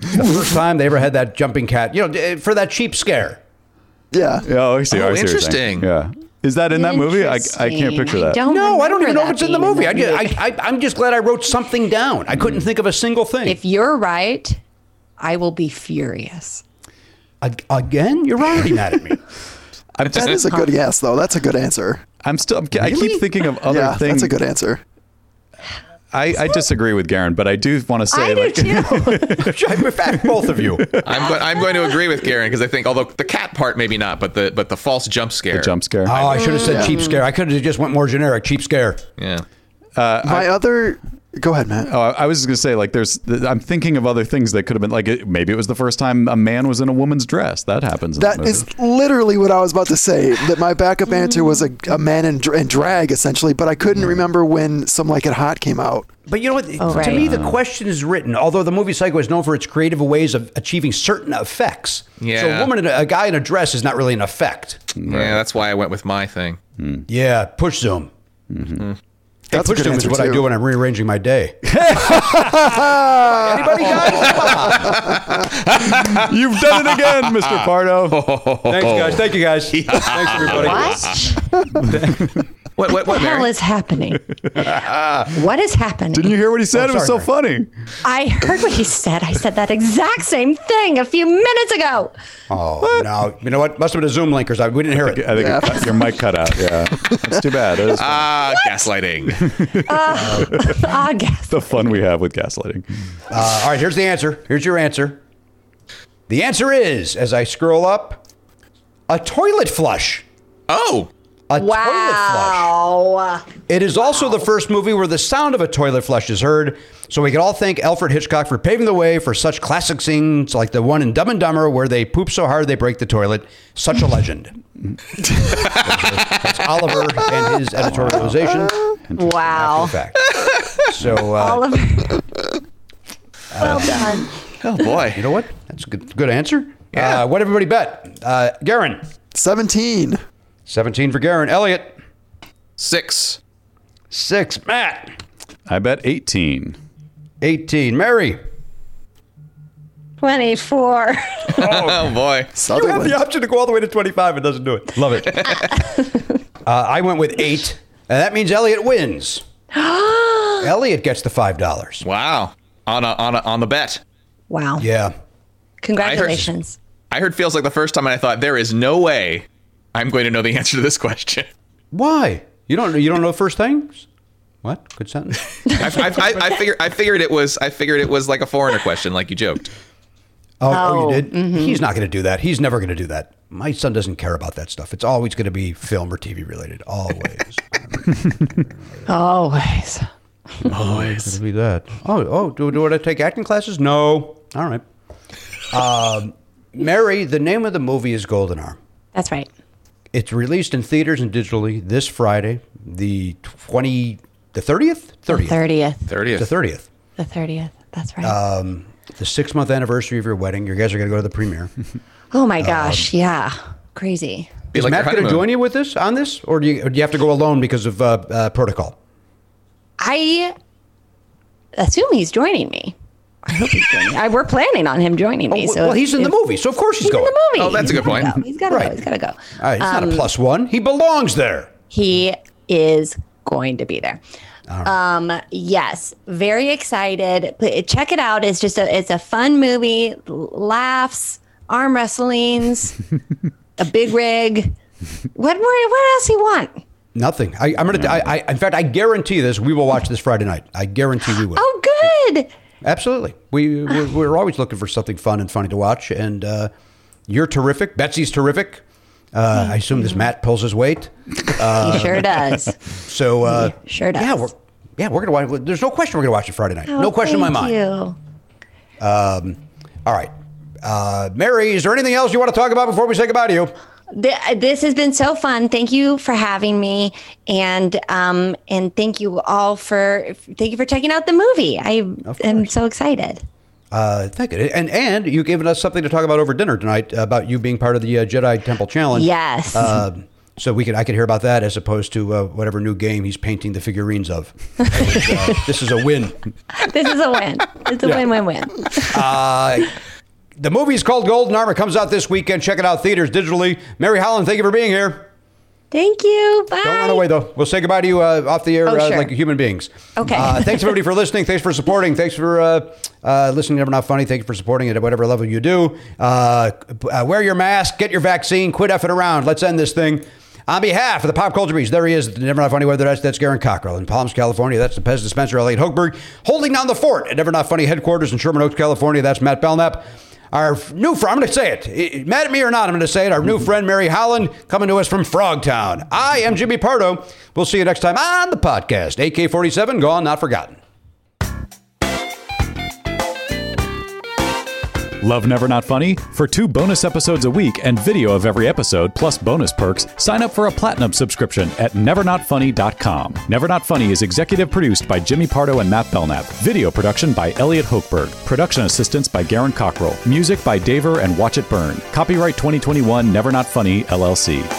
Speaker 3: It's the first time they ever had that jumping cat, you know, d- for that cheap scare.
Speaker 6: Yeah.
Speaker 1: Oh, I see.
Speaker 5: Oh,
Speaker 1: I see what you're saying.
Speaker 5: interesting.
Speaker 1: Yeah, is that in that movie? I, I can't picture that.
Speaker 7: no,
Speaker 3: No, I don't even know if it's in the movie. I, ju- I, I, I'm just glad I wrote something down. I couldn't think of a single thing.
Speaker 7: if you're right, I will be furious.
Speaker 3: Ag- Again, you're already mad at me.
Speaker 1: I'm
Speaker 6: That is a good guess, though. That's a good answer.
Speaker 1: I'm still. I'm, I
Speaker 3: Really?
Speaker 1: keep thinking of other
Speaker 6: yeah,
Speaker 1: things.
Speaker 6: that's a good answer.
Speaker 1: I, I disagree with Garen, but I do want to say
Speaker 7: I do
Speaker 1: like,
Speaker 7: too.
Speaker 3: In fact, both of you. Oh,
Speaker 5: I'm going. I'm going to agree with Garen because I think, although the cat part maybe not, but the but the false jump scare.
Speaker 1: the *laughs* jump scare.
Speaker 3: Oh, I should have said cheap scare. I could have just went more generic. Cheap scare.
Speaker 5: Yeah.
Speaker 6: My other. Go ahead, Matt.
Speaker 1: Oh, I I was just gonna say, like, there's. th- I'm thinking of other things that could have been, like, it, maybe it was the first time a man was in a woman's dress. That happens. In
Speaker 6: That
Speaker 1: the movie.
Speaker 6: is literally what I was about to say. That my backup answer was a, a man in, dr- in drag, essentially, but I couldn't remember when Some Like It Hot came out.
Speaker 3: But you know what?
Speaker 7: Oh,
Speaker 3: To
Speaker 7: right.
Speaker 3: me, the question is written. Although the movie Psycho is known for its creative ways of achieving certain effects, so a
Speaker 5: Yeah.
Speaker 3: woman, in a, a guy in a dress is not really an effect.
Speaker 5: Yeah. That's why I went with my thing.
Speaker 3: Yeah, push zoom. Hey,
Speaker 6: That's a
Speaker 3: push
Speaker 6: good
Speaker 3: zoom is
Speaker 6: answer,
Speaker 3: what I
Speaker 6: too.
Speaker 3: do when I'm rearranging my day. Anybody guys?
Speaker 1: You've done it again,
Speaker 3: *laughs*
Speaker 1: Mr.
Speaker 3: Oh.
Speaker 1: Pardo.
Speaker 3: *laughs* Thanks, guys. Thank you, *laughs* guys. Thanks, everybody.
Speaker 7: What?
Speaker 5: What? What?
Speaker 7: What
Speaker 5: What?
Speaker 7: the hell
Speaker 5: Mary?
Speaker 7: is *laughs* happening? what is happening?
Speaker 1: Didn't you hear what he said?
Speaker 3: Oh,
Speaker 1: it was so
Speaker 3: sorry,
Speaker 1: funny.
Speaker 7: I heard what he said. I said that exact same thing a few minutes ago.
Speaker 3: Oh, no. You know what? Must have been a Zoom link or something. We didn't hear *laughs* it.
Speaker 1: I think it cut- your mic cut out. Yeah, that's too
Speaker 3: *laughs*
Speaker 1: bad. That is
Speaker 5: Ah,
Speaker 1: *laughs*
Speaker 5: gaslighting.
Speaker 7: Ah, guess.
Speaker 1: the fun we have with gaslighting.
Speaker 3: Uh, all right, here's the answer. Here's your answer. The answer is, as I scroll up, a toilet flush.
Speaker 5: Oh.
Speaker 3: A toilet
Speaker 7: Wow.
Speaker 3: flush. It is also the first movie where the sound of a toilet flush is heard. So we can all thank Alfred Hitchcock for paving the way for such classic scenes like the one in Dumb and Dumber where they poop so hard they break the toilet. Such a
Speaker 7: *laughs*
Speaker 3: legend. That's Oliver and his
Speaker 7: *laughs*
Speaker 3: editorialization.
Speaker 7: Wow.
Speaker 3: In fact. So uh,
Speaker 7: Oliver. *laughs* well done.
Speaker 5: Oh boy.
Speaker 3: You know what? That's a good, good answer. Uh, what everybody bet? Uh, Garen,
Speaker 6: 17.
Speaker 3: 17 for Garen. Elliot,
Speaker 5: Six.
Speaker 3: 6. Matt,
Speaker 1: I bet 18.
Speaker 3: 18. Mary,
Speaker 7: 24.
Speaker 5: Oh
Speaker 1: *laughs*
Speaker 5: boy.
Speaker 6: Sutherland.
Speaker 3: option to go all the way to 25 and doesn't do it. Love it. uh, I went with 8, and that means Elliot wins. Elliot gets the $5.
Speaker 5: Wow. On a, on a, on the bet.
Speaker 7: Wow.
Speaker 3: Yeah.
Speaker 7: Congratulations.
Speaker 5: I heard feels like the first time, and I thought there is no way I'm going to know the *laughs* answer to this question.
Speaker 3: Why? You don't you don't know first things? What? Good sentence.
Speaker 5: I, I, I, I figured I figured it was I figured it was like a foreigner question, like you joked.
Speaker 3: Oh, oh,
Speaker 7: Oh,
Speaker 3: you did? He's not going to do that. He's never going to do that. My son doesn't care about that stuff. It's always going to be film or TV related. Always.
Speaker 7: Always.
Speaker 3: It'll be that. Oh, oh, do, do I take acting classes? No. All right. Um, Mary, the name of the movie is Golden Arm.
Speaker 7: That's right.
Speaker 3: It's released in theaters and digitally this Friday, the 20, the 30th? 30th.
Speaker 7: 30th.
Speaker 3: The
Speaker 5: Thirtieth.
Speaker 3: 30th.
Speaker 7: The 30th. That's right.
Speaker 3: The six month anniversary of your wedding. You guys are going to go to the
Speaker 5: *laughs*
Speaker 3: premiere.
Speaker 7: oh
Speaker 3: Um,
Speaker 7: my gosh. yeah. Crazy.
Speaker 5: Be
Speaker 3: Is
Speaker 5: like
Speaker 3: Matt
Speaker 5: your
Speaker 3: going to
Speaker 5: honeymoon.
Speaker 3: join you with this on this, or do you, or do you have to go alone because of uh, uh, protocol?
Speaker 7: I assume he's joining me. I hope he's joining. I, we're planning on him joining me.
Speaker 3: well,
Speaker 7: so
Speaker 3: Oh, well, he's in the
Speaker 7: if-
Speaker 3: movie, so of course he's,
Speaker 7: He's
Speaker 3: going.
Speaker 7: in the movie.
Speaker 5: Oh, that's a
Speaker 7: He's
Speaker 5: good
Speaker 7: gotta
Speaker 5: point.
Speaker 7: Go. He's got to
Speaker 3: Right.
Speaker 7: go. He's got to go.
Speaker 3: All right, he's not a
Speaker 7: Um,
Speaker 3: plus one. He belongs there.
Speaker 7: He is going to be there. Um, yes, very excited. P- Check it out. It's just a it's a fun movie. L- Laughs,
Speaker 3: *laughs*
Speaker 7: arm wrestlings, a big rig. What more? What else he want?
Speaker 3: Nothing. I, I'm
Speaker 5: Mm.
Speaker 3: gonna. I, I, in fact, I guarantee this. We will watch this Friday night. I guarantee we will.
Speaker 7: Oh, good.
Speaker 3: Absolutely. We we're, we're always looking for something fun and funny to watch. And uh, you're terrific. Betsy's terrific. Uh, I assume this Matt pulls his weight. Uh,
Speaker 7: he sure does.
Speaker 3: *laughs* So uh,
Speaker 7: He sure does.
Speaker 3: Yeah, we're yeah we're gonna watch. There's no question we're gonna watch it Friday night. no
Speaker 7: Oh,
Speaker 3: question in my
Speaker 7: thank
Speaker 3: mind.
Speaker 7: you.
Speaker 3: All right. Uh, Mary, is there anything else you want to talk about before we say goodbye to you?
Speaker 7: Th- uh, this has been so fun. Thank you for having me, and um, and thank you all for thank you for checking out the movie. I am so excited.
Speaker 3: Uh, thank you. And and you given us something to talk about over dinner tonight about you being part of the uh, Jedi Temple Challenge.
Speaker 7: Yes.
Speaker 3: Um, so we could I could hear about that as opposed to uh, whatever new game he's painting the figurines of. Which, uh, this is a win.
Speaker 7: this is a win. It's
Speaker 3: *laughs*
Speaker 7: a win, win, win.
Speaker 3: The movie is called Golden Armor. Comes out this weekend. Check it out theaters digitally. Mary Holland, thank you for being here.
Speaker 7: Thank you. Bye.
Speaker 3: Don't run away though. We'll say goodbye to you uh, off the air
Speaker 7: Oh,
Speaker 3: uh,
Speaker 7: sure.
Speaker 3: like human beings.
Speaker 7: Okay.
Speaker 3: Uh, thanks everybody for listening. Thanks for supporting. Thanks for uh, uh, listening. to Never not funny. Thank you for supporting it at whatever level you do. Uh, uh, wear your mask. Get your vaccine. Quit effing around. Let's end this thing. On behalf of the Pop Culture Beast, there he is at the Never Not Funny Weather Desk. That's Garen Cockrell. In Palms, California, that's the Pez Dispenser, Elliot Hochberg. Holding down the fort at Never Not Funny headquarters in Sherman Oaks, California, that's Matt Belknap. Our f- new friend, I'm going to say it. I- I- Mad at me or not, I'm going to say it. Our new friend, Mary Holland, coming to us from Frogtown. I am Jimmy Pardo. We'll see you next time on the podcast. AK 47, Gone, Not Forgotten.
Speaker 1: Love Never Not Funny? For two bonus episodes a week and video of every episode, plus bonus perks, sign up for a platinum subscription at nevernotfunny.com. Never Not Funny is executive produced by Jimmy Pardo and Matt Belknap. Video production by Elliot Hochberg. Production assistance by Garen Cockrell. Music by Daver and Watch It Burn. Copyright 2021 Never Not Funny, LLC.